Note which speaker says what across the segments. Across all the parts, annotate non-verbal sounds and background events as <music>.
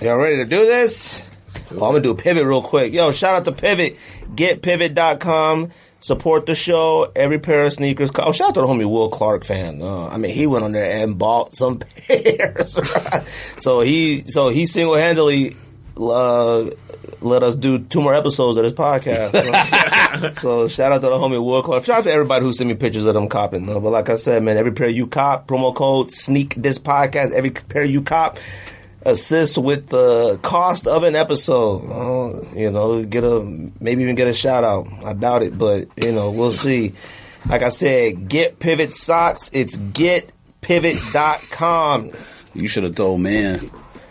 Speaker 1: Y'all ready to do this? Oh, I'm gonna do Pivot real quick. Yo, shout out to Pivot. GetPivot.com. Support the show. Every pair of sneakers. Oh, shout out to the homie Will Clark fan. Uh, I mean, he went on there and bought some <laughs> pairs. so he, so he single handedly uh, let us do two more episodes of this podcast. so shout out to the homie Will Clark. Shout out to everybody who sent me pictures of them copping. Uh, but like I said, man, every pair you cop, promo code sneak this podcast. Every pair you cop assists with the cost of an episode. Uh, you know, get a maybe even get a shout out. I doubt it, but you know, we'll see. Like I said, get pivot socks. It's getpivot.com.
Speaker 2: You should have told man,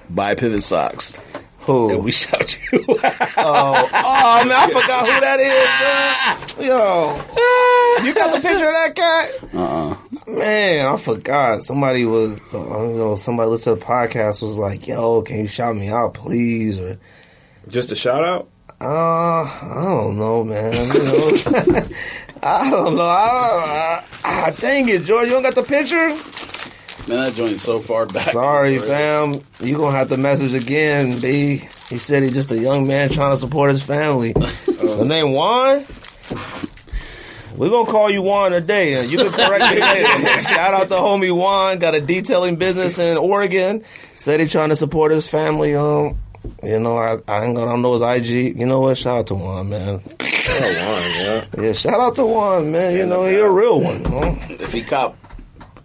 Speaker 2: buy pivot socks. <laughs>
Speaker 1: Who?
Speaker 2: And we shout
Speaker 3: <laughs>
Speaker 2: you. out.
Speaker 1: Oh, oh man, I forgot who that is. Man. Yo, you got the picture of that cat?
Speaker 2: Uh-uh.
Speaker 1: Man, I forgot. Somebody was, I don't know, somebody listened to the podcast was like, "Yo, can you shout me out, please?" Or,
Speaker 3: Just a shout out.
Speaker 1: uh, I don't know, man. You know? <laughs> I don't know. I, I, I, dang it, George, you don't got the picture.
Speaker 2: Man, that joint's so far back.
Speaker 1: Sorry, fam. You gonna have to message again, B. He said he's just a young man trying to support his family.
Speaker 3: <laughs>
Speaker 1: the name Juan. We're gonna call you Juan today, and you can correct me
Speaker 3: <laughs>
Speaker 1: later. Shout out to homie Juan. Got a detailing business in Oregon. Said he trying to support his family. Um, you know, I, I ain't gonna I don't know his IG. You know what? Shout out to Juan, man.
Speaker 3: Shout out Juan, yeah.
Speaker 1: Yeah, shout out to Juan, man. you know, he a real one. huh?
Speaker 2: If he cop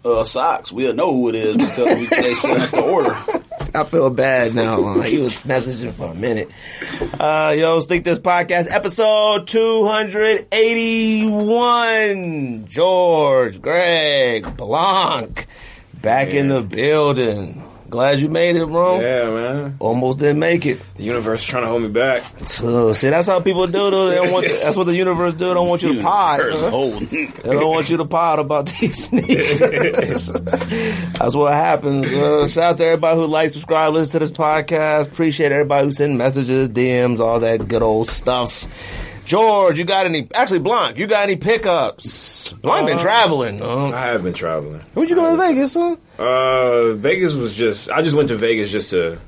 Speaker 2: uh, socks, we'll know who it is because we, they sent us the order.
Speaker 1: I feel bad <laughs> now. Uh, he was messaging for a minute. Uh, yo, Think This Podcast, episode 281. George, Greg, Blanc, back in the building. Glad you made it, bro.
Speaker 3: <laughs> Yeah, man.
Speaker 1: Almost didn't make it.
Speaker 3: The universe trying to hold me back.
Speaker 1: So, see, that's how people do. Though. They don't want. that's what the universe do. They don't want you to pod.
Speaker 2: Curse
Speaker 1: huh?
Speaker 2: hold.
Speaker 3: <laughs>
Speaker 1: They don't want you to pod about these <laughs> sneakers. That's what happens. Uh, shout out to everybody who likes, subscribe, listen to this podcast. Appreciate everybody who send messages, DMs, all that good old stuff. George, you got any? Actually, Blanc, you got any pickups? Blanc been
Speaker 3: Uh,
Speaker 1: traveling. Uh,
Speaker 3: I have been traveling.
Speaker 1: what you doing in Vegas? Huh?
Speaker 3: Uh, Vegas was just. I just went to Vegas just to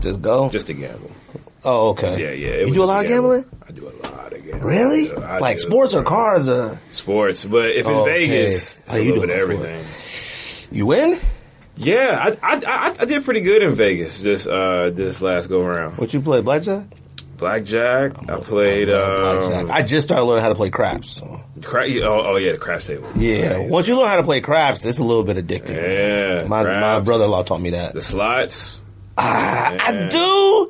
Speaker 1: Just go.
Speaker 3: just to gamble.
Speaker 1: oh, okay.
Speaker 3: Yeah, yeah. it
Speaker 1: You
Speaker 3: was
Speaker 1: do a
Speaker 3: just
Speaker 1: lot of
Speaker 3: gamble.
Speaker 1: gambling.
Speaker 3: I do a lot of gambling.
Speaker 1: Really?
Speaker 3: Yeah, I
Speaker 1: like
Speaker 3: do.
Speaker 1: sports or cars? Or
Speaker 3: Sports, but if it's
Speaker 1: Okay.
Speaker 3: Vegas, it's
Speaker 1: Oh,
Speaker 3: a
Speaker 1: you
Speaker 3: little
Speaker 1: doing
Speaker 3: bit of
Speaker 1: sports.
Speaker 3: everything.
Speaker 1: you win?
Speaker 3: Um, Yeah, I, I I I did pretty good in Vegas this uh this last go around.
Speaker 1: What you play? Blackjack.
Speaker 3: Blackjack. I played
Speaker 1: Blackjack.
Speaker 3: um,
Speaker 1: Oh, I just started learning how to play craps. so.
Speaker 3: cra- oh, oh yeah, the craps table.
Speaker 1: Yeah,
Speaker 3: Right.
Speaker 1: once you learn how to play craps, it's a little bit addictive.
Speaker 3: Yeah,
Speaker 1: my my
Speaker 3: craps.
Speaker 1: brother in law taught me that.
Speaker 3: The slots.
Speaker 1: Ah, I
Speaker 3: Yeah.
Speaker 1: do,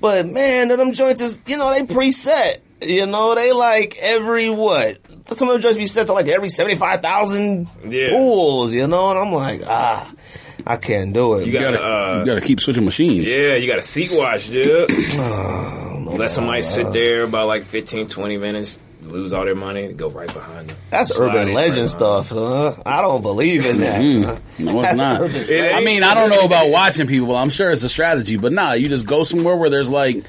Speaker 1: but man, them joints is you know they preset. You know they like every what? Some of them joints be set to like every seventy five thousand
Speaker 3: Yeah.
Speaker 1: pools. You know, and I'm like, ah, I can't do it.
Speaker 3: You
Speaker 2: You
Speaker 3: got
Speaker 2: gotta,
Speaker 3: uh,
Speaker 2: you gotta keep switching machines.
Speaker 3: Yeah, you got a seat watch, <clears throat> dude. Let somebody sit there about like 15, 20 minutes, lose all their money, go right behind them.
Speaker 1: That's
Speaker 3: Slide
Speaker 1: urban
Speaker 3: it
Speaker 1: legend
Speaker 3: right behind
Speaker 1: stuff. Huh? I don't believe in that. huh?
Speaker 2: No,
Speaker 1: <laughs>
Speaker 2: it's
Speaker 1: That's
Speaker 2: not.
Speaker 1: urban.
Speaker 3: It
Speaker 2: I
Speaker 3: ain't.
Speaker 2: mean, I don't know about watching people. I'm sure it's a strategy, but nah, you just go somewhere where there's like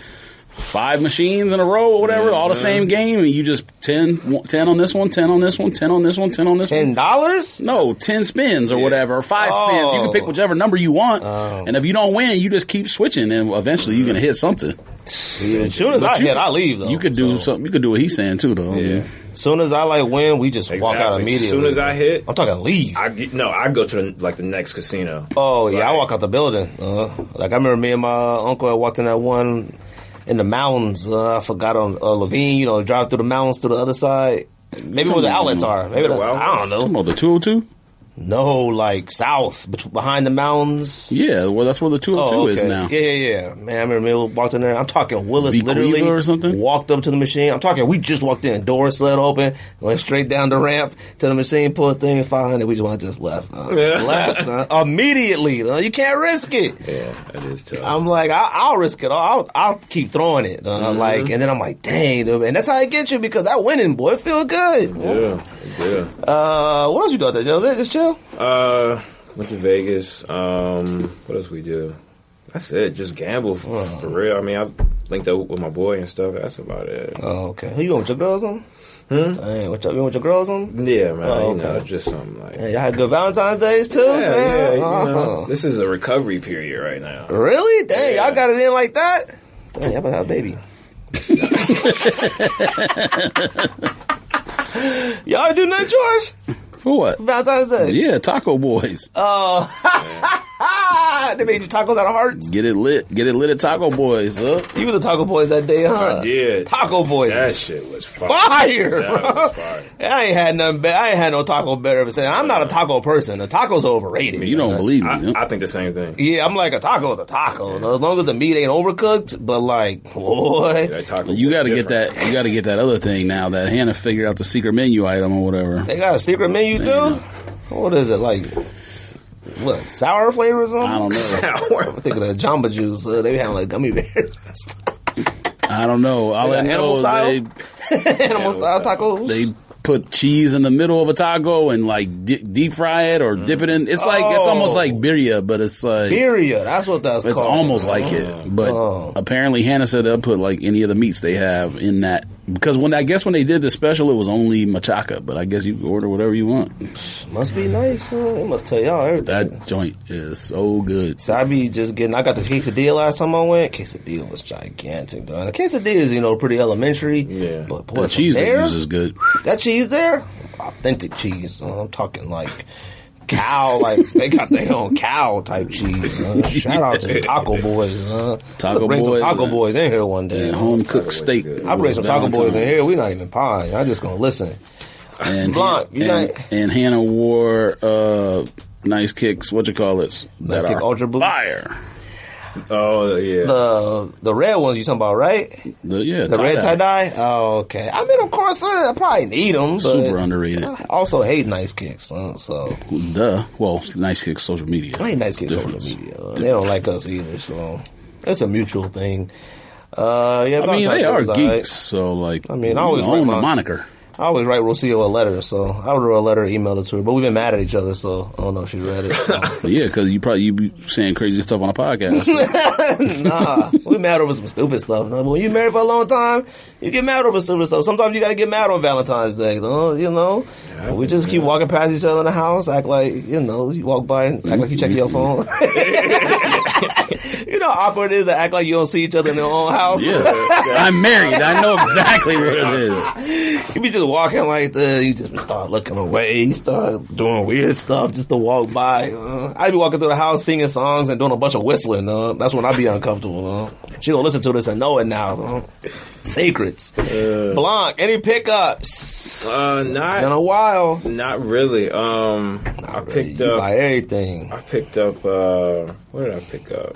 Speaker 2: five machines in a row or whatever, all the
Speaker 1: Mm-hmm.
Speaker 2: same game, and you just 10, one- 10 on this one, 10 on this one, 10 on this one, 10 on this one.
Speaker 1: Ten dollars?
Speaker 2: No, 10 spins or whatever, or five spins. You
Speaker 1: Oh.
Speaker 2: can pick whichever number you want. And if you don't win, you just keep switching, and eventually you're going to
Speaker 1: Mm-hmm.
Speaker 2: hit something.
Speaker 1: As soon as
Speaker 2: But
Speaker 1: I
Speaker 2: you
Speaker 1: hit,
Speaker 2: could-
Speaker 1: I leave though.
Speaker 2: you could do something. You could do what he's saying, too, though.
Speaker 3: Yeah.
Speaker 1: As soon as I like win, we just
Speaker 3: them.
Speaker 1: walk out
Speaker 3: Exactly.
Speaker 1: immediately.
Speaker 3: As soon as I hit,
Speaker 1: I'm talking leave.
Speaker 3: I get, no, I go to the, like the next casino.
Speaker 1: Oh yeah, I
Speaker 3: Right.
Speaker 1: walk out the building. Uh, like I remember me and my uncle had walked in that one in the mountains. Uh, I forgot on uh, Levine. You know, drive through the mountains to the other side. Maybe where the outlets are. Maybe the,
Speaker 3: The outlets?
Speaker 1: I don't
Speaker 2: Talking
Speaker 1: know.
Speaker 2: about the 202?
Speaker 1: No, like south bet- behind the mountains. Oh,
Speaker 2: Yeah, well, that's where the 202 is now.
Speaker 1: Yeah, yeah, yeah. Man, I remember me walked in there. I'm talking Willis
Speaker 2: Vicuña
Speaker 1: literally
Speaker 2: or something?
Speaker 1: walked up to the machine. I'm talking we just walked in, door slid open, went straight down the ramp to the machine, pulled thing, five hundred. We just went just left, uh,
Speaker 3: Yeah.
Speaker 1: left
Speaker 2: <laughs>
Speaker 1: uh, immediately. uh, you can't risk it.
Speaker 3: Yeah, that is tough.
Speaker 1: I'm like, I, I'll risk it all. I'll, I'll keep throwing it. And
Speaker 3: Mm-hmm.
Speaker 1: I'm like, and then I'm like, dang, dude. and that's how I get you because that winning boy feel good.
Speaker 3: yeah, yeah.
Speaker 1: Uh, what else you got there, Jose? Just chill.
Speaker 3: Uh, went to Vegas. Um, what else we do? That's it. Just gamble f- for real. I mean, I linked up with my boy and stuff. That's about it.
Speaker 1: Oh, okay. Who you going with your girls on? Hmm? Dang, what y'all, you went with your girls on?
Speaker 3: Yeah, man.
Speaker 1: Oh,
Speaker 3: You know,
Speaker 1: okay.
Speaker 3: just something like.
Speaker 1: Hey, y'all had good Valentine's Days too?
Speaker 3: Yeah, yeah,
Speaker 1: man?
Speaker 3: you know,
Speaker 1: Uh-huh.
Speaker 3: this is a recovery period right now.
Speaker 1: Really? Dang,
Speaker 3: Yeah.
Speaker 1: y'all got it in like that? Dang, y'all about to have a
Speaker 3: <laughs>
Speaker 1: baby. y'all do nothing, George?
Speaker 2: For what?
Speaker 1: Valentine's Day.
Speaker 2: Yeah, Taco Boys.
Speaker 1: Oh, <laughs> ha! they made you tacos out of hearts.
Speaker 2: Get it lit. Get it lit at Taco Boys. Up.
Speaker 1: You were the taco boys that day, huh?
Speaker 3: I did.
Speaker 1: Uh, Taco boys.
Speaker 3: That shit was fire.
Speaker 1: fire,
Speaker 3: That
Speaker 1: bro.
Speaker 3: was fire.
Speaker 1: <laughs> I ain't had nothing. Be- I ain't had no taco better ever since. I'm not a taco person. The tacos are overrated.
Speaker 2: You don't believe me.
Speaker 3: I,
Speaker 2: huh?
Speaker 3: I think the same thing.
Speaker 1: Yeah, I'm like a taco is a taco. As long as the meat ain't overcooked, but like, boy,
Speaker 3: That taco
Speaker 2: you
Speaker 3: was
Speaker 2: got to get
Speaker 3: different.
Speaker 2: that. You got to get that other thing now that Hannah figured out the secret menu item or whatever.
Speaker 1: they got a secret menu too. What is it like? What sour flavor or something?
Speaker 2: I don't
Speaker 1: <laughs>
Speaker 2: know.
Speaker 1: I'm thinking of Jamba Juice. Uh, they be having like gummy <laughs> bears, and stuff.
Speaker 2: I don't know. All I
Speaker 1: Like
Speaker 2: know
Speaker 1: animal
Speaker 2: is
Speaker 1: style?
Speaker 2: they
Speaker 1: animal style tacos.
Speaker 2: they put cheese in the middle of a taco and like di- deep fry it or dip it in. It's like it's
Speaker 1: Oh.
Speaker 2: almost like birria, but it's like
Speaker 1: Birria, that's what that's
Speaker 2: it's
Speaker 1: called.
Speaker 2: almost like it. But
Speaker 1: Oh.
Speaker 2: apparently Hannah said they'll put like any of the meats they have in that because when I guess when they did the special, it was only machaca. But I guess you can order whatever you want.
Speaker 1: Must be nice. Huh? They must tell y'all everything.
Speaker 2: That joint is so good.
Speaker 1: So I be just getting. I got the quesadilla last time I went. Quesadilla was gigantic. Though. The quesadilla is you know pretty elementary.
Speaker 3: Yeah.
Speaker 1: But boy,
Speaker 2: The
Speaker 1: from
Speaker 2: cheese they
Speaker 1: there,
Speaker 2: use is good.
Speaker 1: that cheese there, authentic cheese. Uh, I'm talking like cow. Like they got their own cow type cheese. uh. shout out to
Speaker 2: <laughs>
Speaker 1: Taco Boys. Uh.
Speaker 2: Taco
Speaker 1: bring some
Speaker 2: Boys,
Speaker 1: Taco
Speaker 2: uh,
Speaker 1: Boys in here one day.
Speaker 2: And home cooked
Speaker 3: Boys
Speaker 2: steak.
Speaker 3: good.
Speaker 1: I bring some Taco Boys in here. We not even pie. I just gonna listen.
Speaker 2: And,
Speaker 1: Blanc, you
Speaker 2: and,
Speaker 1: got-
Speaker 2: and Hannah wore uh, nice kicks. What you call it?
Speaker 1: Nice
Speaker 2: That
Speaker 1: Kick
Speaker 2: are
Speaker 1: Ultra Blue?
Speaker 2: fire.
Speaker 3: <laughs> Oh yeah.
Speaker 1: The the red ones you talking about, right?
Speaker 2: The, yeah,
Speaker 1: The red tie dye? Oh, okay. I mean, of course, uh, I probably need them.
Speaker 2: Super underrated.
Speaker 1: I also hate nice kicks, uh, so
Speaker 2: Duh. Well, nice kicks. Social media.
Speaker 1: I hate nice kicks on social
Speaker 2: Difference.
Speaker 1: media. Uh, They don't like us either, so it's a mutual thing. Uh, yeah,
Speaker 2: I mean,
Speaker 1: Valentine's
Speaker 2: they
Speaker 1: Day
Speaker 2: are
Speaker 1: was
Speaker 2: geeks.
Speaker 1: alright.
Speaker 2: So like,
Speaker 1: I mean, I always
Speaker 2: you
Speaker 1: wear
Speaker 2: own the
Speaker 1: my-
Speaker 2: moniker.
Speaker 1: I always write Rocio a letter, so I wrote her a letter, emailed it to her, but we've been mad at each other, so I don't know if she read it. so.
Speaker 2: <laughs> But yeah, because you probably you be saying crazy stuff on
Speaker 1: <laughs>
Speaker 2: a podcast.
Speaker 1: nah, we mad over some stupid stuff. But when you married for a long time, you get mad over stupid stuff. Sometimes you gotta get mad on Valentine's Day, though, you know. we just keep walking past each other in the house, act like you know, you walk by and act like you checking your phone. <laughs> you know how awkward it is to act like you don't see each other in your own house.
Speaker 2: yes, I'm married. I know exactly what it is.
Speaker 1: You be just walking like this. You just start looking away. You start doing weird stuff just to walk by. Uh, I be walking through the house singing songs and doing a bunch of whistling. Uh, that's when I be uncomfortable. Uh. She gonna listen to this and know it now. Uh. Secrets. Blanc, any pickups?
Speaker 3: uh,
Speaker 1: Been
Speaker 3: not
Speaker 1: a while.
Speaker 3: not really. Um, I picked
Speaker 1: You
Speaker 3: up.
Speaker 1: buy everything.
Speaker 3: I picked up. uh What did I pick up?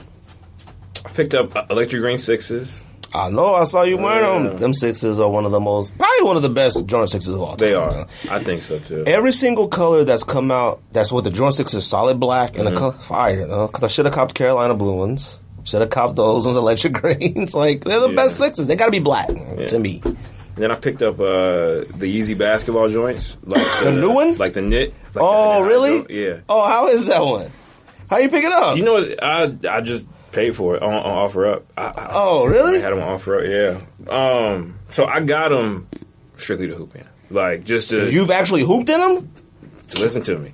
Speaker 3: I picked up uh, Electric Green Sixes.
Speaker 1: I know. I saw you wearing
Speaker 3: Yeah.
Speaker 1: them. Them sixes are one of the most, probably one of the best Jordan sixes of all time.
Speaker 3: They
Speaker 1: man.
Speaker 3: are. I think so too.
Speaker 1: Uh-huh. Every single color that's come out, that's what the Jordan Six is solid black and the
Speaker 3: Mm-hmm.
Speaker 1: color fire. Because I should have copped Carolina blue ones. Should have copped those ones, electric <laughs> greens. like they're the
Speaker 3: Yeah.
Speaker 1: best sixes. They got to be black to me.
Speaker 3: And then I picked up uh the Easy basketball joints, like the,
Speaker 1: new one?
Speaker 3: like the knit. like the-
Speaker 1: oh,
Speaker 3: the-
Speaker 1: really?
Speaker 3: Yeah.
Speaker 1: Oh, how is that one? How you pick it up?
Speaker 3: You know, what? I I just paid for it on, on offer up. I, I,
Speaker 1: Oh, really?
Speaker 3: I had them on offer up. Yeah. Um. So I got them strictly to hoop in, like just to
Speaker 1: You've actually hooped in them.
Speaker 3: to listen to me.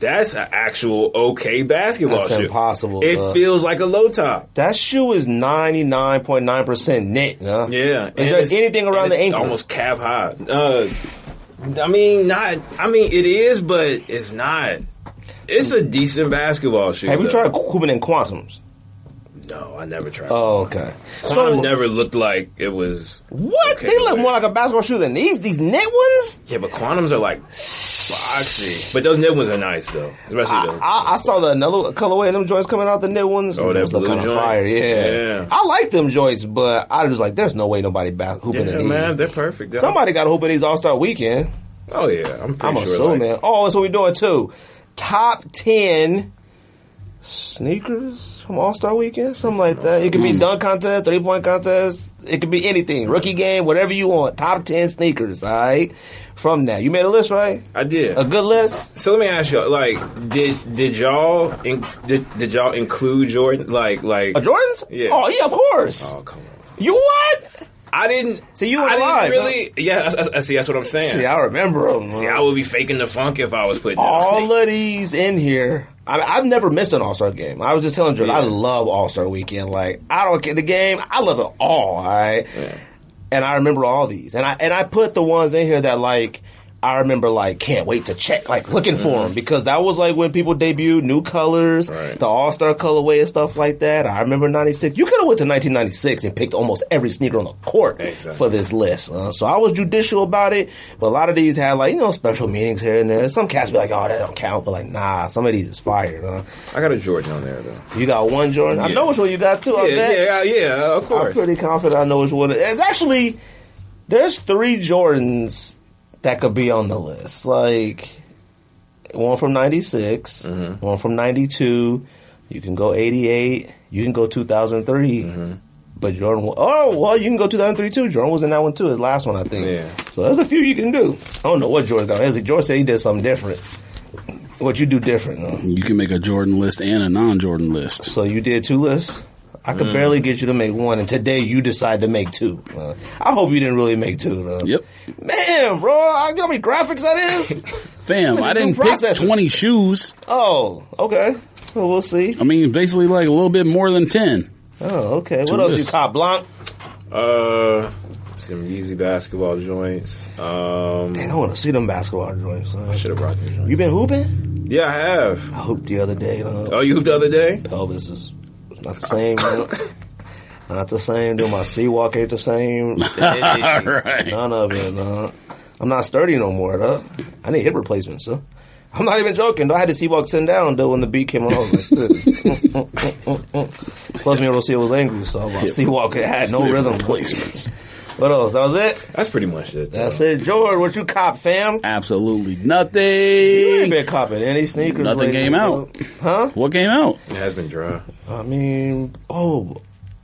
Speaker 3: That's an actual okay basketball.
Speaker 1: That's
Speaker 3: shoe.
Speaker 1: impossible, uh,
Speaker 3: It
Speaker 1: bro.
Speaker 3: feels like a low top.
Speaker 1: That shoe is ninety nine point nine percent knit. huh?
Speaker 3: Yeah. and
Speaker 1: Is
Speaker 3: it's-
Speaker 1: there anything
Speaker 3: and
Speaker 1: around the
Speaker 3: it's
Speaker 1: ankle?
Speaker 3: Almost calf high. Uh, I mean, not. I mean, it is, but it's not. It's a decent basketball shoe.
Speaker 1: Have you
Speaker 3: though.
Speaker 1: tried hooping in quantums?
Speaker 3: No, I never tried.
Speaker 1: Oh, okay.
Speaker 3: so never looked like it was.
Speaker 1: What?
Speaker 3: Okay,
Speaker 1: they look
Speaker 3: wait.
Speaker 1: more like a basketball shoe than these. These knit ones.
Speaker 3: Yeah, but quantums are like boxy. But those new ones are nice though, especially
Speaker 1: I,
Speaker 3: those.
Speaker 1: I, I saw the another colorway and them joints coming out the new ones.
Speaker 3: Oh, that
Speaker 1: Those look
Speaker 3: blue
Speaker 1: kinda
Speaker 3: joint?
Speaker 1: fire. Yeah.
Speaker 3: Yeah.
Speaker 1: I like them joints, but I was like, there's no way nobody back hooping in
Speaker 3: yeah,
Speaker 1: these.
Speaker 3: man, they're perfect. though.
Speaker 1: Somebody got to hoop in these All Star Weekend.
Speaker 3: Oh yeah, I'm
Speaker 1: I'm
Speaker 3: pretty
Speaker 1: Oh,
Speaker 3: sure.
Speaker 1: assuming.
Speaker 3: Like,
Speaker 1: oh, that's what we're doing too. Top ten sneakers from All Star Weekend, something like that. It could be
Speaker 3: Hmm.
Speaker 1: dunk contest, three point contest. It could be anything, rookie game, whatever you want. Top ten sneakers, all right. From that, you made a list, right?
Speaker 3: I did.
Speaker 1: A good list.
Speaker 3: So let me ask you, like, did did y'all in, did, did y'all include Jordan? Like, like,
Speaker 1: A Jordans?
Speaker 3: Yeah.
Speaker 1: Oh yeah, of course.
Speaker 3: oh come on.
Speaker 1: You what?
Speaker 3: I didn't.
Speaker 1: See, you was
Speaker 3: I
Speaker 1: alive,
Speaker 3: didn't really. Yeah, I, I- I see. That's what I'm
Speaker 1: <laughs>
Speaker 3: saying.
Speaker 1: See, I remember them.
Speaker 3: See, I would be faking the funk if I was putting it on.
Speaker 1: all of these in here. I, I've never missed an All Star game. I was just telling Jordan, I
Speaker 3: Yeah.
Speaker 1: love All Star Weekend. Like I don't get the game. I love it all. All right, and I remember all these, and I and I put the ones in here that like I remember. Like can't wait to check. Like looking for them because that was like when people debuted new colors,
Speaker 3: Mm-hmm. Right.
Speaker 1: the All Star colorway and stuff like that. I remember '96. You could have went to 1996 and picked almost every sneaker on the court
Speaker 3: Exactly.
Speaker 1: for this list. Uh, so I was judicial about it, but a lot of these had like you know special meanings here and there. Some cats be like, oh, that don't count, but like, nah, some of these is fire. Huh?
Speaker 3: I got a Jordan on there though.
Speaker 1: You got one Jordan. I
Speaker 3: Yeah.
Speaker 1: know which one you got too. I
Speaker 3: Yeah,
Speaker 1: bet.
Speaker 3: yeah, uh, yeah. Of
Speaker 1: I'm
Speaker 3: course.
Speaker 1: pretty confident I know which one. it is. Actually, there's three Jordans that could be on the list. Like one from '96,
Speaker 3: Mm-hmm.
Speaker 1: one from '92. You can go '88. You can go 2003.
Speaker 3: Mm-hmm.
Speaker 1: But Jordan, wa- oh well, you can go 2003 too. Jordan was in that one too. His last one, I think.
Speaker 3: Yeah.
Speaker 1: So there's a few you can do. I don't know what Jordan got. As Jordan said, he did something different. What you do different? Though?
Speaker 2: You can make a Jordan list and a non-Jordan list.
Speaker 1: So you did two lists. I
Speaker 2: Mm.
Speaker 1: could barely get you to make one, and today you decide to make two. Uh, I hope you didn't really make two. Though.
Speaker 2: Yep.
Speaker 1: Man, bro, I you know how many graphics that
Speaker 2: <laughs>
Speaker 1: is?
Speaker 2: Fam, I
Speaker 1: do
Speaker 2: didn't pick
Speaker 1: processing.
Speaker 2: 20 shoes.
Speaker 1: oh, okay. Well, we'll see.
Speaker 2: I mean, basically like a little bit more
Speaker 1: <laughs>
Speaker 2: than 10.
Speaker 1: Oh, okay.
Speaker 2: Two
Speaker 1: What else
Speaker 2: lists.
Speaker 1: you caught, Blanc?
Speaker 3: Uh, some Yeezy basketball joints. Um,
Speaker 1: Dang, I want to see them basketball joints. huh?
Speaker 3: should have brought these joints.
Speaker 1: You been hooping?
Speaker 3: Yeah, I have.
Speaker 1: I hooped the other day. Uh,
Speaker 3: Oh, you hooped the
Speaker 1: <laughs>
Speaker 3: other day?
Speaker 1: pelvis is not the
Speaker 2: <laughs>
Speaker 1: same. man. Not the same. Do my sea walk ain't the same.
Speaker 2: All right.
Speaker 1: None of it. No. I'm not sturdy no more. Though. I need hip replacements. So. I'm not even joking. Though. I had to see walk sitting down though when the beat came on. I was like, this. Mm, mm, mm, mm, mm. <laughs> Plus, me and Rocio was angry, so my sea walk had no rhythm replacements. What else? That was it.
Speaker 3: That's pretty much it. though.
Speaker 1: That's it. George, what you cop, fam?
Speaker 2: Absolutely
Speaker 1: You ain't
Speaker 2: nothing.
Speaker 1: been copping any sneakers.
Speaker 2: Nothing
Speaker 1: lately,
Speaker 2: came out.
Speaker 1: huh?
Speaker 2: What came out?
Speaker 3: It has been dry.
Speaker 1: I mean, oh,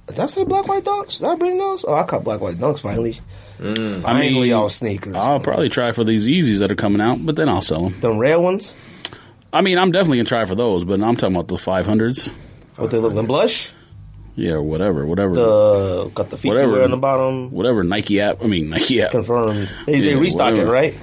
Speaker 1: did I say black white dunks? Did I bring those? Oh, I caught black white dunks finally. Finally,
Speaker 2: I mean,
Speaker 1: all sneakers.
Speaker 2: I'll probably try for these Yeezys that are coming out, but then I'll sell them.
Speaker 1: Them red ones.
Speaker 2: I mean, I'm definitely gonna try for those, but I'm talking about the 500s.
Speaker 1: What they look? Them blush.
Speaker 2: Yeah, or whatever, whatever,
Speaker 1: the got the feet
Speaker 2: Whatever.
Speaker 1: wear on the bottom.
Speaker 2: whatever. Nike app. I mean, <laughs> Nike app.
Speaker 1: Confirm they,
Speaker 2: Yeah,
Speaker 1: they restocking,
Speaker 2: whatever.
Speaker 1: right?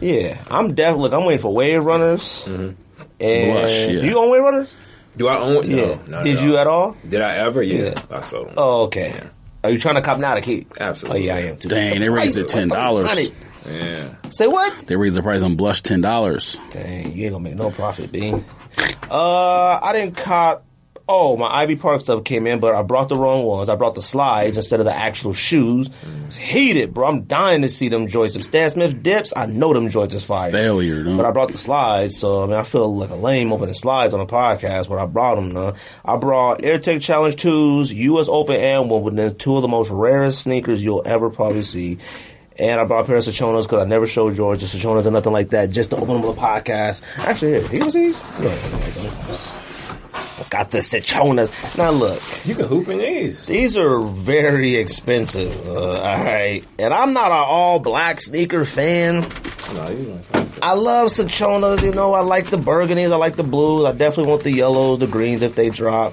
Speaker 1: Yeah, I'm definitely. Look, I'm waiting for wave runners. And
Speaker 2: Blush, yeah.
Speaker 1: do you own wave runners?
Speaker 3: Do I own? No,
Speaker 1: yeah.
Speaker 3: not
Speaker 1: Did you at all?
Speaker 3: Did I ever? Yeah,
Speaker 1: Yeah.
Speaker 3: I sold. them.
Speaker 1: Oh, okay. Are you trying to cop now to keep?
Speaker 3: Absolutely.
Speaker 1: Oh yeah, I am too.
Speaker 2: Dang, they raised it ten dollars.
Speaker 3: yeah.
Speaker 1: Say what?
Speaker 2: They raised the price on blush ten dollars.
Speaker 1: Dang, you ain't gonna make no profit, Bean. Uh, I didn't cop. Oh, my Ivy Park stuff came in, but I brought the wrong ones. I brought the slides instead of the actual shoes. It's heated, bro. I'm dying to see them joints. If Stan Smith dips, I know them joints is fire.
Speaker 2: Failure, no?
Speaker 1: But I brought the slides, so I mean, I feel like a lame opening slides on a podcast, but I brought them, though. I brought AirTech Challenge 2s, U.S. Open and Wimbledon, two of the most rarest sneakers you'll ever probably see. And I brought a pair of Sachonas because I never showed George the Sachonas or nothing like that, just to open them on the podcast. Actually, here, he was these? Yeah. Got the Sachonas. Now, look.
Speaker 3: You can hoop in these.
Speaker 1: These are very expensive. Uh, all right, and I'm not an all black sneaker fan.
Speaker 3: No, these ones. I
Speaker 1: I love Sachonas. You know, I like the burgundies. I like the blues. I definitely want the yellows, the greens if they drop.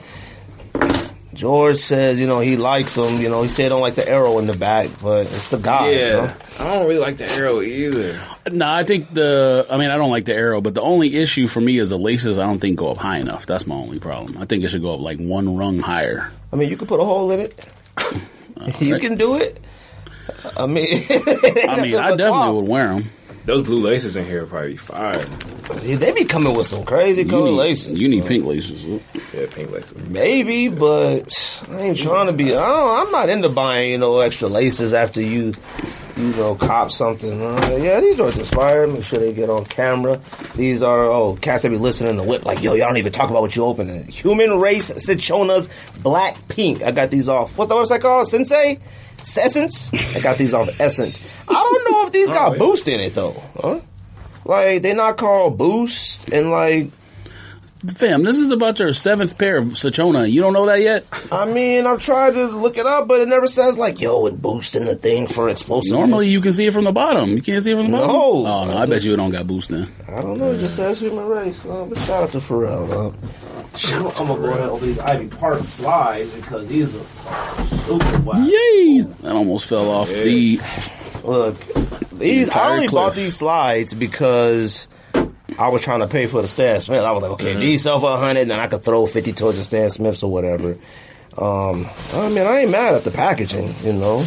Speaker 1: George says, you know, he likes them. You know, he said he don't like the arrow in the back, but it's the guy. you know?
Speaker 3: yeah, I don't really like the arrow either.
Speaker 2: No, I think the. I mean, I don't like the arrow, but the only issue for me is the laces. I don't think go up high enough. That's my only problem. I think it should go up like one rung higher.
Speaker 1: I mean, you could put a hole in it. <laughs> you
Speaker 2: right.
Speaker 1: can do it. I mean, <laughs>
Speaker 2: I mean, I definitely would wear them.
Speaker 3: Those blue laces in here are probably fire.
Speaker 1: would. They be coming with some crazy
Speaker 2: You
Speaker 1: color
Speaker 2: need,
Speaker 1: laces.
Speaker 2: you need pink laces.
Speaker 3: Yeah, pink laces.
Speaker 1: Maybe, but I ain't trying to be. I don't, I'm not into buying, you know, extra laces after you, you know, cop something. Uh, yeah, these are fire. Make sure they get on camera. These are oh, cats that be listening to whip like yo, y'all don't even talk about what you opening. Human race Sichonas Black Pink. I got these off. What's the website called? Sensei. Essence. I got these off Essence. I don't know if these got
Speaker 3: Alright.
Speaker 1: boost in it though. Huh? Like they not called boost and like
Speaker 2: Fam, this is about your seventh pair of Sachona. You don't know
Speaker 1: <laughs>
Speaker 2: that yet?
Speaker 1: I mean, I've tried to look it up, but it never says like, "Yo, it boosts in the thing for explosiveness."
Speaker 2: Normally, you can see it from the bottom. You can't see it from the bottom?
Speaker 1: No.
Speaker 2: Oh, no. I,
Speaker 1: I
Speaker 2: bet
Speaker 1: just-
Speaker 2: you it don't got boost then.
Speaker 1: I don't know. It just says human race. Uh, but shout out to Pharrell. though. I'm gonna go ahead over these Ivy Park slides because these are super wild.
Speaker 2: Yay! That almost fell off
Speaker 3: Yeah.
Speaker 2: the.
Speaker 1: Look, these
Speaker 2: Entire
Speaker 1: I only
Speaker 2: cliff.
Speaker 1: bought these slides because I was trying to pay for the Stan Smith. I was like,
Speaker 2: Mm-hmm.
Speaker 1: okay, these sell for a hundred, then I could throw fifty towards the Stan Smiths or whatever. Um, I mean, I ain't mad at the packaging, you know.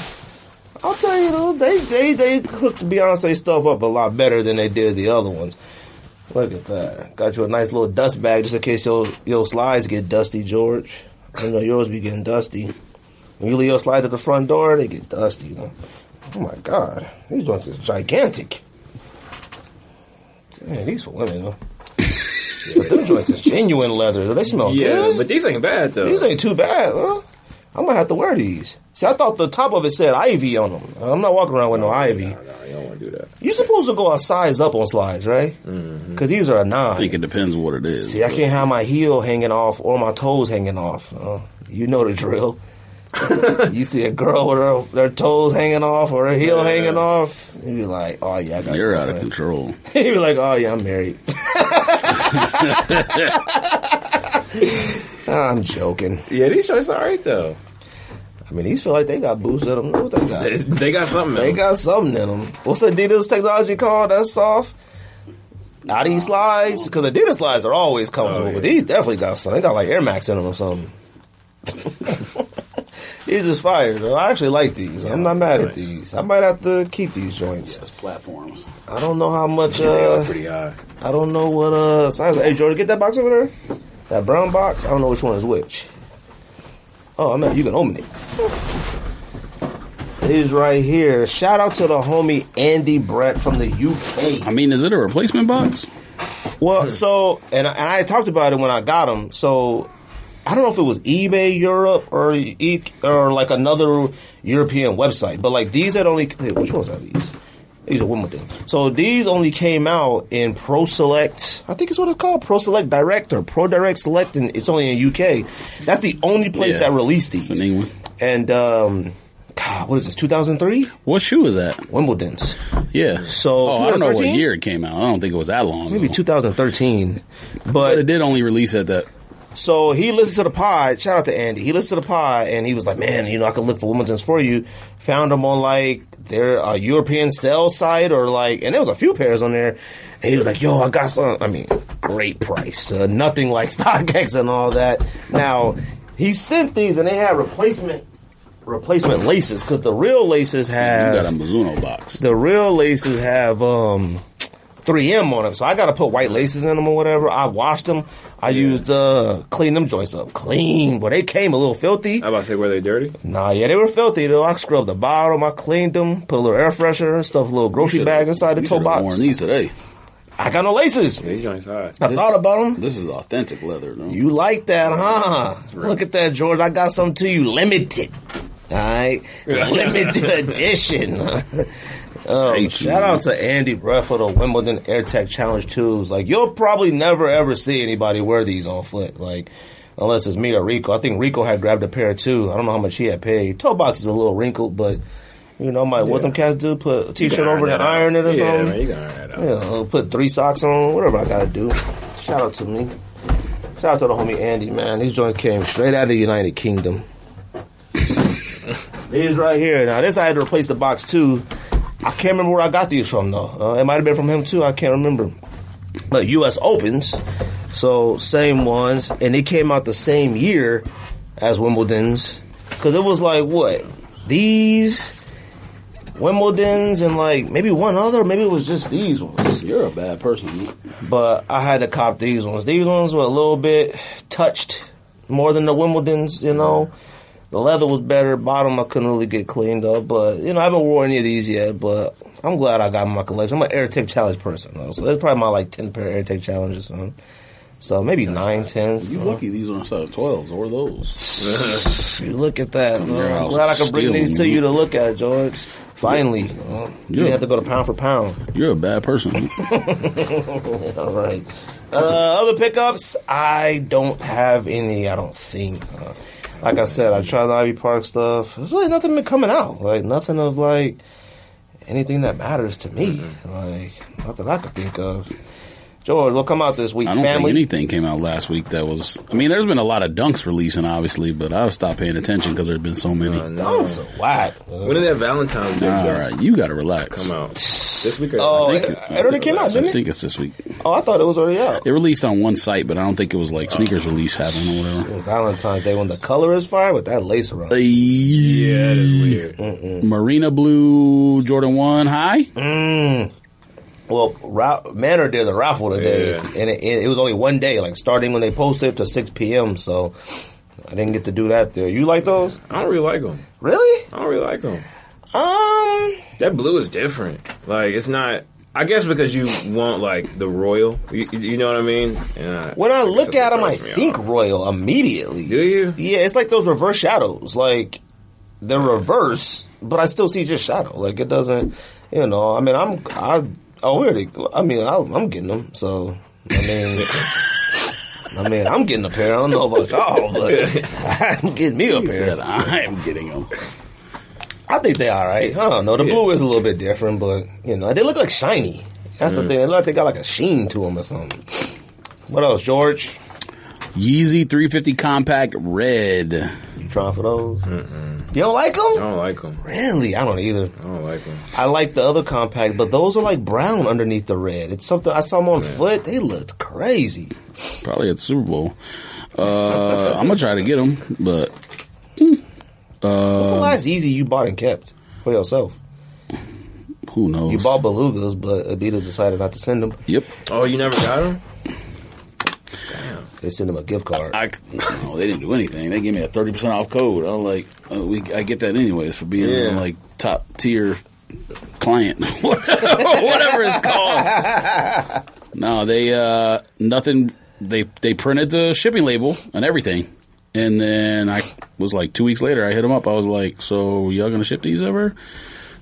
Speaker 1: I'll tell you though, they they they hooked to be honest, they stuff up a lot better than they did the other ones. Look at that! Got you a nice little dust bag just in case your your slides get dusty, George. I know yours be getting dusty. When you leave your slides at the front door, they get dusty. You know? Oh my god, these ones is gigantic. Damn, these for women.
Speaker 3: <laughs>
Speaker 1: Though. but them joints is genuine leather. They smell
Speaker 3: Yeah,
Speaker 1: good.
Speaker 3: but these ain't bad though.
Speaker 1: These ain't too bad, huh? I'm gonna have to wear these. See, I thought the top of it said Ivy on them. I'm not walking around with
Speaker 3: Oh,
Speaker 1: no Ivy.
Speaker 3: No, no, you don't want to do that.
Speaker 1: you supposed to go a size up on slides, right? Because
Speaker 3: Mm-hmm.
Speaker 1: these are a nine.
Speaker 2: I think it depends what it is.
Speaker 1: See, I can't have my heel hanging off or my toes hanging off. Uh, you know the
Speaker 2: <laughs>
Speaker 1: drill. you see a girl with her, her toes hanging off or her heel
Speaker 3: Yeah.
Speaker 1: hanging off, you be like, oh yeah, I got
Speaker 2: You're
Speaker 1: this
Speaker 2: out of
Speaker 1: one.
Speaker 2: control.
Speaker 1: <laughs> He'd be like, "Oh yeah, I'm
Speaker 2: <laughs>
Speaker 1: married." <laughs> I'm joking.
Speaker 3: Yeah, these shorts are alright though.
Speaker 1: I mean, these feel like they got boots in them. Know what they got?
Speaker 3: They, <laughs> they got something.
Speaker 1: They got something in them. What's Adidas technology called? That's soft. Not these slides, because Adidas slides are always comfortable,
Speaker 3: Uh, Oh, yeah.
Speaker 1: but these definitely got something. They got like Air Max in them or something. <laughs> these is fire though. I actually like these. I'm not mad at
Speaker 3: nice.
Speaker 1: these. I might have to keep these joints.
Speaker 2: That's platforms.
Speaker 1: I don't know how
Speaker 3: <laughs>
Speaker 1: much.
Speaker 3: they are
Speaker 1: Uh,
Speaker 3: pretty high.
Speaker 1: I don't know what uh size. Hey Jordan, get that box over there. That brown box. I don't know which one is which. Oh, I mean you can open it. He's right here. Shout out to the homie Andy Brett from the
Speaker 2: I
Speaker 1: UK.
Speaker 2: mean, is it a replacement box?
Speaker 1: Well, so and and I talked about it when I got him. So I don't know if it was eBay Europe or e- or like another European website, but like these had only wait, which ones are these? These are one more thing. So these only came out in Pro Select. I think it's what it's called, Pro Select Direct or Pro Direct Select, and it's only in UK. That's the only place
Speaker 2: Yeah.
Speaker 1: that released these.
Speaker 2: in England.
Speaker 1: And um, God, what is this? Two thousand three
Speaker 2: What shoe is that?
Speaker 1: Wimbledon's,
Speaker 2: Yeah.
Speaker 1: So,
Speaker 2: oh, I don't know what
Speaker 1: 2013?
Speaker 2: year it came out. I don't think it was that long.
Speaker 1: maybe
Speaker 2: ago.
Speaker 1: two thousand thirteen.
Speaker 2: But it did only release at that.
Speaker 1: So he listened to the pod. Shout out to Andy. He listened to the pod and he was like, "Man, you know, I could look for Wimbledon's for you." Found them on like their uh, European sale site or like, and there was a few pairs on there. And he was like, "Yo, I got some. I mean, great price. Uh, nothing like <laughs> StockX and all that." Now he sent these and they had replacement replacement laces because the real laces
Speaker 2: You
Speaker 1: have
Speaker 2: got a Mizuno box.
Speaker 1: the real laces have um 3M on them, so I gotta put white laces in them or whatever. I washed them. I used uh clean them joints up clean, but they came a little filthy.
Speaker 3: I about to say were they dirty?
Speaker 1: Nah, yeah, they were filthy though. I scrubbed the bottom, I cleaned them, put a little air freshener, stuffed a little grocery bag inside the
Speaker 2: You
Speaker 1: toe
Speaker 2: should've Worn
Speaker 1: box.
Speaker 2: these today.
Speaker 1: I got no laces.
Speaker 3: These joints high.
Speaker 1: I thought about them.
Speaker 2: This is authentic leather. though.
Speaker 1: You like that, huh?
Speaker 3: Right.
Speaker 1: Look at that, George. I got something to you, limited. All right, limited
Speaker 2: <laughs>
Speaker 1: edition. Um,
Speaker 2: Hate you,
Speaker 1: shout out to Andy Bruff for the Wimbledon AirTech Challenge twos. Like you'll probably never ever see anybody wear these on foot. Like unless it's me or Rico. I think Rico had grabbed a pair too. I don't know how much he had paid. Toe box is a little wrinkled, but you know, my what them cats do put a t-shirt over the iron it or
Speaker 3: yeah,
Speaker 1: something.
Speaker 3: Man, you can iron that out.
Speaker 1: Yeah, I'll put three socks on, whatever I gotta do. Shout out to me. Shout out to the homie Andy, man. These joints came straight out of the United Kingdom. these right here. Now, this I had to replace the box too. I can't remember where I got these from though. Uh, it might have been from him too. I can't remember. But U.S. Opens, so same ones, and it came out the same year as Wimbledon's, because it was like what these Wimbledon's and like maybe one other, maybe it was just these ones
Speaker 2: You're a bad person. man.
Speaker 1: but I had to cop these ones. These ones were a little bit touched more than the Wimbledon's, you know. The leather was better. Bottom I couldn't really get cleaned up, but you know I haven't worn any of these yet. But I'm glad I got 'em in my collection. I'm an AirTech Challenge person, though, so that's probably my like ten pair of AirTech Challenges. huh? So maybe nine, ten.
Speaker 2: You lucky these aren't set of twelves or those.
Speaker 1: You look at that.
Speaker 2: to your
Speaker 1: huh? I'm
Speaker 2: house
Speaker 1: glad I
Speaker 2: and
Speaker 1: could bring
Speaker 2: steal
Speaker 1: these to
Speaker 2: them.
Speaker 1: you to look at, George. Finally, huh? you didn't have to go to pound for pound.
Speaker 2: You're a bad person. man.
Speaker 1: All right. Uh, other pickups, I don't have any. I don't think. Uh, like I said, I tried the Ivy Park stuff. There's really nothing been coming out. Like nothing of like anything that matters to me.
Speaker 2: Mm-hmm.
Speaker 1: Like not that I could think of. George, what come out this week?
Speaker 2: I don't
Speaker 1: <laughs> Family.
Speaker 2: think anything came out last week that was. I mean, there's been a lot of dunks releasing, obviously, but I've stopped paying attention because there's been so many.
Speaker 3: Uh,
Speaker 1: Oh,
Speaker 3: no.
Speaker 1: so whack.
Speaker 3: When did that Valentine's Day
Speaker 2: All
Speaker 3: drop?
Speaker 2: right, you got to relax.
Speaker 3: come out? This week? Or
Speaker 1: Oh,
Speaker 3: I
Speaker 1: it,
Speaker 3: think
Speaker 1: it already came out,
Speaker 2: I
Speaker 1: didn't it?
Speaker 2: think it's this week.
Speaker 1: Oh, I thought it was already out.
Speaker 2: It released on one site, but I don't think it was like
Speaker 1: Uh,
Speaker 2: sneakers release happening or whatever.
Speaker 1: Valentine's Day when the color is fire with that lace around.
Speaker 3: yeah, that is weird.
Speaker 2: Marina Blue Jordan 1 High?
Speaker 1: Well, Ra- Manor did a raffle today,
Speaker 3: Yeah.
Speaker 1: and it, it, it was only one day, like starting when they posted to 6 p.m. So I didn't get to do that there. You like those?
Speaker 3: I don't really like them.
Speaker 1: Really?
Speaker 3: I don't really like them.
Speaker 1: Um,
Speaker 3: That blue is different. Like it's not. I guess because you want like the royal. You, you know what I mean? And
Speaker 1: when I
Speaker 3: guess
Speaker 1: look
Speaker 3: that's
Speaker 1: at them,
Speaker 3: what
Speaker 1: I
Speaker 3: throws me
Speaker 1: think
Speaker 3: off.
Speaker 1: royal immediately.
Speaker 3: Do you?
Speaker 1: Yeah, it's like those reverse shadows. Like they're reverse, but I still see just shadow. Like it doesn't, you know. I mean, I'm I oh really? I mean, I, I'm getting them. So I mean. <laughs> I mean, I'm getting a pair. I don't know about y'all, but <laughs> I'm getting me a pair.
Speaker 2: That I am getting them.
Speaker 1: I think they all right. I don't know. The
Speaker 3: Yeah.
Speaker 1: blue is a little bit different, but you know they look like shiny. That's the thing. They look like they got like a sheen to them or something. What else, George?
Speaker 2: Yeezy 350 Compact Red.
Speaker 1: You trying for those? You don't like them?
Speaker 3: I don't like them.
Speaker 1: Really? I don't either.
Speaker 3: I don't like them.
Speaker 1: I like the other compact, but those are like brown underneath the red. It's something I saw them on foot. They looked crazy.
Speaker 2: Probably at the Super Bowl. Uh, <laughs> I'm going to try to get them, but
Speaker 1: What's
Speaker 2: Um,
Speaker 1: the last easy you bought and kept for yourself?
Speaker 2: who knows?
Speaker 1: You bought belugas, but Adidas decided not to send them.
Speaker 2: Yep.
Speaker 3: Oh, you never got them?
Speaker 1: They sent them a gift card.
Speaker 2: I, no, they didn't do anything. They gave me a thirty percent off code. I'm like, oh, we, I get that anyways for being
Speaker 3: Yeah.
Speaker 2: like top tier client, <laughs> whatever it's called. no, they uh, nothing. They they printed the shipping label and everything, and then I was like two weeks later. I hit them up. I was like, so y'all gonna ship these over?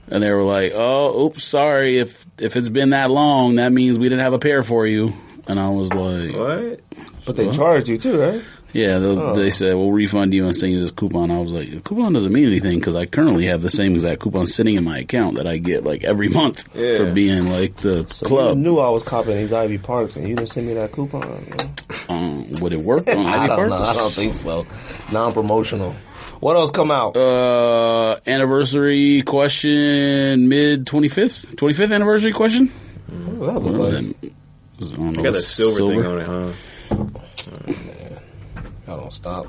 Speaker 2: And they were like, "Oh, oops, sorry. If if it's been that long, that means we didn't have a pair for you." And I was like,
Speaker 3: What?
Speaker 1: but they charged you too, right?
Speaker 2: yeah, they,
Speaker 1: Oh.
Speaker 2: they said we'll refund you and send you this coupon. I was like, the coupon doesn't mean anything because I currently have the same exact coupon sitting in my account that I get like every month
Speaker 3: Yeah.
Speaker 2: for being like the
Speaker 1: So
Speaker 2: club.
Speaker 1: You knew I was copying these Ivy Parks, and you didn't send me that coupon. man.
Speaker 2: um, would
Speaker 1: <laughs>
Speaker 2: it work on
Speaker 1: I
Speaker 2: Ivy
Speaker 1: don't
Speaker 2: Park?
Speaker 1: know. I don't think so. Non-promotional. What else come out?
Speaker 2: Uh, anniversary question mid twenty fifth, twenty fifth anniversary question.
Speaker 1: Ooh, that look
Speaker 2: What was
Speaker 1: like-
Speaker 2: that? I don't know.
Speaker 3: I got that silver,
Speaker 2: silver.
Speaker 3: thing on it, huh?
Speaker 1: I don't stop.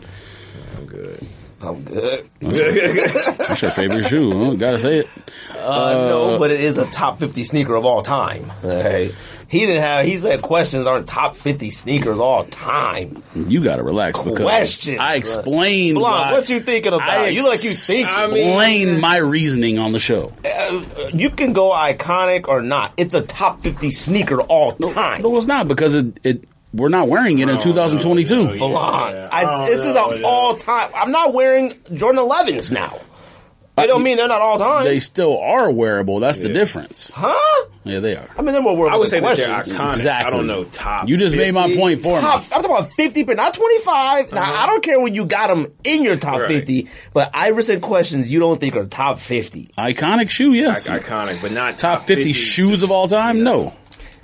Speaker 3: I'm good.
Speaker 1: I'm good.
Speaker 2: That's your favorite shoe. Huh? Gotta say it.
Speaker 1: Uh, no, but it is a top 50 sneaker of all time. Hey, He didn't have, he said questions aren't top 50 sneakers all time.
Speaker 2: You gotta relax because
Speaker 1: Questions.
Speaker 2: I explained
Speaker 1: Blonde,
Speaker 2: why.
Speaker 1: what you thinking about?
Speaker 2: I
Speaker 1: you like you think.
Speaker 3: I mean-
Speaker 2: Explain my reasoning on the show.
Speaker 1: you can go iconic or not. It's a top 50 sneaker all time.
Speaker 2: No, it's not because it, it we're not wearing
Speaker 3: Oh,
Speaker 2: it in 2022.
Speaker 1: Blonde.
Speaker 3: Yeah.
Speaker 1: I,
Speaker 3: I
Speaker 1: this
Speaker 3: don't
Speaker 1: is
Speaker 3: know,
Speaker 1: an
Speaker 3: yeah.
Speaker 1: all time. I'm not wearing Jordan 11s now. They don't mean they're not all time.
Speaker 2: They still are wearable. That's the difference.
Speaker 1: huh?
Speaker 2: Yeah, they are.
Speaker 1: I mean, they're more worth
Speaker 3: I would say that they're
Speaker 1: questions.
Speaker 3: iconic.
Speaker 2: Exactly.
Speaker 3: I don't know top.
Speaker 2: You just made my
Speaker 3: 50.
Speaker 2: point for
Speaker 1: top.
Speaker 2: me.
Speaker 1: I'm talking about 50, but not 25. Now,
Speaker 2: Uh-huh.
Speaker 1: I don't care when you got them in your top
Speaker 3: Right.
Speaker 1: 50, but Iverson questions you don't think are top 50.
Speaker 2: Iconic shoe,
Speaker 3: I-
Speaker 2: yes.
Speaker 3: iconic, but not
Speaker 2: Top 50 shoes of all time, no.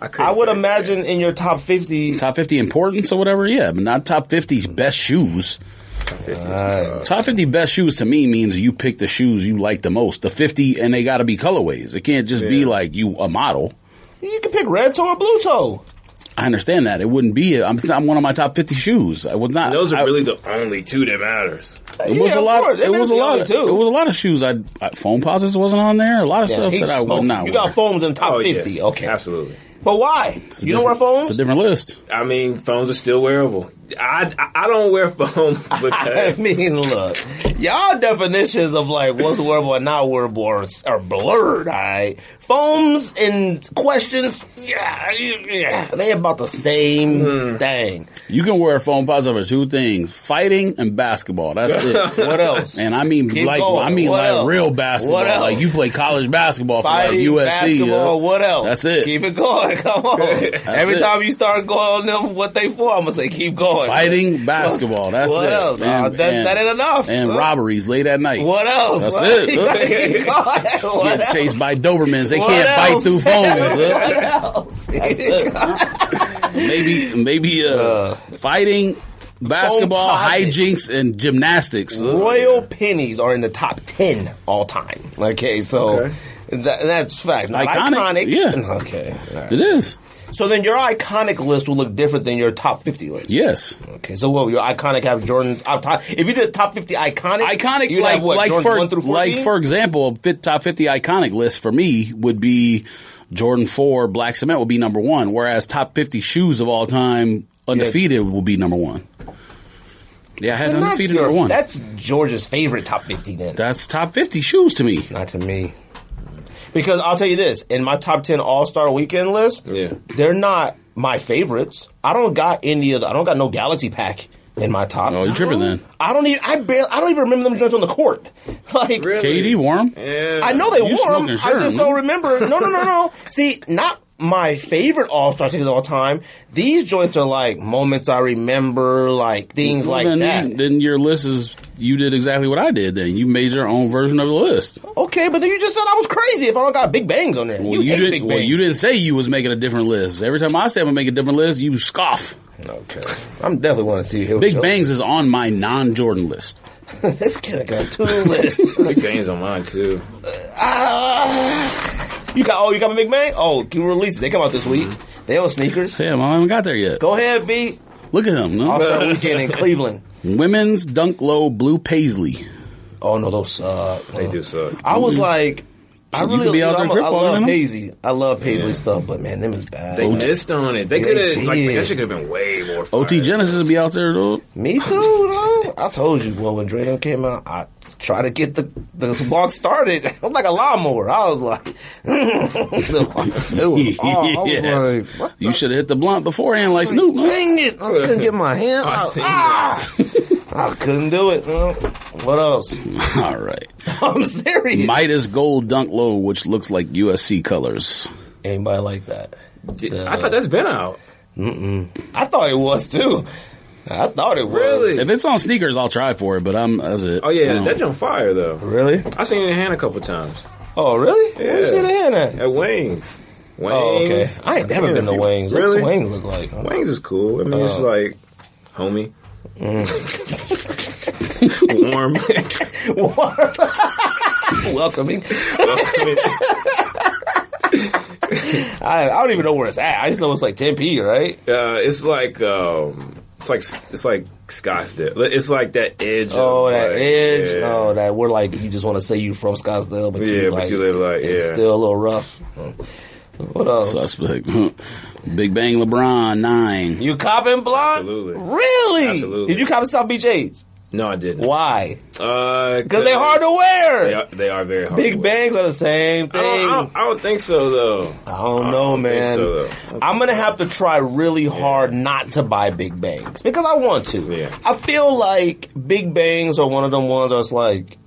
Speaker 3: I, couldn't
Speaker 1: I would
Speaker 3: pick that.
Speaker 1: imagine in your top 50.
Speaker 2: Top 50 importance or whatever, yeah, but not top 50 best shoes.
Speaker 3: 50.
Speaker 2: Top 50 best shoes to me means you pick the shoes you like the most. The 50, and they got to be colorways. It can't just be
Speaker 3: Yeah.
Speaker 2: like you a model.
Speaker 1: You can pick red toe or blue toe.
Speaker 2: I understand that. It wouldn't be. I'm, I'm one of my top 50 shoes. I was not.
Speaker 3: Those are
Speaker 2: I-
Speaker 3: really the only two that matters.
Speaker 2: It was
Speaker 1: Yeah,
Speaker 2: a
Speaker 1: of
Speaker 2: lot.
Speaker 1: course.
Speaker 2: It
Speaker 1: They're
Speaker 2: was a
Speaker 1: the
Speaker 2: lot.
Speaker 1: only
Speaker 2: Of,
Speaker 1: two.
Speaker 2: it was a lot of shoes. I, I phone posits wasn't on there. A lot of
Speaker 1: Yeah,
Speaker 2: stuff
Speaker 1: he's
Speaker 2: that I would
Speaker 1: smoking.
Speaker 2: not.
Speaker 1: You
Speaker 2: wear. Oh,
Speaker 1: got phones in the top 50.
Speaker 3: yeah.
Speaker 1: Okay.
Speaker 3: Absolutely.
Speaker 1: But why? you don't wear
Speaker 2: Different-
Speaker 1: phones?
Speaker 2: It's a different list.
Speaker 3: I mean, phones are still wearable. I I- I don't wear <laughs> foams
Speaker 1: <laughs> I
Speaker 3: because
Speaker 1: mean, look, y'all definitions of like what's wearable and not wearable are, are blurred. All right, foams and questions, yeah, yeah, they about the same
Speaker 2: Hmm.
Speaker 1: thing.
Speaker 2: You can wear foam pads over two things: fighting and
Speaker 1: <laughs>
Speaker 2: basketball. That's it.
Speaker 1: What else?
Speaker 2: <laughs> And I mean,
Speaker 1: Keep
Speaker 2: like,
Speaker 1: going.
Speaker 2: I mean,
Speaker 1: What
Speaker 2: like
Speaker 1: else?
Speaker 2: real basketball.
Speaker 1: What else?
Speaker 2: Like you play college basketball for
Speaker 1: Fighting,
Speaker 2: like USC.
Speaker 1: basketball,
Speaker 2: yeah.
Speaker 1: what else?
Speaker 2: That's it.
Speaker 1: Keep it going. <laughs> Come
Speaker 2: <laughs>
Speaker 1: on. Every
Speaker 2: it.
Speaker 1: time you start going on them, what they for, I'm gonna say keep going.
Speaker 2: Fighting basketball. That's
Speaker 1: what
Speaker 2: it.
Speaker 1: else? Uh, that, that ain't enough.
Speaker 2: And
Speaker 1: Huh?
Speaker 2: robberies late at night.
Speaker 1: What else?
Speaker 2: That's
Speaker 1: What- <laughs>
Speaker 2: it.
Speaker 1: You gotta
Speaker 2: <laughs>
Speaker 1: keep going. What
Speaker 2: Getting
Speaker 1: else?
Speaker 2: chased by Dobermans.
Speaker 1: <laughs>
Speaker 2: They
Speaker 1: What
Speaker 2: can't
Speaker 1: else?
Speaker 2: fight through phones. huh?
Speaker 1: What else? <laughs>
Speaker 2: maybe maybe uh,
Speaker 1: Uh,
Speaker 2: fighting, basketball,
Speaker 1: composites.
Speaker 2: hijinks, and gymnastics.
Speaker 1: Royal pennies are in the top ten all time. Okay, so
Speaker 3: Okay.
Speaker 1: tha- that's fact. Not
Speaker 2: Iconic,
Speaker 1: iconic.
Speaker 2: yeah.
Speaker 1: Okay. all right.
Speaker 2: It is.
Speaker 1: So then your iconic list will look different than your top fifty list.
Speaker 2: Yes.
Speaker 1: Okay, so what your iconic have Jordan top, top if you did top fifty iconic
Speaker 2: Iconic,
Speaker 1: you'd
Speaker 2: like
Speaker 1: have what,
Speaker 2: like
Speaker 1: Jordans
Speaker 2: for
Speaker 1: 1 through
Speaker 2: like
Speaker 1: 14?
Speaker 2: for example, fit, top fifty iconic list for me would be Jordan Four Black Cement would be number one, whereas top fifty shoes of all time undefeated will be number one. Yeah, I had
Speaker 1: That's
Speaker 2: undefeated
Speaker 1: your-
Speaker 2: number one. That's,
Speaker 1: That's George's favorite top fifty then.
Speaker 2: top fifty shoes to me.
Speaker 1: Not to me. Because I'll tell you this, in my top ten All Star Weekend list,
Speaker 3: Yeah.
Speaker 1: they're not my favorites. I don't got any of the, I don't got no Galaxy Pack in my top.
Speaker 2: Oh, you're tripping then.
Speaker 1: I don't even I barely I don't even remember them joints on the court. <laughs> Like
Speaker 3: Really?
Speaker 2: KD Warm.
Speaker 3: Yeah.
Speaker 1: I know they
Speaker 2: You
Speaker 1: wore them.
Speaker 2: smoking
Speaker 1: I just
Speaker 2: sherm,
Speaker 1: don't
Speaker 2: huh?
Speaker 1: remember. No, no, no,
Speaker 2: <laughs>
Speaker 1: no. See, not my favorite All Star teams of all time. These joints are like moments I remember, like things
Speaker 2: Well,
Speaker 1: like
Speaker 2: then,
Speaker 1: that.
Speaker 2: you- then your list is you did exactly what I did. Then you made your own version of the list.
Speaker 1: okay, but then you just said I was crazy if I don't got big bangs on there.
Speaker 2: Well,
Speaker 1: you,
Speaker 2: you,
Speaker 1: hate
Speaker 2: didn't.
Speaker 1: big
Speaker 2: Well,
Speaker 1: bangs.
Speaker 2: you didn't say you was making a different list. Every time I say I'm gonna make a different list, you scoff.
Speaker 1: Okay, I'm definitely want to see who.
Speaker 2: Big Bangs is on my non-Jordan list.
Speaker 1: <laughs> this kid got two lists. <laughs>
Speaker 3: Big Bang's on mine too.
Speaker 1: Ah. you got oh, you got my Big Bang. Oh, you releases they come out this week.
Speaker 2: Mm-hmm.
Speaker 1: They on sneakers.
Speaker 2: Damn, I haven't got there yet.
Speaker 1: Go ahead, B.
Speaker 2: Look at him. no?
Speaker 1: All Star Weekend
Speaker 2: <laughs>
Speaker 1: in Cleveland.
Speaker 2: Women's dunk low blue paisley.
Speaker 1: Oh no, those suck. Uh,
Speaker 3: They do suck.
Speaker 1: I was like, I
Speaker 2: Mm-hmm. So you
Speaker 1: really,
Speaker 2: could be
Speaker 1: you know,
Speaker 2: out there
Speaker 1: I'm a-
Speaker 2: grip
Speaker 1: I
Speaker 2: balling
Speaker 1: love
Speaker 2: them?
Speaker 1: Paisley. I love Paisley stuff, but man, them is bad.
Speaker 3: They missed on it. They
Speaker 1: Yeah,
Speaker 3: could
Speaker 1: they
Speaker 3: have like
Speaker 1: did.
Speaker 3: that shit could have been way more. Fire.
Speaker 2: OT Genesis will be out there
Speaker 1: <laughs>
Speaker 2: though.
Speaker 1: Me too. Bro. I told you, well, when Dragon came out, I tried to get the the walk started. <laughs> It was like a lawnmower. I was like, <laughs> it was hard. Oh, I was
Speaker 2: <laughs> Yes.
Speaker 1: like, what
Speaker 2: you should have hit the blunt beforehand like Snoop. huh?
Speaker 1: Dang it! I couldn't get my hand.
Speaker 3: I
Speaker 1: out.
Speaker 3: seen
Speaker 1: Ah!
Speaker 3: that.
Speaker 1: I couldn't do it. no. What else?
Speaker 2: <laughs>
Speaker 1: <laughs>
Speaker 2: All right.
Speaker 1: I'm serious.
Speaker 2: Midas gold dunk low, which looks like USC colors.
Speaker 1: Anybody like that?
Speaker 3: I thought that's been out.
Speaker 1: I thought it was too. I thought it was.
Speaker 3: Really?
Speaker 2: If it's on sneakers, I'll try for it. But I'm that's it.
Speaker 3: Oh
Speaker 2: I
Speaker 3: yeah,
Speaker 2: don't-
Speaker 3: that jump fire though.
Speaker 1: Really?
Speaker 3: I seen it in hand a couple times
Speaker 1: Oh, really? Yeah. Where you
Speaker 3: Yeah.
Speaker 1: see the hand at?
Speaker 3: at Wings. Wings.
Speaker 1: Oh, okay. I ain't
Speaker 3: I've seen
Speaker 1: never
Speaker 3: it
Speaker 1: been to
Speaker 3: a few-
Speaker 1: Wings. What's
Speaker 3: Really?
Speaker 1: Wings look like?
Speaker 3: Wings is cool. I mean, it's
Speaker 1: Oh. Mm.
Speaker 3: like homie,
Speaker 1: <laughs>
Speaker 3: warm.
Speaker 1: <laughs> Welcoming. I, I don't even know where it's at. I just know it's like Tempe, right?
Speaker 3: <laughs> uh, it's like um, it's like it's like Scottsdale. It's like that edge.
Speaker 1: Oh,
Speaker 3: of,
Speaker 1: that
Speaker 3: like,
Speaker 1: edge.
Speaker 3: yeah.
Speaker 1: Oh, that we're like you just want to say you from Scottsdale, but
Speaker 3: Yeah,
Speaker 1: you
Speaker 3: but
Speaker 1: like,
Speaker 3: you live like-
Speaker 1: it's
Speaker 3: yeah.
Speaker 1: still a little rough. What else?
Speaker 2: Oh, suspect. <laughs> Big Bang LeBron nine.
Speaker 1: You copping blonde?
Speaker 3: Absolutely.
Speaker 1: Really?
Speaker 3: Absolutely.
Speaker 1: Did you cop South Beach Aids?
Speaker 3: No, I didn't.
Speaker 1: Why?
Speaker 3: Because
Speaker 1: Because they're hard to wear.
Speaker 3: They are, they are very hard. to
Speaker 1: Big
Speaker 3: wear.
Speaker 1: bangs are the same
Speaker 3: I
Speaker 1: thing.
Speaker 3: don't, I, don't, I don't think so though.
Speaker 1: I don't know,
Speaker 3: think
Speaker 1: man.
Speaker 3: Oh, so, uh, though.
Speaker 1: I'm gonna have to try really hard not to buy Big Bangs because I want to.
Speaker 3: Yeah.
Speaker 1: I feel like Big Bangs are one of them ones that's like,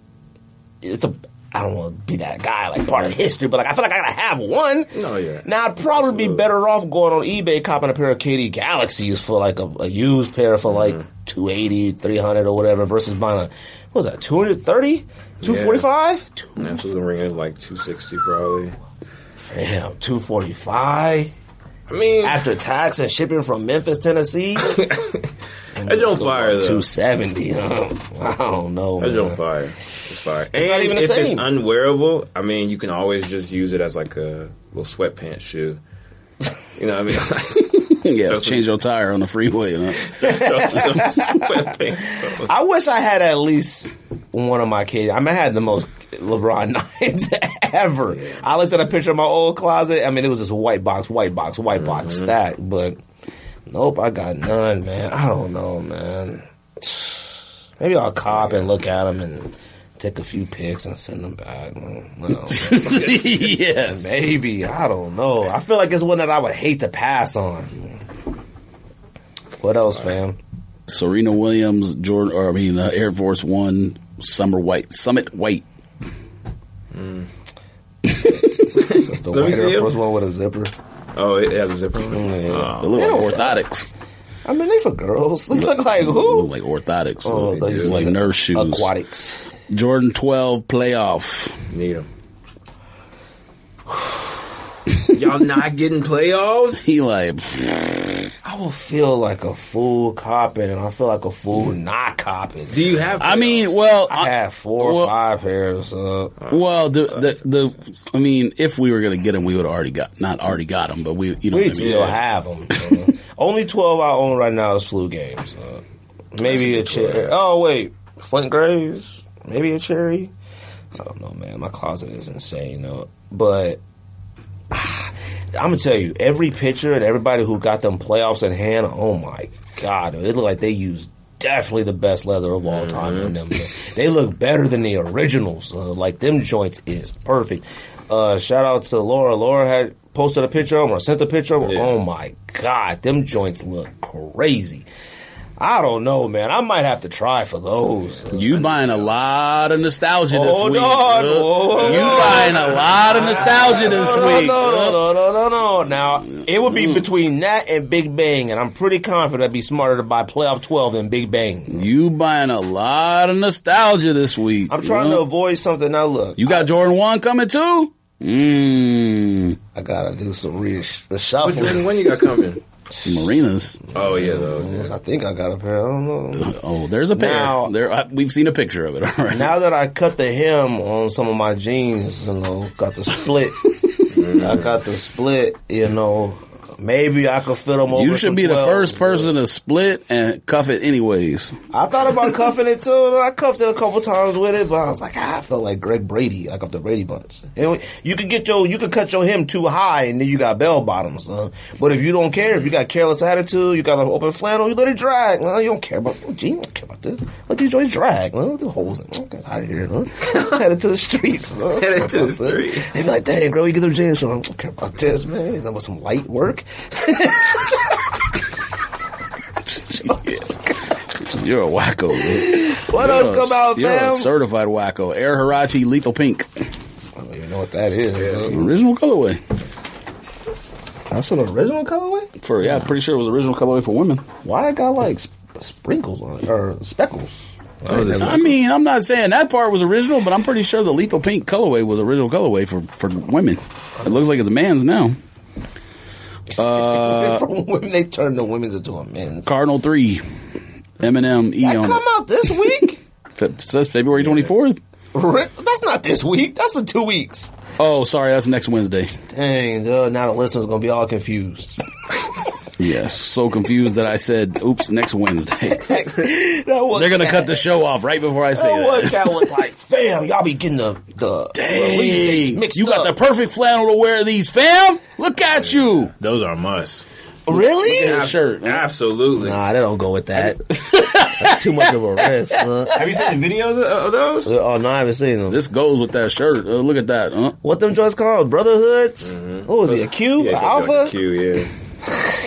Speaker 1: it's a. I don't want to be that guy, like part of history, but like I feel like I gotta have one.
Speaker 3: No, yeah.
Speaker 1: Now I'd probably be
Speaker 3: Absolutely.
Speaker 1: better off going on eBay copping a pair of KD Galaxies for like a, a used pair for like
Speaker 3: Mm-hmm.
Speaker 1: 280, 300 or whatever versus buying a what was that 230, 245,
Speaker 3: Man, so it's gonna ring in like two sixty probably.
Speaker 1: damn 245.
Speaker 3: I mean,
Speaker 1: after tax and shipping from Memphis, Tennessee.
Speaker 3: <laughs> that jump fire though.
Speaker 1: Two seventy. I don't know.
Speaker 3: That jump
Speaker 1: man.
Speaker 3: fire. It's fire. And
Speaker 1: not even the
Speaker 3: if it's
Speaker 1: same.
Speaker 3: unwearable, I mean, you can always just use it as like a little sweatpants shoe. You know
Speaker 1: <laughs>
Speaker 3: what I mean? <laughs>
Speaker 2: yeah, change your tire on the freeway. You know?
Speaker 3: sweatpants.
Speaker 1: I wish I had at least one of my kids. I mean, I had the most LeBron <laughs> nines ever.
Speaker 3: Mm-hmm.
Speaker 1: I looked at a picture of my old closet. I mean, it was just white box, white box, white box stack. But Nope, I got none, man. I don't know, man. Maybe I'll cop and look at them and take a few pics and send them back. No,
Speaker 2: yes.
Speaker 1: maybe I don't know. I feel like it's one that I would hate to pass on. What else, fam?
Speaker 2: Serena Williams, Jordan, or I mean, uh, Air Force One, Summer White, Summit White.
Speaker 1: That's the
Speaker 3: Let me
Speaker 1: white
Speaker 3: see
Speaker 1: Air
Speaker 3: it.
Speaker 1: Force one with a zipper.
Speaker 3: Oh, it has a zipper. on it?
Speaker 1: Yeah.
Speaker 2: A
Speaker 3: Oh.
Speaker 2: little
Speaker 1: They
Speaker 2: like
Speaker 1: don't-
Speaker 2: orthotics.
Speaker 1: I mean, they for girls. <laughs> They look like
Speaker 2: Look
Speaker 1: who?
Speaker 2: like orthotics.
Speaker 1: Oh,
Speaker 2: Look
Speaker 1: they do.
Speaker 2: like nurse shoes.
Speaker 1: Aquatics.
Speaker 2: Jordan 12 playoff. <laughs>
Speaker 3: Need 'em. <sighs> Y'all not getting playoffs?
Speaker 2: He like,
Speaker 1: I will feel like a fool copping, and I feel like a fool
Speaker 3: Mm.
Speaker 1: not copping.
Speaker 3: Do you have?
Speaker 2: I
Speaker 3: playoffs?
Speaker 2: mean, well,
Speaker 1: I
Speaker 2: I,
Speaker 1: had four
Speaker 2: well-
Speaker 1: or five pairs. Uh,
Speaker 2: well, the, the the I mean, if we were gonna get him, we would already got not already got him, but we you know
Speaker 1: we
Speaker 2: what I mean.
Speaker 1: still have 'em. have them. Only twelve I own right now is flu games. Uh, maybe a cherry. Oh wait, Flint Grays. Maybe a cherry. I don't know, man. My closet is insane, though. But I'm gonna tell you, every pitcher and everybody who got them playoffs in hand, oh my god, it looked like they used definitely the best leather of all time in them. <laughs> They look better than the originals. Uh, like them joints is perfect. Uh, shout out to Laura. Laura had posted a picture of them or sent a picture of them.
Speaker 3: Yeah.
Speaker 1: Oh my god, them joints look crazy. I don't know, man. I might have to try for those. Uh,
Speaker 2: You buying a lot of nostalgia this
Speaker 1: Hold
Speaker 2: week.
Speaker 1: on,
Speaker 2: huh?
Speaker 1: hold
Speaker 2: you
Speaker 1: on.
Speaker 2: buying a lot of nostalgia this
Speaker 1: no,
Speaker 2: week. Mm.
Speaker 1: No,
Speaker 2: huh?
Speaker 1: no, no, no, no, no. Now it would be between that and Big Bang, and I'm pretty confident I'd be smarter to buy playoff twelve than Big Bang.
Speaker 2: You buying a lot of nostalgia this week.
Speaker 1: I'm trying
Speaker 2: huh?
Speaker 1: to avoid something. Now look,
Speaker 2: You got Jordan one coming too. Mmm,
Speaker 1: I gotta do some re-
Speaker 3: Which one,
Speaker 1: shuffling.
Speaker 3: when you got coming?
Speaker 2: Marinas.
Speaker 3: Oh yeah, though.
Speaker 1: I think I got a pair. I don't
Speaker 2: <laughs>
Speaker 1: know.
Speaker 2: Oh, there's a pair.
Speaker 1: Now-
Speaker 2: there, I, we've seen a picture of it. <laughs> All right.
Speaker 1: Now that I cut the hem on some of my jeans, you know, got the split.
Speaker 2: <laughs>
Speaker 1: I got the split. You know, maybe I could fit them over.
Speaker 2: You should
Speaker 1: some
Speaker 2: be the
Speaker 1: 12s,
Speaker 2: first
Speaker 1: but-
Speaker 2: person to split and cuff it, anyways.
Speaker 1: I thought about cuffing it too. I cuffed it a couple times with it, but I was like, ah, I felt like Greg Brady, like of the Brady Bunch. And you could get your, you could cut your hem too high, and then you got bell bottoms. Uh, but if you don't care, if you got careless attitude, you got an open flannel, you let it drag. Uh, you don't care about, oh, gee, you don't care about this. Let these joints drag. Uh, let the holes in. Uh, Get out of here.
Speaker 3: <laughs>
Speaker 1: Uh. Headed to the streets. Uh.
Speaker 3: Headed to the streets.
Speaker 1: And like, dang, girl, you get them jeans. on. I don't care about this, man. That was some light
Speaker 3: <laughs>
Speaker 1: work. <laughs>
Speaker 2: You're
Speaker 1: <laughs>
Speaker 2: a wacko. dude.
Speaker 1: What
Speaker 2: You're
Speaker 1: else
Speaker 2: a-
Speaker 1: come out,
Speaker 2: You're a
Speaker 1: fam?
Speaker 2: certified wacko. Air Hirachi Lethal Pink.
Speaker 1: I don't even know what that is. Uh,
Speaker 2: Original colorway.
Speaker 1: That's an original colorway?
Speaker 2: For yeah, I'm pretty sure it was original colorway for women.
Speaker 1: Why it got like sp- sprinkles on it or speckles?
Speaker 2: I mean, I'm not saying that part was original, but I'm pretty sure the lethal pink colorway was original colorway for, for women. It looks like it's a man's now. Uh,
Speaker 1: From women, they turn the women's into a men's.
Speaker 2: Cardinal three, Eminem E
Speaker 1: That
Speaker 2: on
Speaker 1: come
Speaker 2: it.
Speaker 1: out this
Speaker 2: <laughs>
Speaker 1: week?
Speaker 2: Fe- says February 24th.
Speaker 1: Re- that's not this week. That's in two weeks.
Speaker 2: Oh, sorry, that's next Wednesday.
Speaker 1: Dang, duh, now the listeners gonna be all confused. <laughs>
Speaker 2: Yes, so confused that I said, "Oops,
Speaker 1: <laughs>
Speaker 2: next Wednesday."
Speaker 1: that was
Speaker 2: They're gonna cut the show off right before I say
Speaker 1: That one
Speaker 2: that.
Speaker 1: cat was
Speaker 2: <laughs>
Speaker 1: like, "Fam, y'all be getting the the release dates
Speaker 2: Dang,
Speaker 1: mixed
Speaker 2: you got the
Speaker 1: up."
Speaker 2: perfect flannel to wear these, fam. Look at you.
Speaker 3: Those are musts.
Speaker 1: really?
Speaker 2: Your shirt.
Speaker 3: Absolutely.
Speaker 1: Nah, they don't go with
Speaker 2: <laughs>
Speaker 1: that. that's too much of a risk. Huh?
Speaker 3: Have you seen the videos of, of those?
Speaker 1: Oh no, I haven't seen them.
Speaker 2: This goes with that shirt. Uh, look at that. Huh?
Speaker 1: What them joints called? Brotherhoods? What was he? A Q?
Speaker 3: Mm-hmm. Yeah,
Speaker 1: Alpha?
Speaker 3: Q, yeah.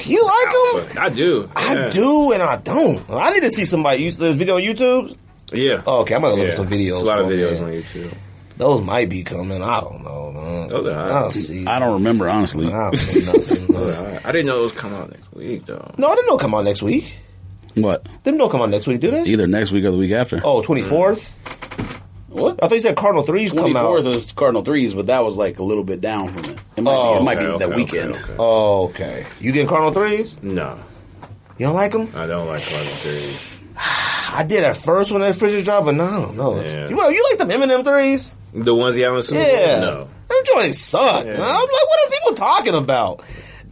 Speaker 1: You like them?
Speaker 3: Alpha. I do.
Speaker 1: I
Speaker 3: yeah.
Speaker 1: do and I don't. I need to see somebody use this video on YouTube.
Speaker 3: Yeah.
Speaker 1: Oh, okay, I'm gonna look
Speaker 3: yeah.
Speaker 1: at some videos.
Speaker 3: It's a lot of
Speaker 1: for me.
Speaker 3: videos on YouTube.
Speaker 1: Those might be coming. I don't know. Man.
Speaker 3: Those are hot.
Speaker 1: I'll see.
Speaker 2: I
Speaker 1: I
Speaker 2: don't remember honestly.
Speaker 1: don't see
Speaker 3: <laughs>
Speaker 1: nothing.
Speaker 3: All right. I didn't know those come out next week though.
Speaker 1: no, I didn't know come out next week.
Speaker 2: What?
Speaker 1: Them don't come out next week, do they?
Speaker 2: Either next week or the week after.
Speaker 1: Oh, 24th?
Speaker 2: what?
Speaker 1: I thought you said Cardinal 3's come out.
Speaker 2: 24th was Cardinal threes, but that was like a little bit down from it. It might
Speaker 1: Oh,
Speaker 2: be, it might
Speaker 3: Okay,
Speaker 2: be
Speaker 3: okay,
Speaker 2: that
Speaker 3: okay,
Speaker 2: weekend.
Speaker 3: okay.
Speaker 1: Oh, okay. You getting Cardinal 3's?
Speaker 3: No,
Speaker 1: You don't like them?
Speaker 3: I don't like Cardinal threes.
Speaker 1: I did at first when that fridge dropped, but no, I don't know.
Speaker 3: Yeah.
Speaker 1: You, you like them Eminem 3's?
Speaker 3: The ones you haven't seen?
Speaker 1: Yeah.
Speaker 3: No.
Speaker 1: Them joints suck.
Speaker 3: Yeah.
Speaker 1: man. I'm like, what are people talking about?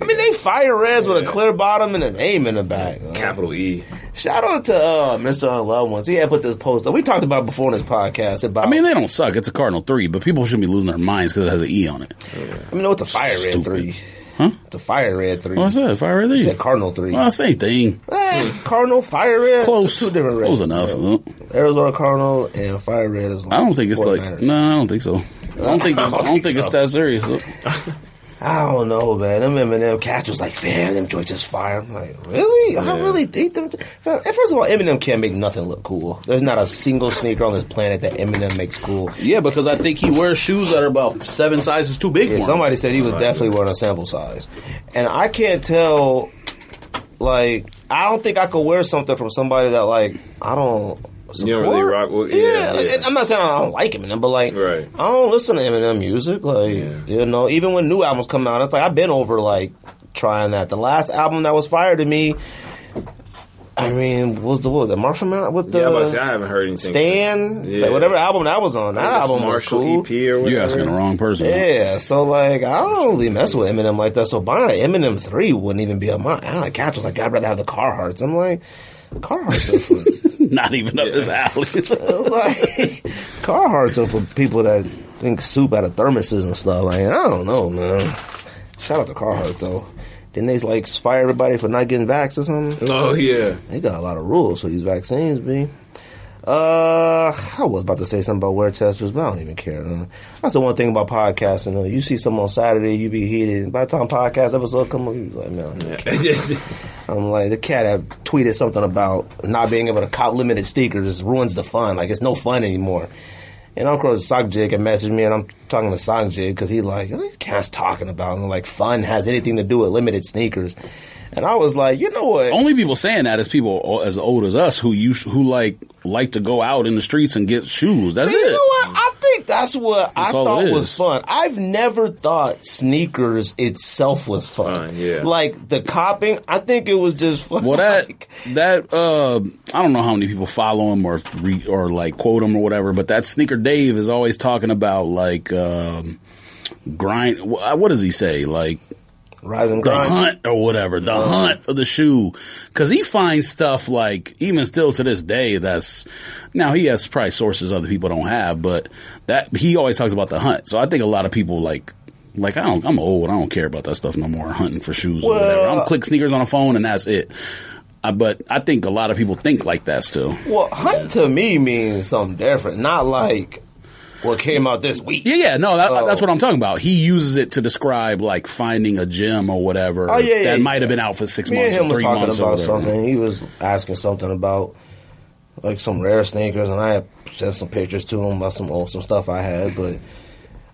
Speaker 1: I mean, they fire reds with a
Speaker 3: Yeah.
Speaker 1: clear bottom and an aim in the back. man.
Speaker 3: Capital E.
Speaker 1: Shout out to uh, Mr. Unloved Ones. He had put this post up. We talked about it before in this podcast about.
Speaker 2: I mean, they don't suck. It's a Cardinal three, but people shouldn't be losing their minds because it has an E on it.
Speaker 1: I mean, what's a fire red
Speaker 2: Stupid.
Speaker 1: three?
Speaker 2: Huh?
Speaker 1: The fire red three.
Speaker 2: What's that? Fire red
Speaker 1: Said
Speaker 2: leaf.
Speaker 1: Cardinal three.
Speaker 2: Well, same thing.
Speaker 1: Eh, Cardinal fire red.
Speaker 2: Close.
Speaker 1: Two different reds.
Speaker 2: Close enough. Look,
Speaker 1: Arizona Cardinal and fire red is.
Speaker 2: I don't think it's like.
Speaker 1: 49ers.
Speaker 2: No, I don't think so. I don't
Speaker 1: <laughs>
Speaker 2: think. it's- I don't think it's that serious. Look.
Speaker 1: I don't know, man. Them Eminem cats was like, man, them joints is fire. I'm like, really? I
Speaker 2: Yeah.
Speaker 1: really think them. fam, and First of all, Eminem can't make nothing look cool. There's not a single sneaker on this planet that Eminem makes cool.
Speaker 4: Yeah, because I think he wears shoes that are about seven sizes too big for
Speaker 1: Yeah,
Speaker 4: him.
Speaker 1: somebody said he was definitely wearing a sample size, and I can't tell. Like, I don't think I could wear something from somebody that like I don't. Support.
Speaker 3: You don't really rock with-
Speaker 1: yeah.
Speaker 3: yeah,
Speaker 1: like,
Speaker 3: yeah.
Speaker 1: and I'm not saying I don't like Eminem, but like,
Speaker 3: Right.
Speaker 1: I don't listen to Eminem music. Like, you know, even when new albums come out, it's like I've been over like trying that. The last album that was fire to me, I mean, was the what was it Marshall Math with the
Speaker 3: yeah, I'm about to say I haven't heard anything.
Speaker 1: Stan,
Speaker 3: Yeah.
Speaker 1: like whatever album that was on. That
Speaker 3: It's
Speaker 1: album
Speaker 3: Marshall E
Speaker 1: was cool.
Speaker 3: EP or whatever.
Speaker 2: You're asking the wrong person.
Speaker 1: Yeah, so like I don't really mess with Eminem like that. So buying an Eminem three wouldn't even be on my. I like Catch was like, I'd rather have the Carhartts. I'm like, Carhartts are for
Speaker 2: <laughs> Not even up his <laughs> alley.
Speaker 1: like Carhartts are for people that think soup out of thermoses and stuff. Like I don't know, man. Shout out to Carhartt though. Didn't they like fire everybody for not getting vaxxed or something?
Speaker 3: Oh yeah,
Speaker 1: They got a lot of rules for these vaccines, be. Uh, I was about to say something about wear testers, but I don't even care. man. That's the one thing about podcasting. Though. You see something on Saturday, you be heated. By the time podcast episode come up, you be like, man,
Speaker 3: <laughs>
Speaker 1: I'm like the cat that tweeted something about not being able to cop limited stickers ruins the fun. Like it's no fun anymore. And Uncle Sock Jig had messaged me, and I'm talking to Sock Jig because he like what these cats talking about and like fun has anything to do with limited sneakers. And I was like, you know what?
Speaker 2: Only people saying that is people o- as old as us who you who like like to go out in the streets and get shoes. That's
Speaker 1: See,
Speaker 2: it.
Speaker 1: You know what? I think that's what
Speaker 2: That's
Speaker 1: I
Speaker 2: all
Speaker 1: thought
Speaker 2: it
Speaker 1: was
Speaker 2: is.
Speaker 1: fun. I've never thought sneakers itself was fun.
Speaker 3: Fun, yeah.
Speaker 1: Like the copping, I think it was just fun.
Speaker 2: Well, that
Speaker 1: Like,
Speaker 2: that uh, I don't know how many people follow him or re, or like quote him or whatever, but that sneaker Dave is always talking about like um, grind. wh- What does he say? Like
Speaker 1: rise and
Speaker 2: the
Speaker 1: grind.
Speaker 2: hunt or whatever, the hunt of the shoe, because he finds stuff like even still to this day. That's now he has probably sources other people don't have, but that he always talks about the hunt. So I think a lot of people like. Like I don't, I'm old. I don't care about that stuff no more. Hunting for shoes or whatever.
Speaker 1: Well-
Speaker 2: I'm click sneakers on a phone and that's it. I, but I think a lot of people think like that still.
Speaker 1: Well, hunt to me means something different. Not like what came out this week.
Speaker 2: Yeah, yeah, no, that,
Speaker 1: Oh.
Speaker 2: that's what I'm talking about. He uses it to describe like finding a gem or whatever
Speaker 1: Oh, yeah, yeah,
Speaker 2: that
Speaker 1: yeah.
Speaker 2: might have been out for six
Speaker 1: Me and
Speaker 2: months,
Speaker 1: him
Speaker 2: or
Speaker 1: was
Speaker 2: three
Speaker 1: talking
Speaker 2: months, or
Speaker 1: about
Speaker 2: whatever.
Speaker 1: something. He was asking something about like some rare sneakers, and I had sent some pictures to him about some old some stuff I had. But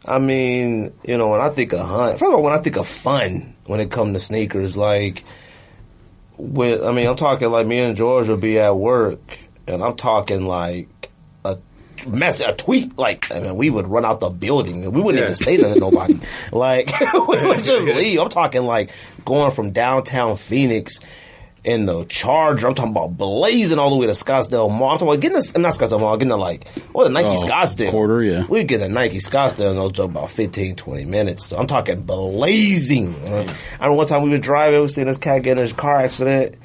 Speaker 1: I mean, you know, when I think of hunt, first of all, when I think of fun, when it comes to sneakers, like with I mean, I'm talking like me and George will be at work, and I'm talking like a mess, a tweet. Like I mean, we would run out the building. We wouldn't
Speaker 3: Yeah.
Speaker 1: even say nothing to
Speaker 2: <laughs>
Speaker 1: nobody. Like <laughs> we would just leave. I'm talking like going from downtown Phoenix. In the Charger, I'm talking about blazing all the way to Scottsdale Mall. I'm talking about getting this, not Scottsdale Mall, getting the like, what the Nike
Speaker 2: Oh,
Speaker 1: Scottsdale
Speaker 2: quarter, yeah.
Speaker 1: we get a Nike Scottsdale and they'll took about 15, 20 minutes. So I'm talking blazing. I remember one time we were driving, we seen this cat get in a car accident.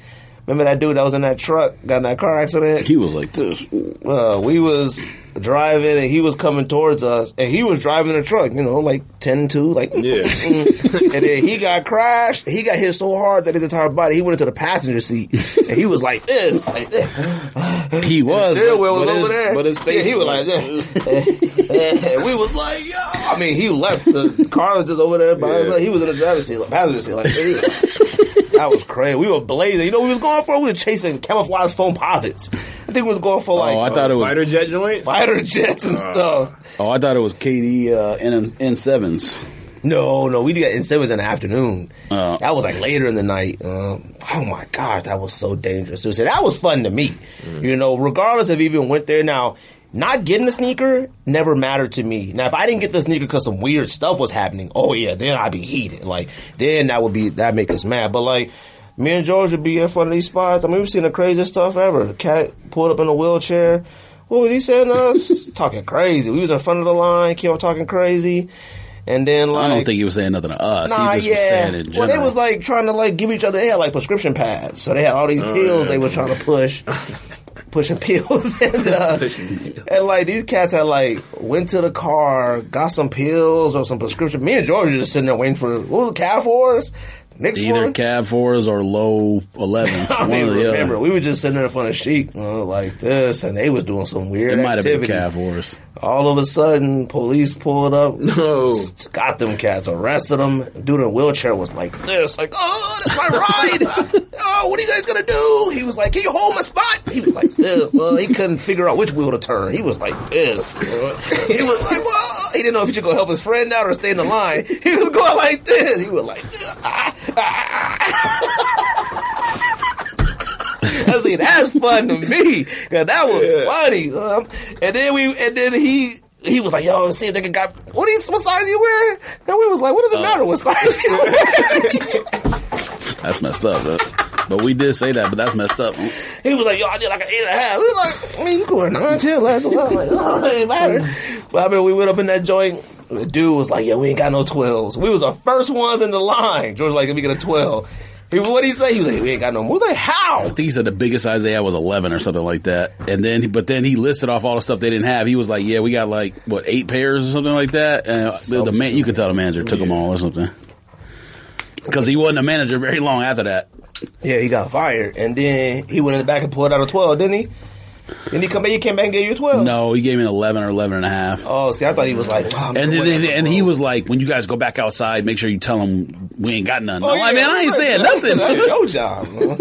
Speaker 1: Remember that dude that was in that truck, got in that car accident?
Speaker 2: He was like this.
Speaker 1: Uh, we was driving and he was coming towards us and he was driving the truck, you know, like 10 2, like,
Speaker 3: yeah.
Speaker 1: <laughs> and then he got crashed. He got hit so hard that his entire body, he went into the passenger seat and he was like this, like this.
Speaker 2: <laughs> He was.
Speaker 1: Steering
Speaker 2: but-
Speaker 1: wheel was
Speaker 2: but
Speaker 1: over
Speaker 2: his-
Speaker 1: there.
Speaker 2: But his face.
Speaker 1: yeah, he was like that. And <laughs> we was like, yo. I mean, he left. The car was just over there. By himself. He was in the driver's seat, like, passenger seat. Like, he was- that was crazy. We were blazing. You know, what we was going for. We were chasing camouflage foam posits. I think we was going for like
Speaker 2: oh, I thought it was.
Speaker 3: Fighter jet joints.
Speaker 1: fighter jets and stuff.
Speaker 2: Oh, I thought it was KD uh, N N sevens.
Speaker 1: No, no, we did that. It was in the afternoon.
Speaker 2: Oh.
Speaker 1: that was like later in the night. Um, oh my gosh, that was so dangerous. So that was fun to me.
Speaker 2: Mm.
Speaker 1: You know, regardless of even went there now. Not getting the sneaker never mattered to me. Now, if I didn't get the sneaker because some weird stuff was happening, oh yeah, then I'd be heated. Like then that would be that make us mad. But like me and George would be in front of these spots. I mean, we've seen the craziest stuff ever. The cat pulled up in a wheelchair. What was he saying to
Speaker 2: <laughs>
Speaker 1: us? talking crazy. We was in front of the line. Kept talking crazy. And then like
Speaker 2: I don't think he was saying nothing to us.
Speaker 1: Nah,
Speaker 2: he just was
Speaker 1: yeah.
Speaker 2: saying it in
Speaker 1: well,
Speaker 2: general.
Speaker 1: they was like
Speaker 2: Oh, <laughs>
Speaker 1: trying to like give each other they had like prescription pads, so they had all these pills they were trying to push. pushing pills <laughs> and uh,
Speaker 3: Pushing pills.
Speaker 1: and like these cats had like went to the car, got some pills or some prescription. Me and George were just sitting there waiting for what was it, Cavfor's next
Speaker 2: Either
Speaker 1: one.
Speaker 2: cab fours or low elevens.
Speaker 1: <laughs> I
Speaker 2: one
Speaker 1: don't
Speaker 2: or
Speaker 1: even
Speaker 2: the
Speaker 1: remember.
Speaker 2: other.
Speaker 1: We were just sitting there in front of Sheik you know, like this, and they was doing some weird
Speaker 2: It might have been
Speaker 1: activity.
Speaker 2: cab fours.
Speaker 1: All of a sudden, police pulled up.
Speaker 3: No.
Speaker 1: Got them cats, arrested them. Dude in a wheelchair was like this, like, oh, that's my ride. oh, what are you guys gonna do? He was like, can you hold my spot? He was like this. Well, he couldn't figure out which wheel to turn. He was like this. he was like, well, he didn't know if he should go help his friend out or stay in the line. He was going like this. He was like, ah, I see that's fun to me. 'Cause that was funny. Um, and then we, and then he, he was like, "Yo, see if they can got what? Is, what size you wearing?" And we was like, "What does it matter what size you wear?"
Speaker 2: That's messed up. But, but we did say that, but that's messed up.
Speaker 1: he was like, "Yo, I did like an eight and a half." We was like, "I mean, you can wear nine, ten, eleven, like, <laughs> it ain't matter." But I mean, we went up in that joint. The dude was like, "Yo, we ain't got no 12s. We was the first ones in the line. George was like, "Let me get a 12. He what he say? He was like, "We ain't got no more." We was like, "How?"
Speaker 2: I think he said the biggest size they had was 11 or something like that. And then, but then he listed off all the stuff they didn't have. He was like, yeah, we got like, what, eight pairs or something like that? And the- the man, you could tell the manager took them all or something. Because he wasn't a manager very long after that.
Speaker 1: Yeah, he got fired, and then he went in the back and pulled out a twelve, didn't he? Then he come back. He came back and gave you a twelve.
Speaker 2: No, he gave me an 11 or 11 and a half.
Speaker 1: Oh, see, I thought he was like, oh,
Speaker 2: And then, and, and he was like, "When you guys go back outside, make sure you tell them we ain't got
Speaker 1: Oh,
Speaker 2: none." I'm like, "Man, I ain't saying
Speaker 1: That's
Speaker 2: nothing."
Speaker 1: your job. man.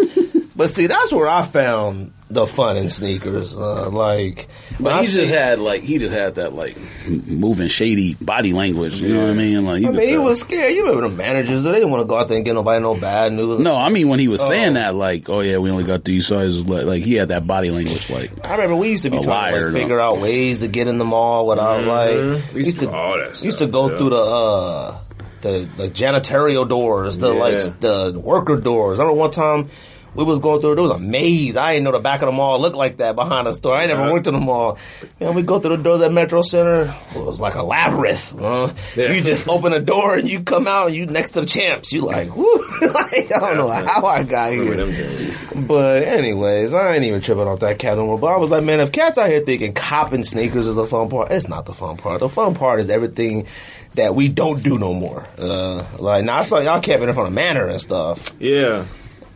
Speaker 1: but see, that's where I found the fun in sneakers. Uh, like, when I
Speaker 2: <laughs> But he
Speaker 1: see-
Speaker 2: just had like he just had that like m- moving shady body language. You know what I mean? Like, you
Speaker 1: I
Speaker 2: could
Speaker 1: mean, he
Speaker 2: tell.
Speaker 1: was scared. You remember the managers? They didn't want to go out there and get nobody no bad news.
Speaker 2: No, I mean when he was saying that, like, "Oh yeah, we only got these sizes." Like, like he had that body language. Like,
Speaker 1: I remember we used to be
Speaker 2: A
Speaker 1: trying to
Speaker 2: liar,
Speaker 1: like,
Speaker 2: though.
Speaker 1: figure out ways to get in the mall without like
Speaker 3: Mm-hmm. We used to do all that
Speaker 1: used to
Speaker 3: stuff,
Speaker 1: go
Speaker 3: yeah.
Speaker 1: through the uh the the janitorial doors, the
Speaker 3: Yeah.
Speaker 1: like s- the worker doors. I remember one time we was going through there was a maze. I didn't know the back of the mall looked like that behind the store. I ain't never
Speaker 3: Yeah.
Speaker 1: went to the mall. And we go through the doors at Metro Center. It was like a labyrinth. huh?
Speaker 3: Yeah.
Speaker 1: You just open a door and you come out and you next to the champs. You like, woo <laughs> like, I don't know how I got
Speaker 3: Remember
Speaker 1: here.
Speaker 3: them days.
Speaker 1: But anyways, I ain't even tripping off that cat no more. But I was like, man, if cats out here thinking copping sneakers is the fun part, it's not the fun part. The fun part is everything that we don't do no more. Uh, like now, I saw y'all camping in front of Manor and stuff.
Speaker 3: Yeah.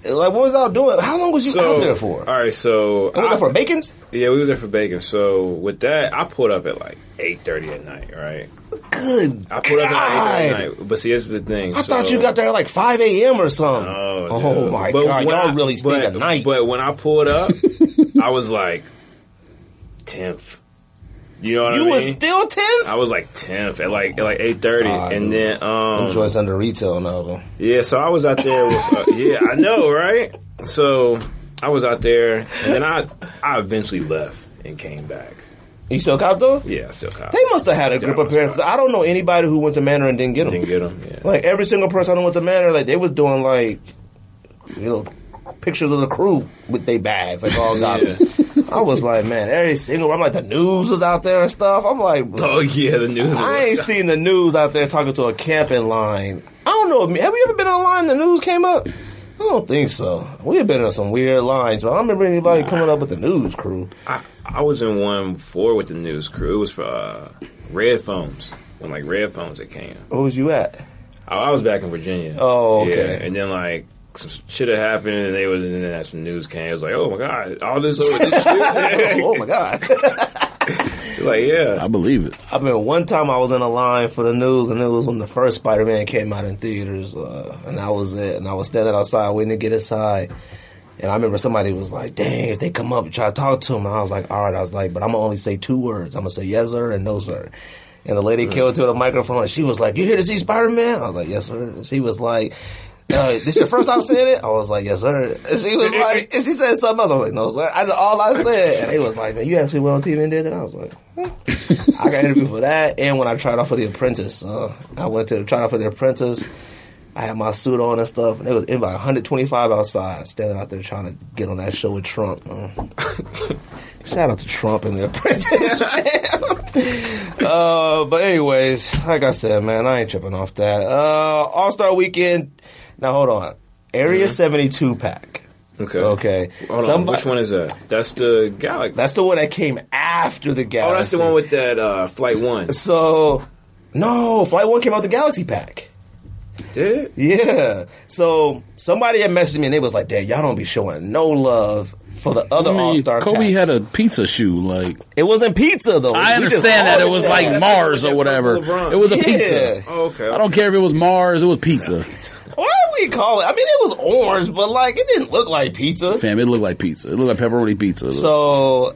Speaker 1: Like, what was y'all doing? How long was you
Speaker 3: So
Speaker 1: out there for?
Speaker 3: All right. So
Speaker 1: I was
Speaker 3: I-
Speaker 1: there for bacon's.
Speaker 3: yeah, we were there for bacon. So with that, I pulled up at like eight thirty at night. Right.
Speaker 1: Good
Speaker 3: I pulled up at eight
Speaker 1: God.
Speaker 3: thirty at night. But see, this is the thing.
Speaker 1: I thought you got there at like five a.m. or something.
Speaker 3: Oh,
Speaker 1: oh
Speaker 3: dude.
Speaker 1: my
Speaker 3: But
Speaker 1: god,
Speaker 3: when
Speaker 1: y'all
Speaker 3: I-
Speaker 1: really stink
Speaker 3: but,
Speaker 1: at night.
Speaker 3: But when I pulled
Speaker 1: <laughs>
Speaker 3: up, I was like tenth. You know what I
Speaker 1: you
Speaker 3: mean?
Speaker 1: was still ten.
Speaker 3: I was like tenth at like at like eight thirty,
Speaker 1: Ah,
Speaker 3: and
Speaker 1: dude.
Speaker 3: then um
Speaker 1: Joints under retail now. though.
Speaker 3: yeah, so I was out there
Speaker 1: <laughs>
Speaker 3: with uh, yeah, I know, right? So I was out there, and then I I eventually left and came back.
Speaker 1: You still cop though?
Speaker 3: Yeah, I still caught.
Speaker 1: They must have had a group of parents. I don't know anybody who went to Manor and didn't get them.
Speaker 3: Didn't get them. Yeah.
Speaker 1: Like every single person I know with the manor, like they was doing like you know pictures of the crew with their bags, like all got
Speaker 3: <laughs> Yeah.
Speaker 1: I was like, man, every single. I'm like the news was out there and stuff. I'm like,
Speaker 3: <laughs> oh yeah, the news.
Speaker 1: I ain't
Speaker 3: was-
Speaker 1: seen the news out there talking to a camping line. I don't know. Have we ever been in a line? The news came up. I don't think so. We have been in some weird lines, but I don't remember anybody coming up with the news crew.
Speaker 3: I, I was in one before with the news crew. It was for uh, red phones when like red phones that came.
Speaker 1: Where was you
Speaker 3: <laughs>
Speaker 1: at?
Speaker 3: I, I was back in Virginia.
Speaker 1: Oh, okay.
Speaker 3: Yeah, and then like some shit had happened, and they was and then as some news came, it was like, oh my god, all this over
Speaker 1: <laughs>
Speaker 3: this shit. <laughs>
Speaker 1: oh my god.
Speaker 3: like yeah,
Speaker 2: I believe it.
Speaker 1: I mean, one time I was in a line for the news, and it was when the first Spider Man came out in theaters, uh, and I was it, and I was standing outside waiting to get inside. And I remember somebody was like, "Dang, if they come up and try to talk to him," and I was like, "All right," I was like, "But I'm gonna only say two words. I'm gonna say yes sir and no sir." And the lady came up to the microphone, and she was like, "You here to see Spider Man?" I was like, "Yes sir." And she was like. Uh, this your first time saying it? I was like, yes, sir. And she was like, and she said something else. I was like, no, sir. I said all I said. And they was like, man, you actually went on TV and did that? I was like, I got interviewed for that, and when I tried out for The Apprentice, uh, I went to try out for The Apprentice. I had my suit on and stuff, and it was in about 125 outside, standing out there trying to get on that show with Trump.
Speaker 3: <laughs>
Speaker 1: uh. Shout out to Trump and The Apprentice. <laughs> fam. uh, but anyways, like I said, man, I ain't tripping off that. Uh, All Star Weekend. Now hold on, Area 72 pack.
Speaker 3: Okay.
Speaker 1: Okay.
Speaker 3: Hold on.
Speaker 1: Somebody-
Speaker 3: Which one is that? That's the Galaxy.
Speaker 1: That's the one that came after the Galaxy.
Speaker 3: oh, that's the one with that uh, Flight One.
Speaker 1: So, no, Flight One came out the Galaxy Pack.
Speaker 3: Did it?
Speaker 1: Yeah. So somebody had messaged me and they was like, "Damn, y'all don't be showing no love for the other
Speaker 2: I mean,
Speaker 1: All Star."
Speaker 2: Kobe had a pizza shoe. Like
Speaker 1: It wasn't pizza though.
Speaker 2: I
Speaker 1: We just
Speaker 2: understand that
Speaker 1: called
Speaker 2: it was
Speaker 1: that.
Speaker 2: like Mars or
Speaker 3: Yeah,
Speaker 2: whatever.
Speaker 3: LeBron.
Speaker 2: It was a
Speaker 1: Yeah.
Speaker 2: pizza.
Speaker 3: Oh, okay.
Speaker 2: I don't care if it was Mars. It was pizza.
Speaker 1: Why do we call it? I mean, it was orange, but like it didn't look like pizza.
Speaker 2: Fam, it looked like pizza. It looked like pepperoni pizza.
Speaker 1: So,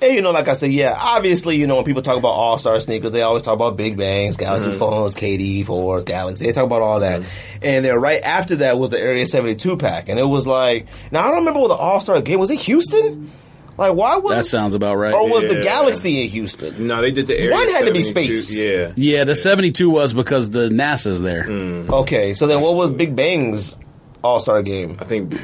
Speaker 1: and, you know, like I said, yeah, obviously, you know, when people talk about All Star sneakers, they always talk about Big Bangs, Galaxy
Speaker 2: Mm-hmm.
Speaker 1: Phones, KD4s, Galaxy. They talk about all that. And then right after that was the Area 72 pack. And it was like, now I don't remember what the All Star game was. It Houston? Like, why was.
Speaker 2: that sounds Mm-hmm. about right.
Speaker 1: Or was the
Speaker 3: Yeah.
Speaker 1: Galaxy in Houston?
Speaker 3: No, they did the Area
Speaker 1: One had to be
Speaker 3: 72.
Speaker 1: space.
Speaker 3: Yeah.
Speaker 2: yeah, the seventy-two was because the NASA's there.
Speaker 1: Mm. Okay, so then what was Big Bang's All Star game?
Speaker 3: I think.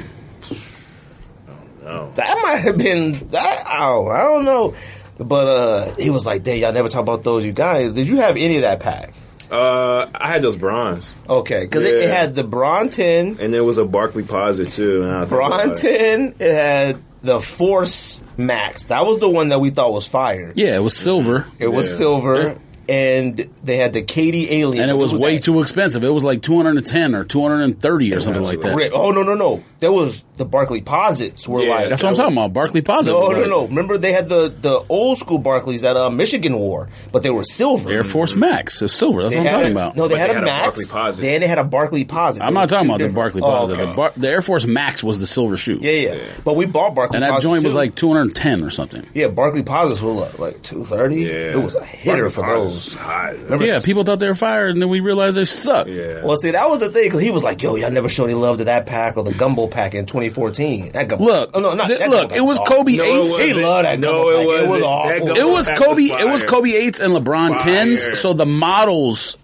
Speaker 3: Oh,
Speaker 1: That might have been that. Oh, I don't know. But uh he was like, "Dang, y'all never talk about those. You guys, did you have any of that pack?
Speaker 3: uh, I had those bronze,
Speaker 1: Okay, because it, it
Speaker 3: Yeah.
Speaker 1: had the Bron ten,
Speaker 3: and there was a Barkley Posit too. and I think
Speaker 1: Bron
Speaker 3: about it.
Speaker 1: ten. It had the Force Max. That was the one that we thought was fire.
Speaker 2: Yeah, it was silver,
Speaker 1: Mm-hmm. It was
Speaker 3: Yeah.
Speaker 1: silver, and they had the KD Alien,
Speaker 2: and it was way too expensive. It was like two hundred and ten or two hundred and thirty or something like that.
Speaker 1: Rick, oh no no no! There was the Barclay Posits were
Speaker 3: Yeah,
Speaker 1: like
Speaker 2: That's what I'm talking about. Barkley Positive.
Speaker 1: No,
Speaker 2: like
Speaker 1: no, no. Remember, they had the, the old school Barclays that uh, Michigan wore, but they were silver.
Speaker 2: Air Force Max, it's silver. That's
Speaker 1: They
Speaker 2: what I'm
Speaker 1: had
Speaker 2: talking
Speaker 1: a-
Speaker 2: about.
Speaker 1: No, they
Speaker 3: But
Speaker 1: had,
Speaker 3: they
Speaker 1: a
Speaker 3: had a
Speaker 1: Max.
Speaker 3: Barkley Posit.
Speaker 1: Then they had a Barkley Posit.
Speaker 2: I'm
Speaker 1: They were
Speaker 2: not talking
Speaker 1: two
Speaker 2: about the
Speaker 1: different-
Speaker 2: Barkley
Speaker 1: Oh,
Speaker 2: Positive.
Speaker 1: okay.
Speaker 2: The, Bar- the Air Force Max was the silver shoe.
Speaker 1: yeah, yeah,
Speaker 3: Yeah.
Speaker 1: But we bought Barkley
Speaker 2: And that
Speaker 1: Posit
Speaker 2: joint was
Speaker 1: too.
Speaker 2: like 210 or something.
Speaker 1: Yeah, Barkley Posits were like, like 230.
Speaker 3: Yeah,
Speaker 1: It was a hitter
Speaker 3: Barkley
Speaker 1: for
Speaker 3: Posit's
Speaker 1: those.
Speaker 3: hot.
Speaker 2: Yeah, people thought they were fired, and then we realized they suck.
Speaker 3: Yeah.
Speaker 1: Well, see, that was the thing because he was like, "Yo, y'all never showed any love to that pack or the gumbo pack in 2014." That gumbo.
Speaker 2: Look,
Speaker 1: oh, no, not,
Speaker 2: th-
Speaker 1: that
Speaker 2: look,
Speaker 1: gumbo
Speaker 2: it was
Speaker 1: pack.
Speaker 2: Kobe
Speaker 3: No, it
Speaker 2: eights.
Speaker 3: wasn't.
Speaker 1: He loved that
Speaker 3: No,
Speaker 1: gumbo
Speaker 3: it
Speaker 1: pack. It was
Speaker 3: wasn't.
Speaker 1: awful.
Speaker 3: That gumbo
Speaker 2: It was
Speaker 3: pack was
Speaker 2: Kobe.
Speaker 3: fire.
Speaker 2: It was Kobe eights and LeBron
Speaker 3: Fire.
Speaker 2: tens. So the models,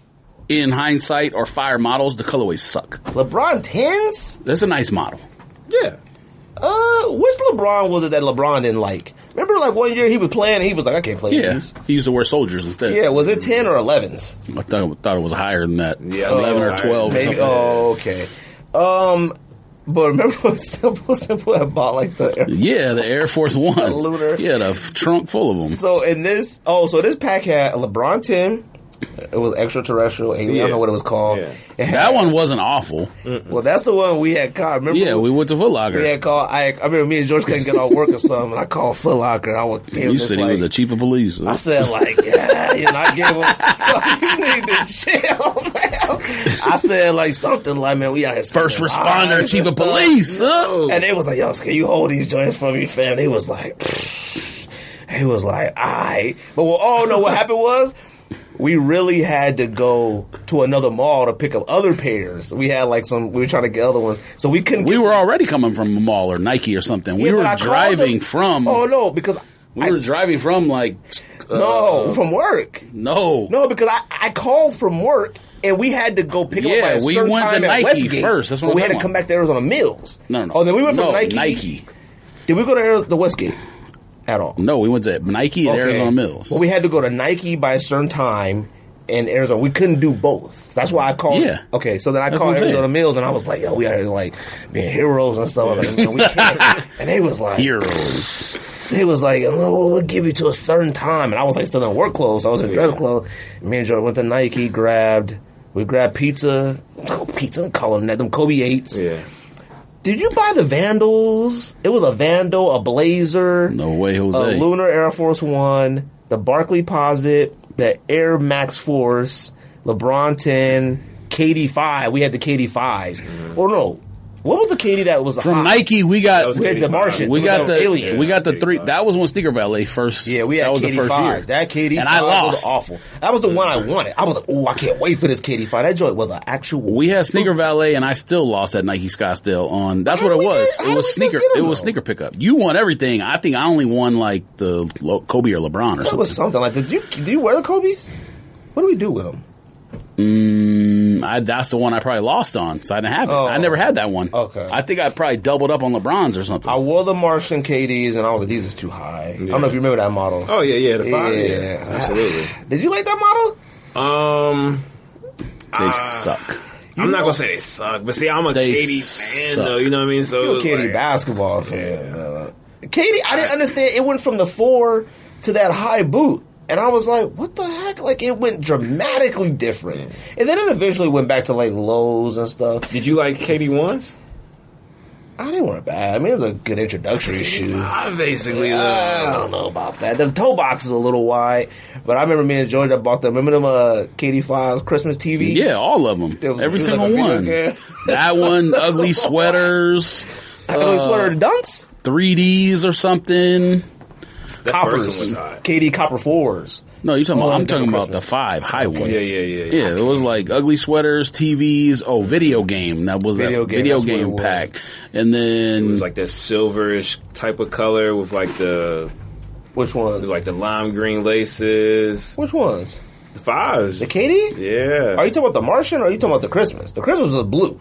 Speaker 2: in hindsight, are fire models. The colorways suck.
Speaker 1: LeBron tens.
Speaker 2: That's a nice model.
Speaker 3: Yeah.
Speaker 1: Uh, which LeBron was it that LeBron didn't like? Remember, like one year he was playing, and he was like, "I can't play
Speaker 2: Yeah,
Speaker 1: with these."
Speaker 2: he used to wear soldiers instead.
Speaker 1: Yeah, was it ten or elevens?
Speaker 2: I thought, thought it was higher than that.
Speaker 3: Yeah, I think
Speaker 2: eleven
Speaker 3: it
Speaker 2: or
Speaker 3: was
Speaker 2: twelve.
Speaker 3: higher.
Speaker 2: or
Speaker 1: Maybe.
Speaker 2: something.
Speaker 1: Oh, okay. Um, but remember <laughs> when Simple Simple had bought like <laughs> the.
Speaker 2: Yeah, the Air Force One.
Speaker 1: looter.
Speaker 2: Yeah, the f- trunk full of them.
Speaker 1: So in this, oh, so this pack had a LeBron ten. It was extraterrestrial. Alien, I don't
Speaker 3: Yeah.
Speaker 1: know what it was called. <laughs>
Speaker 3: Yeah.
Speaker 1: It had-
Speaker 2: That one wasn't awful.
Speaker 1: Well, that's the one we had caught. Remember?
Speaker 2: Yeah, we went to Foot Locker.
Speaker 1: We had called. I, I remember me and George couldn't get off work or something. And I called Foot Locker. and I was. him
Speaker 2: you
Speaker 1: just
Speaker 2: said he
Speaker 1: like,
Speaker 2: was the chief of police.
Speaker 1: <laughs> I said like, yeah, you know, I gave him. <laughs> Like, you need to chill, <laughs> man. I said like something like, man, we out here
Speaker 2: First
Speaker 1: saving
Speaker 2: responder,
Speaker 1: lives
Speaker 2: chief
Speaker 1: and
Speaker 2: of
Speaker 1: stuff.
Speaker 2: police. huh?
Speaker 1: And they was like, yo, can you hold these joints for me, fam? They was like, he was like, I. But well, oh no, what happened was. We really had to go to another mall to pick up other pairs. We had like some. We were trying to get other ones, so we couldn't.
Speaker 2: We
Speaker 1: get,
Speaker 2: were already coming from a mall or Nike or something. We
Speaker 1: Yeah, but
Speaker 2: were
Speaker 1: I called
Speaker 2: driving
Speaker 1: them.
Speaker 2: from.
Speaker 1: Oh no, because
Speaker 2: We were driving from like. uh,
Speaker 1: no from work.
Speaker 2: No.
Speaker 1: No, because I, I called from work and we had to go pick
Speaker 2: Yeah,
Speaker 1: up by a
Speaker 2: we
Speaker 1: certain
Speaker 2: went to
Speaker 1: time at
Speaker 2: Nike
Speaker 1: Westgate.
Speaker 2: first. That's what
Speaker 1: But
Speaker 2: I'm
Speaker 1: we had
Speaker 2: talking
Speaker 1: to come
Speaker 2: about.
Speaker 1: back to Arizona Mills.
Speaker 2: No, no.
Speaker 1: Oh, then we went from
Speaker 2: No,
Speaker 1: Nike.
Speaker 2: Nike.
Speaker 1: Did we go to Ari- the Westgate at all?
Speaker 2: No, we went to Nike and
Speaker 1: Okay.
Speaker 2: Arizona Mills.
Speaker 1: Well, we had to go to Nike by a certain time in Arizona. We couldn't do both. That's why I called.
Speaker 2: Yeah.
Speaker 1: Okay, so then I
Speaker 2: That's
Speaker 1: called
Speaker 2: what I'm saying.
Speaker 1: Arizona Mills and I was like, yo, we are like being heroes and stuff. I was like, man, we can't. and they was like,
Speaker 2: Heroes.
Speaker 1: they was like, oh, well, we'll give you to a certain time. And I was like, still in work clothes. I was in dress clothes. Me and Joy went to Nike, grabbed, we grabbed pizza. <laughs> Oh, pizza, I'm calling that. Them Kobe 8s.
Speaker 3: Yeah.
Speaker 1: Did you buy the Vandals? It was a Vandal, a Blazer,
Speaker 2: No way,
Speaker 1: a
Speaker 2: Jose.
Speaker 1: Lunar Air Force One, the Barkley Posit, the Air Max Force, LeBron 10, KD5. We had the KD5s. Or no, what was the KD that was the
Speaker 2: from
Speaker 1: hot?
Speaker 2: Nike, we got
Speaker 3: was
Speaker 1: We had the
Speaker 3: KD5.
Speaker 1: Martian.
Speaker 2: we
Speaker 1: We
Speaker 2: got the
Speaker 1: Alien.
Speaker 2: we got the three. That was when Sneaker Valet first.
Speaker 1: Yeah, we had
Speaker 2: that was the
Speaker 1: KD
Speaker 2: first
Speaker 1: five.
Speaker 2: year.
Speaker 1: That KD
Speaker 2: and
Speaker 1: five
Speaker 2: I
Speaker 1: was
Speaker 2: lost.
Speaker 1: awful. That was the one I wanted. I was like, oh, I can't wait for this KD five. That joint was an actual.
Speaker 2: We had Sneaker Valet, and I still lost at Nike Scottsdale. On that's
Speaker 1: How
Speaker 2: what it
Speaker 1: we
Speaker 2: was.
Speaker 1: did-
Speaker 2: It
Speaker 1: how
Speaker 2: was
Speaker 1: we still
Speaker 2: sneaker.
Speaker 1: get 'em
Speaker 2: It was
Speaker 1: though?
Speaker 2: sneaker pickup. You won everything. I think I only won like the Lo- Kobe or LeBron or
Speaker 1: That was
Speaker 2: something.
Speaker 1: something like. Did you do you wear the Kobe's? What do we do with them?
Speaker 2: Mm, I, that's the one I probably lost on, so I didn't have it.
Speaker 1: Oh.
Speaker 2: I never had that one.
Speaker 1: Okay.
Speaker 2: I think I probably doubled up on LeBron's or something.
Speaker 1: I wore the Martian KDs, and I was like, these is too high. I don't know if you remember that model.
Speaker 3: Oh yeah, yeah. The fire. Yeah.
Speaker 1: Yeah. <laughs>
Speaker 3: Absolutely.
Speaker 1: Did you like that model?
Speaker 3: Um.
Speaker 2: they suck.
Speaker 3: I'm not gonna say they suck, but see, I'm a
Speaker 2: They
Speaker 3: Katie
Speaker 2: suck.
Speaker 3: fan though. You know what I mean? So it
Speaker 1: You're a
Speaker 3: was
Speaker 1: Katie
Speaker 3: like-
Speaker 1: basketball fan. uh, Katie, I didn't understand. It went from the four to that high boot. And I was like, what the heck? Like, it went dramatically different. And then it eventually went back to, like, lows and stuff.
Speaker 3: Did you like Katie ones?
Speaker 1: I didn't want it bad. I mean, it was a good introductory shoe.
Speaker 3: I basically
Speaker 1: I
Speaker 3: uh,
Speaker 1: don't know about that. The toe box is a little wide, but I remember me and Georgia bought them. Remember them uh, Katie Files Christmas TV?
Speaker 2: Yeah, all of them.
Speaker 1: It was-
Speaker 2: Every
Speaker 1: it was
Speaker 2: single
Speaker 1: like a video
Speaker 2: one.
Speaker 1: game.
Speaker 2: <laughs>
Speaker 1: <laughs>
Speaker 2: That one, ugly sweaters,
Speaker 1: I know it's one
Speaker 2: Uh,
Speaker 1: of the dunks.
Speaker 2: 3Ds or something.
Speaker 3: that person was
Speaker 1: Coppers.
Speaker 3: hot.
Speaker 1: Katie Copper Fours.
Speaker 2: No, you're talking
Speaker 1: Oh,
Speaker 2: about, I'm
Speaker 1: different
Speaker 2: talking about the
Speaker 1: Christmas.
Speaker 2: five high one.
Speaker 3: Yeah, yeah, yeah, yeah.
Speaker 2: Yeah, it was like ugly sweaters, TVs. Oh, video game. That was
Speaker 1: Video
Speaker 2: that
Speaker 1: game,
Speaker 2: video
Speaker 1: that's what it
Speaker 2: game
Speaker 1: was.
Speaker 2: pack. And then
Speaker 3: It was like that silverish type of color with like the
Speaker 1: Which ones?
Speaker 3: it was like the lime green laces.
Speaker 1: Which ones?
Speaker 3: The fives.
Speaker 1: The Katie?
Speaker 3: yeah.
Speaker 1: Are you talking about the Martian or are you talking about the Christmas? The Christmas was blue.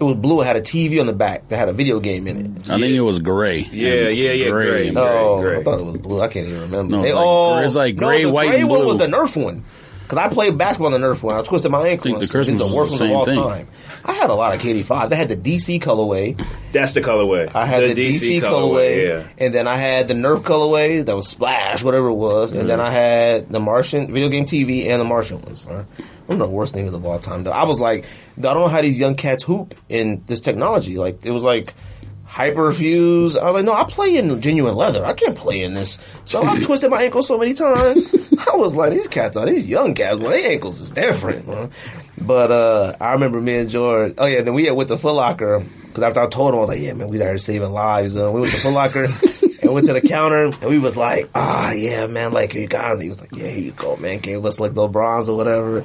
Speaker 1: It was blue. It had a TV on the back that had a video game in it.
Speaker 2: I think it was gray.
Speaker 3: Yeah, yeah, yeah, gray.
Speaker 2: and
Speaker 3: No.
Speaker 1: oh,
Speaker 3: gray.
Speaker 1: I thought it was blue. I can't even remember.
Speaker 2: No, it's like- it's like gray,
Speaker 1: the
Speaker 2: white,
Speaker 1: gray
Speaker 2: and
Speaker 1: one was
Speaker 2: blue.
Speaker 1: the Nerf one. Because I played basketball on the Nerf one. I twisted my ankle.
Speaker 2: think
Speaker 1: and
Speaker 2: the
Speaker 1: it's
Speaker 2: Christmas
Speaker 1: the
Speaker 2: was
Speaker 1: worst
Speaker 2: the
Speaker 1: one of
Speaker 2: same
Speaker 1: all
Speaker 2: thing.
Speaker 1: time. I had a lot of Katie Five. They had the DC colorway.
Speaker 3: That's the colorway.
Speaker 1: I had the, DC, colorway,
Speaker 3: Yeah.
Speaker 1: and then I had the Nerf colorway that was Splash, whatever it was, and then I had the Martian video game TV and the Martian ones. Huh? I'm the worst thing of all time. Though I was like, I don't know how these young cats hoop in this technology. Like it was like hyperfuse. I was like, no, I play in genuine leather. I can't play in this. So <laughs> I twisted my ankle so many times. I was like, these cats are these young cats. Well, their ankles is different. huh? But uh, I remember me and George. Oh yeah, then we went to Foot Locker because after I told him, I was like, yeah, man, we started saving lives. Uh, we went to Foot Locker <laughs> and went to the counter, and we was like, ah, yeah, man, like here you got him. He was like, yeah, here you go, man. Gave us like the bronze or whatever.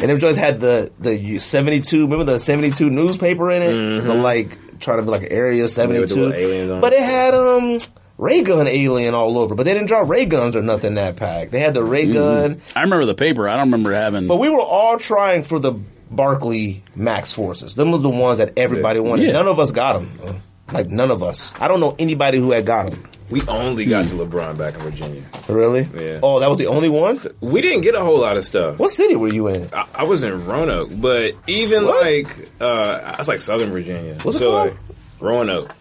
Speaker 1: And them joints had the the seventy two. Remember the seventy two newspaper in it? The, like trying to be like an area seventy
Speaker 3: with the
Speaker 1: two,
Speaker 3: little aliens on
Speaker 1: but
Speaker 3: it.
Speaker 1: it had um. Ray gun alien all over, but they didn't draw ray guns or nothing that pack. They had the ray gun,
Speaker 2: I remember the paper. I don't remember having.
Speaker 1: but we were all trying for the Barkley Max Forces. Them were the ones that everybody wanted.
Speaker 2: Yeah.
Speaker 1: None of us got them. Like none of us. I don't know anybody who had got them.
Speaker 3: We only got
Speaker 1: Hmm.
Speaker 3: to LeBron back in Virginia.
Speaker 1: Really?
Speaker 3: Yeah.
Speaker 1: Oh, that was the only one.
Speaker 3: We didn't get a whole lot of stuff.
Speaker 1: What city were you in?
Speaker 3: I, I was in Roanoke, but even
Speaker 1: What?
Speaker 3: like uh I was like Southern Virginia.
Speaker 1: What's it
Speaker 3: so
Speaker 1: called? Oh,
Speaker 3: like Roanoke.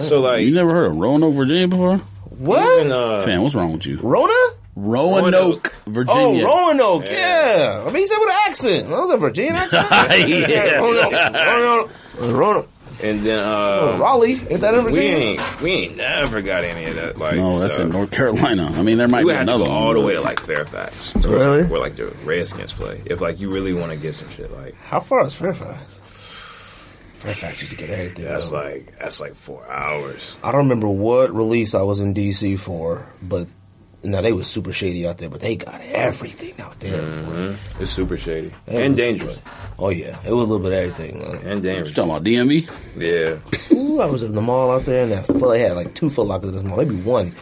Speaker 3: so like
Speaker 2: you never heard of Roanoke, Virginia before?
Speaker 1: What?
Speaker 3: even, uh,
Speaker 2: Fan, what's wrong with you?
Speaker 1: Rona?
Speaker 2: Roanoke,
Speaker 3: Roanoke.
Speaker 2: Virginia.
Speaker 1: Oh, Roanoke. Yeah. I mean, he said with an accent. That was a Virginia accent.
Speaker 2: Yeah.
Speaker 1: Roanoke. Roanoke. Roanoke.
Speaker 3: and then uh
Speaker 1: Raleigh. Ain't that in
Speaker 3: we
Speaker 1: Oh, Virginia?
Speaker 3: ain't we ain't never got any of that like
Speaker 2: no, Oh, that's
Speaker 3: stuff.
Speaker 2: in North Carolina. I mean, there might
Speaker 3: You
Speaker 2: be
Speaker 3: had to
Speaker 2: another
Speaker 3: go all
Speaker 2: one,
Speaker 3: the
Speaker 2: but-
Speaker 3: way to like Fairfax.
Speaker 1: Really?
Speaker 3: Where like the Redskins play. If like you really want to get some shit like
Speaker 1: How far is Fairfax? Fairfax used to get everything.
Speaker 3: that's
Speaker 1: though.
Speaker 3: like that's like four hours.
Speaker 1: I don't remember what release I was in DC for, but now they was super shady out there, but they got everything out there.
Speaker 3: It's super shady.
Speaker 1: That
Speaker 3: and
Speaker 1: was-
Speaker 3: dangerous.
Speaker 1: Oh yeah, it was a little bit of everything. man.
Speaker 3: And dangerous.
Speaker 2: You talking about DMV?
Speaker 3: Yeah.
Speaker 1: Ooh, I was in the mall out there, and that foot, they had like two Foot Lockers in this mall, maybe one.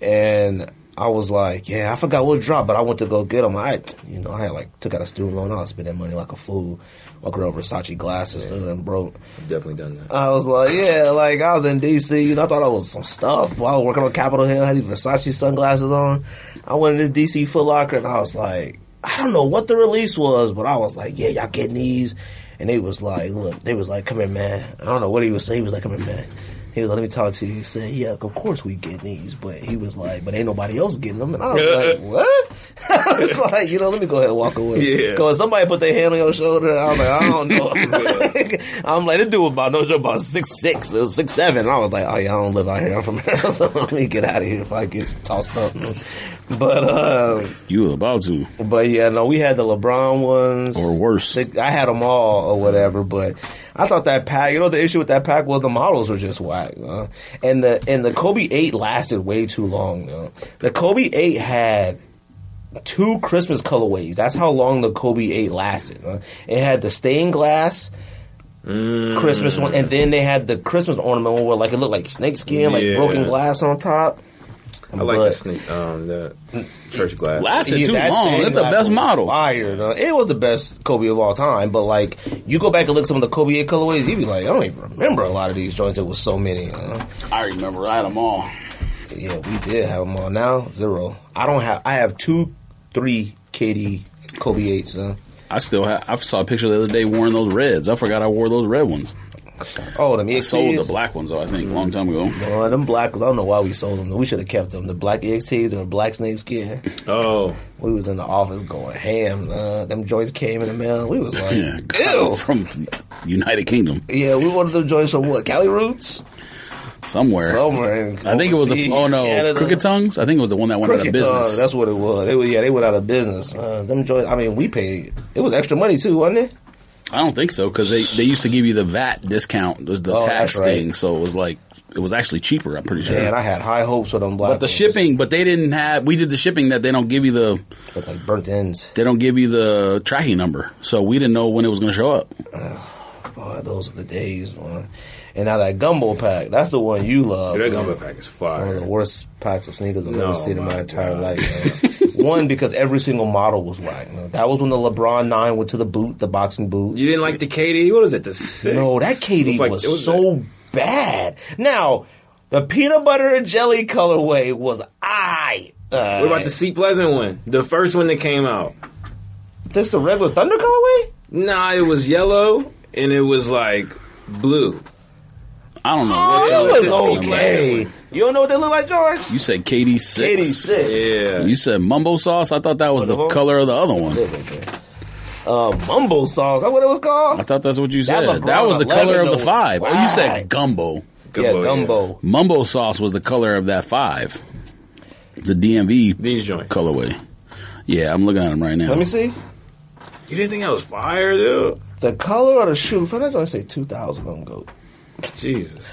Speaker 1: And I was like, yeah, I forgot what drop, but I went to go get them. I, you know, I had like took out a student loan. I spent that money like a fool. Walked around with Versace glasses dude, and broke.
Speaker 3: I've definitely done that.
Speaker 1: I was like, yeah, like I was in DC, you know, I thought I was some stuff. While I was working on Capitol Hill, had these Versace sunglasses on. I went in this DC Foot Locker and I was like, I don't know what the release was, but I was like, yeah, y'all getting these? And they was like, look, they was like, come here, man. I don't know what he was saying. He was like, come here, man. He was like, let me talk to you. He said, yeah, of course we get these. But he was like, but ain't nobody else getting them. And I was like, what? <laughs> I was like, you know, let me go ahead and walk away.
Speaker 3: Yeah.
Speaker 1: Because somebody put their hand on your shoulder. I was like, I don't know. <laughs> I'm like, this dude about no joke about six six or six seven. I was like, oh yeah, I don't live out here. I'm from <laughs> Arizona. Let me get out of here if I get tossed up. <laughs> But uh,
Speaker 2: You were about to,
Speaker 1: but yeah, no, we had the LeBron ones
Speaker 2: or worse.
Speaker 1: sick- I had them all or whatever, but I thought that pack. You know, the issue with that pack was the models were just whack, uh, and the and the Kobe Eight lasted way too long. You know? The Kobe Eight had two Christmas colorways. That's how long the Kobe Eight lasted. uh. It had the stained glass.
Speaker 3: Mm.
Speaker 1: Christmas one, and then they had the Christmas ornament one where like it looked like snakeskin, like
Speaker 3: Yeah.
Speaker 1: broken glass on top.
Speaker 3: I like
Speaker 1: But-
Speaker 3: that sneak um the church glass.
Speaker 2: Lasted too
Speaker 1: that
Speaker 2: long.
Speaker 1: stage
Speaker 2: That's the
Speaker 1: light
Speaker 2: best
Speaker 1: was
Speaker 2: model.
Speaker 1: Fire. though. It was the best Kobe of all time. But like, you go back and look at some of the Kobe eight colorways, you'd be like, I don't even remember a lot of these joints. There was so many. you know?
Speaker 2: I remember. I had them all.
Speaker 1: Yeah, we did have them all. Now zero. I don't have. I have two, three KD Kobe eights. Huh?
Speaker 2: I still have. I saw a picture the other day wearing those reds. I forgot I wore those red ones.
Speaker 1: Oh, them EXTs.
Speaker 2: Sold the black ones though. I think a long time ago.
Speaker 1: Oh, them black. I don't know why we sold them. We should have kept them. The black EXTs or black snake skin.
Speaker 3: Oh,
Speaker 1: We was in the office going ham. Uh, them joints came in the mail. We was like,
Speaker 2: Yeah,
Speaker 1: ew.
Speaker 2: from United Kingdom
Speaker 1: Yeah, we wanted them joints from what? Cali Roots?
Speaker 2: somewhere.
Speaker 1: Somewhere. In
Speaker 2: I think it was the
Speaker 1: overseas,
Speaker 2: oh no
Speaker 1: Canada.
Speaker 2: Crooked Tongues. I think it was the one that went out of
Speaker 1: Crooked
Speaker 2: business.
Speaker 1: Tongue, that's what it was. They were, yeah, they went out of business. Uh, them joints. I mean, we paid. It was extra money too, wasn't it?
Speaker 2: I don't think so because they, they used to give you the VAT discount, the, the
Speaker 1: Oh,
Speaker 2: tax
Speaker 1: that's right.
Speaker 2: thing. So it was like it was actually cheaper. I'm pretty sure.
Speaker 1: Man, I had high hopes for them black.
Speaker 2: but the
Speaker 1: ones.
Speaker 2: shipping, but they didn't have. We did the shipping that they don't give you the
Speaker 1: Looked like burnt ends.
Speaker 2: they don't give you the tracking number, so we didn't know when it was going to show up.
Speaker 1: Boy, those are the days, man. And now that gumbo pack, that's the one you love. man.
Speaker 3: that gumbo pack is
Speaker 1: One of the
Speaker 3: fire.
Speaker 1: worst packs of sneakers I've
Speaker 3: No,
Speaker 1: ever seen in my
Speaker 3: my
Speaker 1: entire
Speaker 3: God.
Speaker 1: life.
Speaker 3: <laughs>
Speaker 1: man. one because every single model was whack. man. That was when the LeBron nine went to the boot, the boxing boot.
Speaker 3: You didn't like the KD? What is it? The six?
Speaker 1: No, that KD
Speaker 3: Looked like-
Speaker 1: was,
Speaker 3: it was
Speaker 1: so bad. Now, the peanut butter and jelly colorway was uh, I.
Speaker 3: What about the C Pleasant one? The first one that came out.
Speaker 1: This the regular Thunder colorway?
Speaker 3: Nah, it was yellow and it was like blue.
Speaker 2: I don't know.
Speaker 1: That
Speaker 3: it
Speaker 2: y'all
Speaker 3: was
Speaker 1: Oh, was
Speaker 2: are talking about.
Speaker 1: okay. You don't know what they look like, George?
Speaker 2: You said KD six.
Speaker 1: KD six.
Speaker 3: Yeah.
Speaker 2: You said mumbo sauce. I thought that was the
Speaker 1: Whatever.
Speaker 2: color of the other one.
Speaker 1: Uh, mumbo sauce. Is that what it was called?
Speaker 2: I thought that's what you
Speaker 1: That
Speaker 2: said. That,
Speaker 1: LeBron
Speaker 2: was the
Speaker 1: 11
Speaker 2: color of the
Speaker 1: though.
Speaker 2: five. Oh, you
Speaker 1: Whack.
Speaker 2: said gumbo.
Speaker 1: yeah,
Speaker 3: Gumbo,
Speaker 1: gumbo.
Speaker 2: Mumbo sauce was the color of that five. The DMV
Speaker 3: These joints.
Speaker 2: colorway. Yeah, I'm looking at them right now.
Speaker 1: Let me see.
Speaker 3: You didn't think that was fire, dude?
Speaker 1: The color of the shoe. I don't say two thousand on goat.
Speaker 3: Jesus.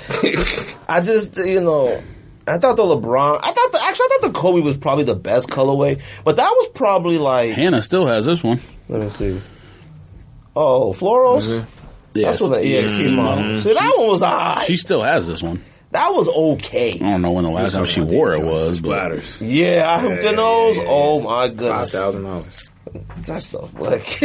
Speaker 1: I just you know. I thought the LeBron. I thought the actually. I thought the Kobe was probably the best colorway, but that was probably like.
Speaker 2: Hannah still has this one.
Speaker 1: Let me see. Oh, florals.
Speaker 3: Mm-hmm.
Speaker 2: Yes.
Speaker 1: That's what the EXT
Speaker 2: Mhm.
Speaker 1: model. See, that one was alright.
Speaker 2: She still has this one.
Speaker 1: That was okay.
Speaker 2: I don't know when the last time she wore it was, but
Speaker 3: Bladders.
Speaker 1: Yeah, I hooped
Speaker 3: Yeah,
Speaker 1: in those.
Speaker 3: yeah, yeah,
Speaker 1: Oh my
Speaker 3: Five
Speaker 1: goodness,
Speaker 3: thousand dollars.
Speaker 1: that's so fuck.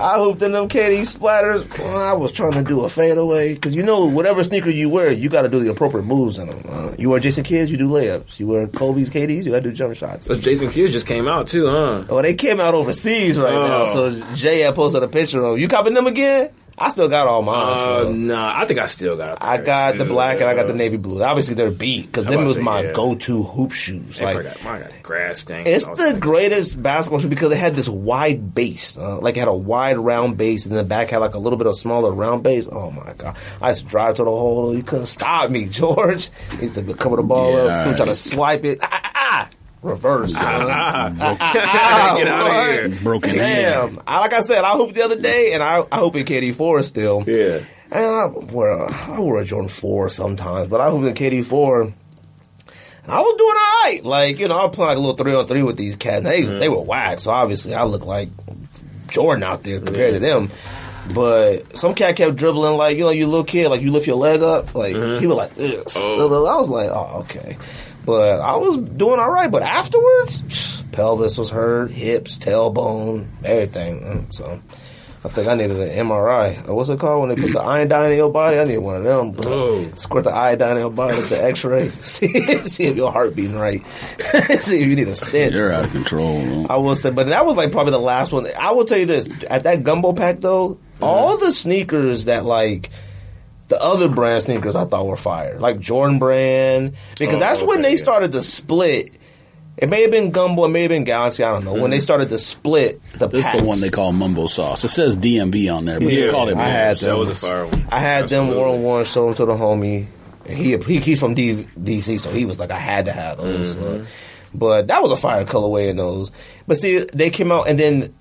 Speaker 1: <laughs> I hooped in them KD splatters. Well, I was trying to do a fadeaway because you know whatever sneaker you wear, you got to do the appropriate moves in them. Uh, you wear Jason Kidd's, you do layups. You wear Kobe's KD's, you got to do jump shots.
Speaker 3: So Jason Kidd just came out too, huh?
Speaker 1: Oh, they came out overseas right now.
Speaker 3: Oh.
Speaker 1: So Jay had posted a picture of you copying them again. I still got all mine.
Speaker 3: Uh,
Speaker 1: so.
Speaker 3: nah, I think I still got. a
Speaker 1: I
Speaker 3: pair,
Speaker 1: got the
Speaker 3: too.
Speaker 1: black and I got the navy blue. Obviously, they're beat because them
Speaker 3: about
Speaker 1: was
Speaker 3: to say,
Speaker 1: my
Speaker 3: yeah.
Speaker 1: go-to hoop shoes.
Speaker 3: Hey, I
Speaker 1: Like
Speaker 3: got- mine got grass stains.
Speaker 1: It's
Speaker 3: I was
Speaker 1: the
Speaker 3: like,
Speaker 1: greatest basketball shoe because it had this wide base, uh, like it had a wide round base, and then the back had like a little bit of smaller round base. Oh my god! I used to drive to the hole. You couldn't stop me, <laughs> George. I used to cover the ball up,
Speaker 2: Yeah, all
Speaker 1: people
Speaker 2: right.
Speaker 1: trying to swipe it. Ah, ah, ah. reverse. <laughs> Ah, ah, ah, ah,
Speaker 3: <laughs> Get
Speaker 1: <laughs>
Speaker 3: out of
Speaker 1: Lord.
Speaker 3: here.
Speaker 2: broken hand.
Speaker 1: Damn! I, like I said, I hooped the other day, and I, I hope in KD four still.
Speaker 3: Yeah.
Speaker 1: And I wear a, I wear a Jordan four sometimes, but I hooped in KD four. And I was doing all right. Like, you know, I was playing like a little three on three with these cats. They they were whack, so obviously I look like Jordan out there compared to them. But some cat kept dribbling like, you know, you little kid, like you lift your leg up. Like he was like, Ugh. I was like, oh, okay. But I was doing all right. But afterwards, pelvis was hurt, hips, tailbone, everything. Mm, So I think I needed an MRI. Or What's it called when they put the iodine in your body? I need one of them.
Speaker 3: Oh.
Speaker 1: Squirt the iodine in your body with the X-ray. <laughs> see, see if your heart beating right. <laughs> see if you need a stent.
Speaker 2: They're out of control.
Speaker 1: I will say, but that was like probably the last one. I will tell you this: at that gumbo pack, though, all the sneakers that like the other brand sneakers, I thought were fire, like Jordan brand, because
Speaker 3: Oh,
Speaker 1: that's when
Speaker 3: okay,
Speaker 1: they
Speaker 3: yeah.
Speaker 1: started the split. It may have been gumbo, it may have been Galaxy. I don't know. When they started the split, the
Speaker 2: Mm-hmm. This is the
Speaker 1: packs.
Speaker 2: one they call mumbo sauce. It says DMV on there, but they
Speaker 3: Yeah,
Speaker 2: call it
Speaker 1: I
Speaker 2: mumbo
Speaker 1: had
Speaker 2: sauce.
Speaker 1: them.
Speaker 3: That was a fire one.
Speaker 1: I had them
Speaker 3: Absolutely.
Speaker 1: one on one, sold them to the homie. And he, he he's from D, DC, so he was like, I had to have those.
Speaker 3: Mm-hmm.
Speaker 1: uh, but that was a fire colorway in those. But see, they came out, and then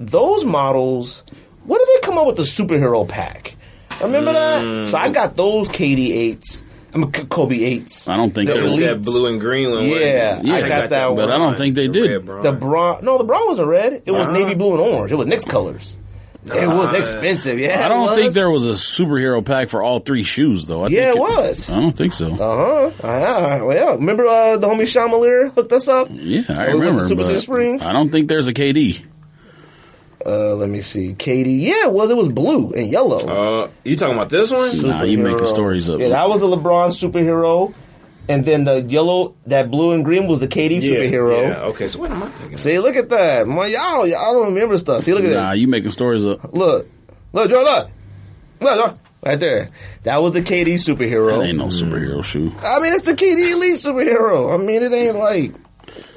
Speaker 1: those models. What did they come out with the superhero pack? Remember
Speaker 3: Mm.
Speaker 1: that? So I got those KD eights. I mean K- Kobe eights.
Speaker 2: I don't think
Speaker 1: The
Speaker 2: they're-
Speaker 3: It was
Speaker 1: elites.
Speaker 3: that blue and green one. wasn't
Speaker 1: Yeah,
Speaker 3: it?
Speaker 1: I got,
Speaker 2: Yeah, got
Speaker 1: that,
Speaker 2: that,
Speaker 1: one.
Speaker 2: but I don't think they
Speaker 3: The
Speaker 2: did.
Speaker 3: red bronze.
Speaker 1: The bron no, the bronze wasn't red. It was
Speaker 3: Uh-huh.
Speaker 1: navy blue and orange. It was Knicks colors. It was
Speaker 3: Nah.
Speaker 1: expensive. Yeah,
Speaker 2: I
Speaker 1: it
Speaker 2: don't
Speaker 1: was.
Speaker 2: think there was a superhero pack for all three shoes, though. I
Speaker 1: Yeah,
Speaker 2: think
Speaker 1: it was.
Speaker 2: I don't think so.
Speaker 1: Uh huh. Uh-huh. Well, yeah. Remember uh, the homie Shamalier hooked us up?
Speaker 2: yeah, I
Speaker 1: we went to
Speaker 2: remember,
Speaker 1: Super Jet
Speaker 2: but
Speaker 1: Springs?
Speaker 2: I don't think there's a KD.
Speaker 1: Uh, let me see. Katie. Yeah, it was. It was blue and yellow.
Speaker 3: Uh, you talking about this one?
Speaker 2: Nah, Ah, you making
Speaker 1: Superhero.
Speaker 2: stories up.
Speaker 1: Yeah, that was the LeBron superhero. and then the yellow, that blue and green was the KD superhero.
Speaker 3: Yeah, okay, so what am I thinking?
Speaker 1: See, look at that. My, y'all, y'all don't remember stuff. See, look at
Speaker 2: Nah,
Speaker 1: that.
Speaker 2: you making stories up.
Speaker 1: Look. Look, Jordan, look. Look, look. Right there. That was the KD superhero.
Speaker 2: That ain't no superhero shoe.
Speaker 1: I mean, it's the KD Elite superhero. I mean, it ain't like.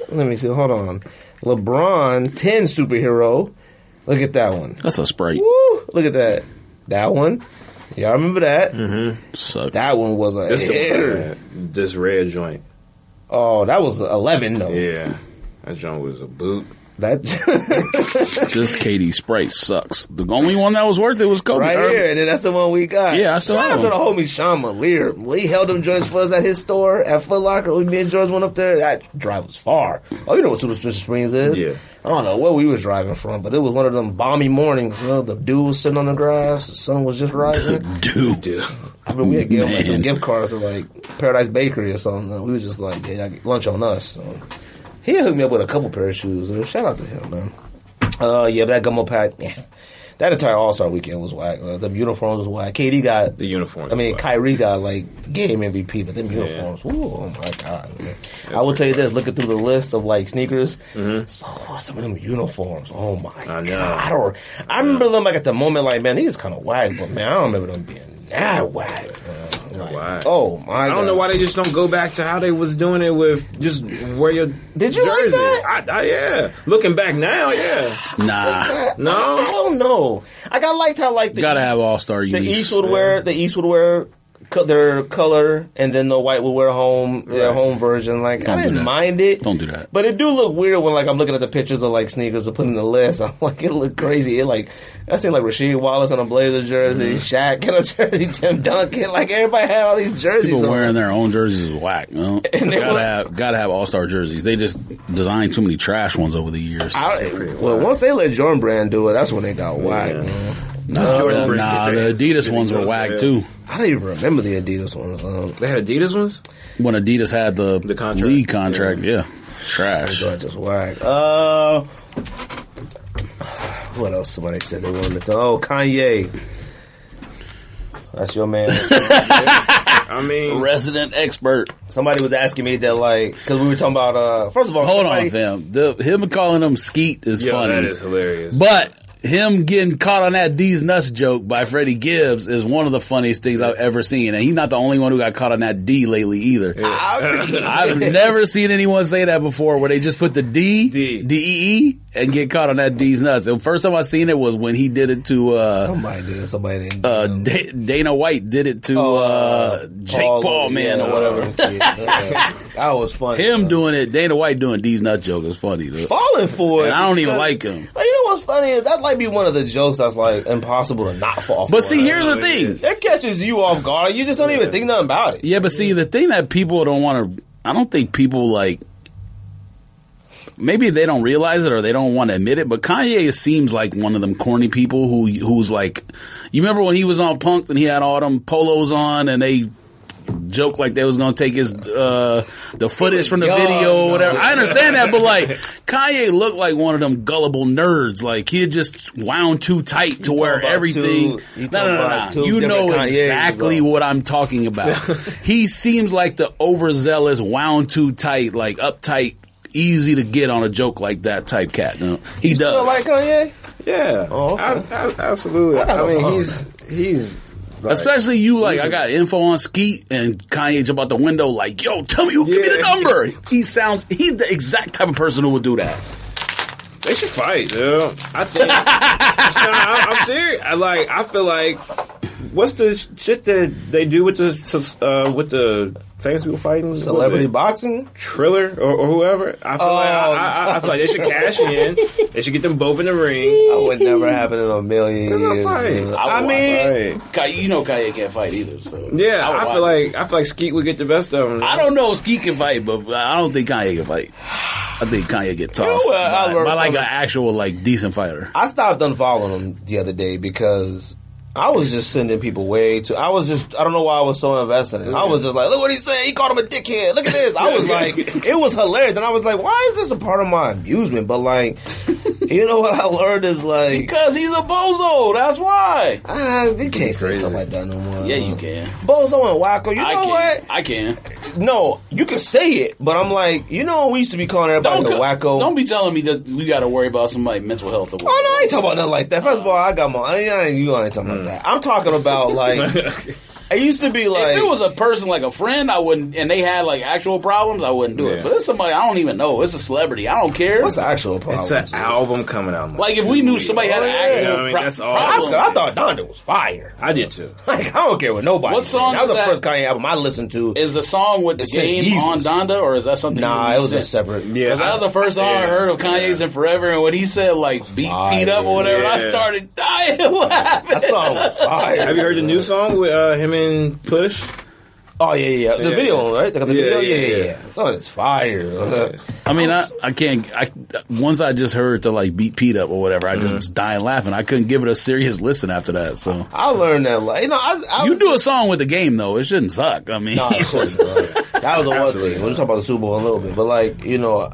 Speaker 1: Let me see. Hold on. LeBron 10 superhero. Look at that one.
Speaker 2: That's a Sprite.
Speaker 1: Woo! Look at that. That one. Y'all remember that?
Speaker 2: Sucks.
Speaker 1: That one was a
Speaker 3: This
Speaker 1: hitter.
Speaker 3: Mm-hmm. the one, this red joint.
Speaker 1: Oh, that was 11, though.
Speaker 3: Yeah, that joint was a boot. <laughs>
Speaker 1: That <laughs>
Speaker 2: This KD Sprite sucks. The only one that was worth it was Kobe.
Speaker 1: Right
Speaker 2: Irving.
Speaker 1: here. And then that's the one we got.
Speaker 2: Yeah, I still
Speaker 1: Shout
Speaker 2: have
Speaker 1: out to the
Speaker 2: them.
Speaker 1: homie Sean Maleer. He held them joints for us at his store at Foot Locker. We, me and George went up there. That drive was far. Oh, you know what Superstition Springs is?
Speaker 3: Yeah.
Speaker 1: I don't know where we was driving from, but it was one of them balmy mornings. You know, the dude was sitting on the grass. The sun was just
Speaker 2: <laughs>
Speaker 1: rising.
Speaker 2: Uh, Dude.
Speaker 3: Dude,
Speaker 1: I mean, we had given like some
Speaker 2: Man.
Speaker 1: gift cards to like Paradise Bakery or something. We was just like, yeah, y'all get lunch on us. So. He hooked me up with a couple pair of shoes. Uh, Shout out to him, man. Uh, yeah, that gumbo pack. <laughs> Yeah. That entire All Star weekend was whack. Uh, them uniforms was whack. KD got
Speaker 3: <laughs> the uniform.
Speaker 1: I mean, Kyrie got like game MVP, but them uniforms. Ooh, oh my god! man. I will tell you this: looking through the list of like sneakers, so some of them uniforms. Oh my
Speaker 3: Mm-hmm. I know.
Speaker 1: god! Or I remember them like at the moment, like man, these kind of whack, but man, I don't remember them being that whack. man. Like,
Speaker 3: whack.
Speaker 1: Oh my!
Speaker 3: I don't know why they just don't go back to how they was doing it with just wear your
Speaker 1: Did you like
Speaker 3: jersey.
Speaker 1: that?
Speaker 3: I, I, yeah, looking back now, yeah.
Speaker 2: Nah.
Speaker 1: I
Speaker 3: No,
Speaker 1: don't know. Like I liked how like the
Speaker 2: Gotta have
Speaker 1: East-
Speaker 2: all star
Speaker 1: the
Speaker 2: use.
Speaker 1: East would wear the East would wear co- their color, and then the white would wear home their
Speaker 3: Right.
Speaker 1: home version. Like
Speaker 2: Don't
Speaker 1: I
Speaker 2: do
Speaker 1: didn't
Speaker 2: that.
Speaker 1: mind it.
Speaker 2: Don't do that.
Speaker 1: But it do look weird when like I'm looking at the pictures of like sneakers or putting the list. <laughs> I'm like it looked crazy. It like I seen like Rasheed Wallace on a Blazer jersey, Shaq
Speaker 2: Mm-hmm.
Speaker 1: in a <laughs> jersey, Tim Duncan. Like everybody had all these jerseys.
Speaker 2: People
Speaker 1: on.
Speaker 2: wearing their own jerseys is whack. You know?
Speaker 1: uh, <laughs> And they
Speaker 2: gotta
Speaker 1: were-
Speaker 2: have gotta have all star jerseys. They just designed too many trash ones over the years. <laughs>
Speaker 1: I, well, once they let Jordan Brand do it, that's when they got whack. man.
Speaker 2: nah,
Speaker 3: Jordan
Speaker 2: Uh, nah,
Speaker 3: Brand just
Speaker 2: the
Speaker 3: did.
Speaker 2: Adidas ones were
Speaker 3: Adidas,
Speaker 2: whack
Speaker 3: yeah.
Speaker 2: too.
Speaker 1: I don't even remember the Adidas ones. Um,
Speaker 3: they had Adidas ones.
Speaker 2: When Adidas had the,
Speaker 3: The contract.
Speaker 2: league contract, yeah, trash.
Speaker 1: So I just whack. Uh, what else? Somebody said they wanted to. Throw? Oh, Kanye. That's your
Speaker 2: <laughs>
Speaker 1: man.
Speaker 3: I mean,
Speaker 2: Resident expert.
Speaker 1: somebody was asking me that, like, because we were talking about. uh First of all,
Speaker 2: Hold
Speaker 1: somebody-
Speaker 2: on,
Speaker 1: <laughs>
Speaker 2: fam. The, him calling him Skeet is
Speaker 3: yo,
Speaker 2: funny.
Speaker 3: that is hilarious.
Speaker 2: But him getting caught on that D's nuts joke by Freddie Gibbs is one of the funniest things I've ever seen. And he's not the only one who got caught on that D lately either.
Speaker 3: <laughs>
Speaker 2: I've never seen anyone say that before where they just put the D,
Speaker 3: D.
Speaker 2: D-E-E, and get caught on that D's nuts. And first time I seen it was when he did it to,
Speaker 1: <laughs>
Speaker 2: uh,
Speaker 1: Somebody did. it, Somebody didn't.
Speaker 2: uh, Da- Dana White did it to,
Speaker 1: Oh,
Speaker 2: uh, Jake Paul, man,
Speaker 1: yeah,
Speaker 2: or
Speaker 1: <laughs>
Speaker 2: whatever.
Speaker 1: Yeah, that was funny.
Speaker 2: Him
Speaker 1: man.
Speaker 2: doing it, Dana White doing D's nut joke is funny. though.
Speaker 1: falling for it.
Speaker 2: And I don't even
Speaker 1: because-
Speaker 2: like him.
Speaker 1: Like, you know what's funny is that might be one of the jokes that's like impossible to not fall for.
Speaker 2: But see, here's
Speaker 3: know
Speaker 2: the
Speaker 3: it
Speaker 2: thing.
Speaker 3: is.
Speaker 1: that catches you off guard. You just don't even think nothing about it.
Speaker 2: Yeah, but see, the thing that people don't want to, I don't think people like, maybe they don't realize it or they don't want to admit it, but Kanye seems like one of them corny people who who's like, you remember when he was on Punked and he had all them polos on and they joked like they was gonna take his uh the footage from the
Speaker 1: Yo,
Speaker 2: video
Speaker 1: no.
Speaker 2: or whatever. I understand that,
Speaker 1: <laughs>
Speaker 2: but like Kanye looked like one of them gullible nerds. Like he had just wound too tight to where
Speaker 1: about
Speaker 2: everything.
Speaker 1: two- you
Speaker 2: no,
Speaker 1: talking
Speaker 2: no, no,
Speaker 1: about
Speaker 2: no.
Speaker 1: two
Speaker 2: You
Speaker 1: different
Speaker 2: know
Speaker 1: Kanyes,
Speaker 2: exactly
Speaker 1: though.
Speaker 2: what I'm talking about.
Speaker 1: <laughs>
Speaker 2: he seems like the overzealous, wound too tight, like uptight, easy to get on a joke like that type cat. You know? He
Speaker 1: You don't
Speaker 2: does.
Speaker 1: like Kanye?
Speaker 3: yeah,
Speaker 1: Oh, okay.
Speaker 3: I- I- absolutely.
Speaker 1: gotta
Speaker 3: I,
Speaker 1: go
Speaker 3: mean,
Speaker 1: home.
Speaker 3: he's he's like,
Speaker 2: Especially you, like I got info on Skeet and Kanye jump out the window, like, "Yo, tell me who, give me the
Speaker 3: Yeah.
Speaker 2: number." He sounds, he's the exact type of person who would do that.
Speaker 3: They should fight, dude. I think. Nah, I, I'm serious. I like. I feel like. What's the sh- shit that they do with the sus- uh, with the famous people fighting?
Speaker 1: Celebrity
Speaker 3: What
Speaker 1: boxing?
Speaker 3: is it? Triller or, or whoever? I feel like I,
Speaker 1: Oh,
Speaker 3: I, I- I feel like they should cash in. They should get them both in the ring.
Speaker 1: That would never happen in a million
Speaker 3: They're
Speaker 1: years.
Speaker 3: gonna fight.
Speaker 1: man.
Speaker 2: I
Speaker 3: I
Speaker 2: would watch
Speaker 3: mean,
Speaker 2: Kanye, you know, Kanye can't fight either. So
Speaker 3: yeah.
Speaker 2: would
Speaker 3: I,
Speaker 2: watch
Speaker 3: feel
Speaker 2: it.
Speaker 3: like I feel like Skeet would get the best of them.
Speaker 2: I don't know if Skeet can fight, but I don't think Kanye can fight. I think Kanye get tossed
Speaker 1: You know what I
Speaker 2: by,
Speaker 1: learned
Speaker 2: by, like an
Speaker 1: from-
Speaker 2: actual like decent fighter.
Speaker 1: I stopped unfollowing him the other day because I was just sending people way too. I was just I don't know why I was so invested. in it. I was just like, look what he said. He called him a dickhead. Look at <laughs> this. I was like, it was hilarious, and I was like, why is this a part of my amusement? But like, You know what I learned is like,
Speaker 4: Because he's a bozo. That's why.
Speaker 1: ah, you can't say stuff like that no more.
Speaker 2: Yeah, you can.
Speaker 1: Bozo and Wacko, you
Speaker 2: I
Speaker 1: know
Speaker 2: can.
Speaker 1: what?
Speaker 2: I can.
Speaker 1: No, you can say it, but I'm like, you know, we used to be calling everybody
Speaker 2: Don't,
Speaker 1: the
Speaker 2: co-
Speaker 1: Wacko.
Speaker 2: don't be telling me that we got to worry about somebody's mental health. Or
Speaker 1: Oh no, I ain't talking about nothing like that. First of all, I got my, I ain't, I ain't- you ain't
Speaker 3: Hmm.
Speaker 1: talking about that. I'm talking
Speaker 3: <laughs>
Speaker 1: about like, it used to be like,
Speaker 2: if it was a person like a friend, I wouldn't, and they had like actual problems, I wouldn't do
Speaker 3: Yeah.
Speaker 2: it. But it's somebody I don't even know. It's a celebrity. I don't care.
Speaker 1: what's the actual problem?
Speaker 3: It's an album coming out. in,
Speaker 2: like if we
Speaker 3: two
Speaker 2: knew
Speaker 3: weeks.
Speaker 2: somebody had an
Speaker 1: Oh, yeah.
Speaker 2: actual
Speaker 3: Yeah, I mean,
Speaker 2: pro-
Speaker 3: that's all.
Speaker 1: I,
Speaker 2: problem.
Speaker 1: said, I thought Donda was fire. <laughs>
Speaker 3: I did too.
Speaker 1: Like I don't care what nobody.
Speaker 2: What
Speaker 1: said.
Speaker 2: song
Speaker 1: That was
Speaker 2: is
Speaker 1: the
Speaker 2: that?
Speaker 1: first Kanye album I listened to.
Speaker 2: Is the song with the
Speaker 1: It's since
Speaker 2: game
Speaker 1: Yeezus.
Speaker 2: on Donda, or is that something?
Speaker 1: nah,
Speaker 2: you
Speaker 1: it was a
Speaker 2: sent?
Speaker 1: separate.
Speaker 3: Yeah,
Speaker 2: 'Cause that was the first song I
Speaker 3: yeah,
Speaker 2: heard of Kanye's in forever, and when he said like beat beat up or whatever, I
Speaker 3: Yeah.
Speaker 2: started dying. <laughs> what happened?
Speaker 1: That song
Speaker 3: <laughs>
Speaker 1: was fire.
Speaker 3: Have you heard the new song with uh, him and Push?
Speaker 1: Oh yeah, yeah. The
Speaker 3: Yeah,
Speaker 1: video, right? They got the
Speaker 3: Yeah,
Speaker 1: video.
Speaker 3: yeah,
Speaker 1: Yeah, yeah, yeah.
Speaker 3: yeah.
Speaker 1: Oh, it's fire.
Speaker 2: I
Speaker 4: mean, I-
Speaker 2: I can't. I once I just heard the like beat Pete up or whatever, I just
Speaker 1: Mm-hmm.
Speaker 2: dying laughing. I couldn't give it a serious listen after that. So
Speaker 1: <laughs> I learned that. Like, you know, I, I
Speaker 2: you do a song with the game though, it shouldn't suck. I mean,
Speaker 1: Nah, of course. bro. <laughs> that was the one
Speaker 3: Absolutely.
Speaker 1: thing. We'll just talk about the Super Bowl in a little bit, but like you know,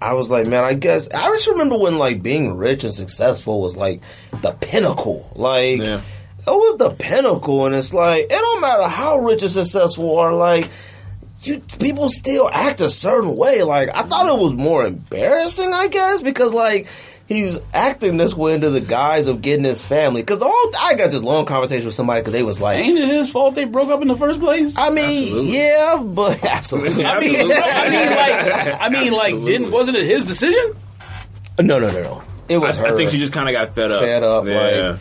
Speaker 1: I was like, man, I guess I just remember when like being rich and successful was like the pinnacle. Like
Speaker 3: Yeah.
Speaker 1: it was the pinnacle, and it's like it don't matter how rich and successful you are like. You, people still act a certain way. Like I thought it was more embarrassing, I guess, because like he's acting this way under the guise of getting his family. Because the whole I got this long conversation with somebody because they was like,
Speaker 2: <laughs> ain't it his fault they broke up in the first place?
Speaker 1: I mean,
Speaker 3: Absolutely.
Speaker 1: yeah, but <laughs> absolutely.
Speaker 2: I mean, <laughs>
Speaker 3: Absolutely.
Speaker 2: I mean, like, I mean, like, didn't wasn't it his decision?
Speaker 1: no, no, no, no. It
Speaker 3: I,
Speaker 1: was her.
Speaker 3: I think she just kind of got fed up.
Speaker 1: Fed up,
Speaker 3: Yeah.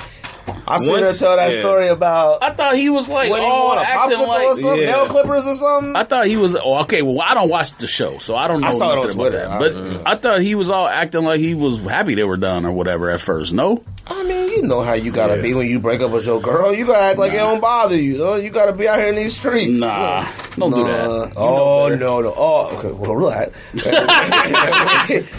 Speaker 1: I seen her
Speaker 3: once-
Speaker 1: tell that
Speaker 3: yeah.
Speaker 1: story about
Speaker 2: I thought he was like
Speaker 1: when he
Speaker 2: all
Speaker 1: won a
Speaker 2: acting
Speaker 1: popsicle or
Speaker 2: like.
Speaker 1: something,
Speaker 3: Yeah.
Speaker 1: nail clippers or something.
Speaker 2: I thought he was oh, okay. Well, I don't watch the show, so I don't know
Speaker 1: I saw it on
Speaker 2: nothing about
Speaker 1: Twitter.
Speaker 2: that.
Speaker 1: I
Speaker 2: But
Speaker 1: don't know.
Speaker 2: I thought he was all acting like he was happy they were done or whatever at first. No,
Speaker 1: I mean, you know how you gotta
Speaker 3: Yeah.
Speaker 1: be when you break up with your girl. You gotta act like it don't bother you. though. You gotta be out here in these streets.
Speaker 2: nah, don't do
Speaker 1: Nah.
Speaker 2: that.
Speaker 1: oh no no oh okay well relax.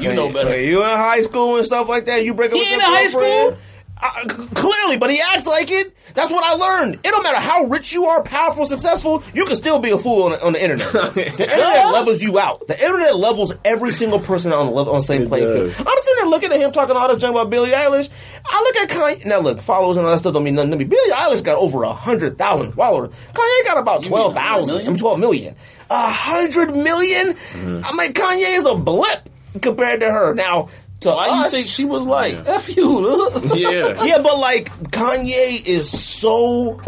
Speaker 2: You know better.
Speaker 1: When <laughs> you in high school and stuff like that. You break up.
Speaker 2: He
Speaker 1: with
Speaker 2: ain't
Speaker 1: your
Speaker 2: in high
Speaker 1: girlfriend.
Speaker 2: school?
Speaker 1: I, c- clearly, but he acts like it. That's what I learned. It don't matter how rich you are, powerful, successful, you can still be a fool on, the- on the <laughs> internet. the internet levels you out. The internet levels every single person on the level, on the same playing field. I'm
Speaker 3: does.
Speaker 1: sitting there looking at him talking all this junk about Billie Eilish. I look at Kanye. Now look, followers and all that stuff don't mean nothing to me. Billie Eilish got over a hundred thousand followers. Kanye got about
Speaker 2: mean
Speaker 1: twelve thousand. I
Speaker 2: 100 million? Mm-hmm.
Speaker 1: mean twelve million. A hundred million? I'm like Kanye is a blip compared to her. Now to
Speaker 2: Why
Speaker 1: us,
Speaker 2: you think she
Speaker 1: <laughs>
Speaker 2: was like f you? <laughs>
Speaker 3: Yeah.
Speaker 1: yeah, but like Kanye is so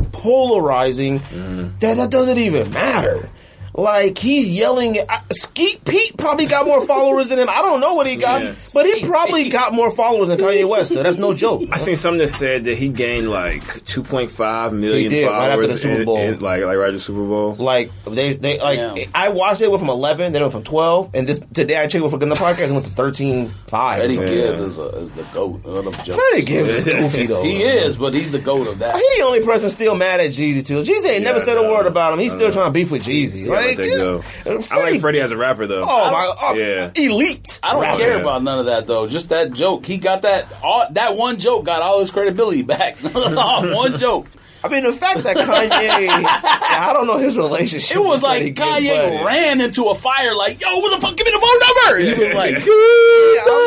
Speaker 1: polarizing
Speaker 2: Mm-hmm.
Speaker 1: that that doesn't even matter. Like he's yelling. I, Skeet Pete probably got more followers than him. I don't know what he got,
Speaker 3: Yeah.
Speaker 1: but he probably got more followers than Kanye West. So that's no
Speaker 2: <laughs>
Speaker 1: joke.
Speaker 3: I seen something that said that he gained like 2.5 million
Speaker 1: He did,
Speaker 3: followers
Speaker 1: right after the Super
Speaker 3: in-
Speaker 1: Bowl.
Speaker 3: in- like like right after the Super Bowl.
Speaker 1: Like they, they like
Speaker 2: Yeah.
Speaker 1: I watched it went from eleven, then it went from twelve, and this today I checked with the podcast it went to thirteen five.
Speaker 2: Freddie
Speaker 1: Freddie
Speaker 2: Gibbs is, a, is the goat of the jokes.
Speaker 1: Gibbs is
Speaker 2: <laughs>
Speaker 1: goofy though.
Speaker 2: He is, but he's the goat of that.
Speaker 1: He the only person still mad at Jeezy too. Jeezy ain't never
Speaker 3: Yeah,
Speaker 1: said a
Speaker 3: no.
Speaker 1: word about him. He's still
Speaker 2: Uh-huh.
Speaker 3: know.
Speaker 1: trying to beef with Jeezy.
Speaker 3: Yeah,
Speaker 1: like,
Speaker 3: let that go.
Speaker 1: uh,
Speaker 3: I like
Speaker 1: Freddie-
Speaker 3: Freddie as a rapper though.
Speaker 1: Oh my! Oh,
Speaker 3: Yeah.
Speaker 1: elite.
Speaker 2: I don't
Speaker 1: rapper.
Speaker 2: care
Speaker 3: yeah.
Speaker 2: about none of that though. Just that joke. He got that all, that one joke got all his credibility back. <laughs> one joke.
Speaker 1: I mean, the fact that Kanye.
Speaker 2: <laughs>
Speaker 1: Yeah, I don't know his relationship.
Speaker 2: It
Speaker 1: with
Speaker 2: was like
Speaker 1: Freddie Gibbs,
Speaker 2: Kanye
Speaker 1: but-
Speaker 2: ran into a fire like, "Yo, what the fuck? Give me the phone number." He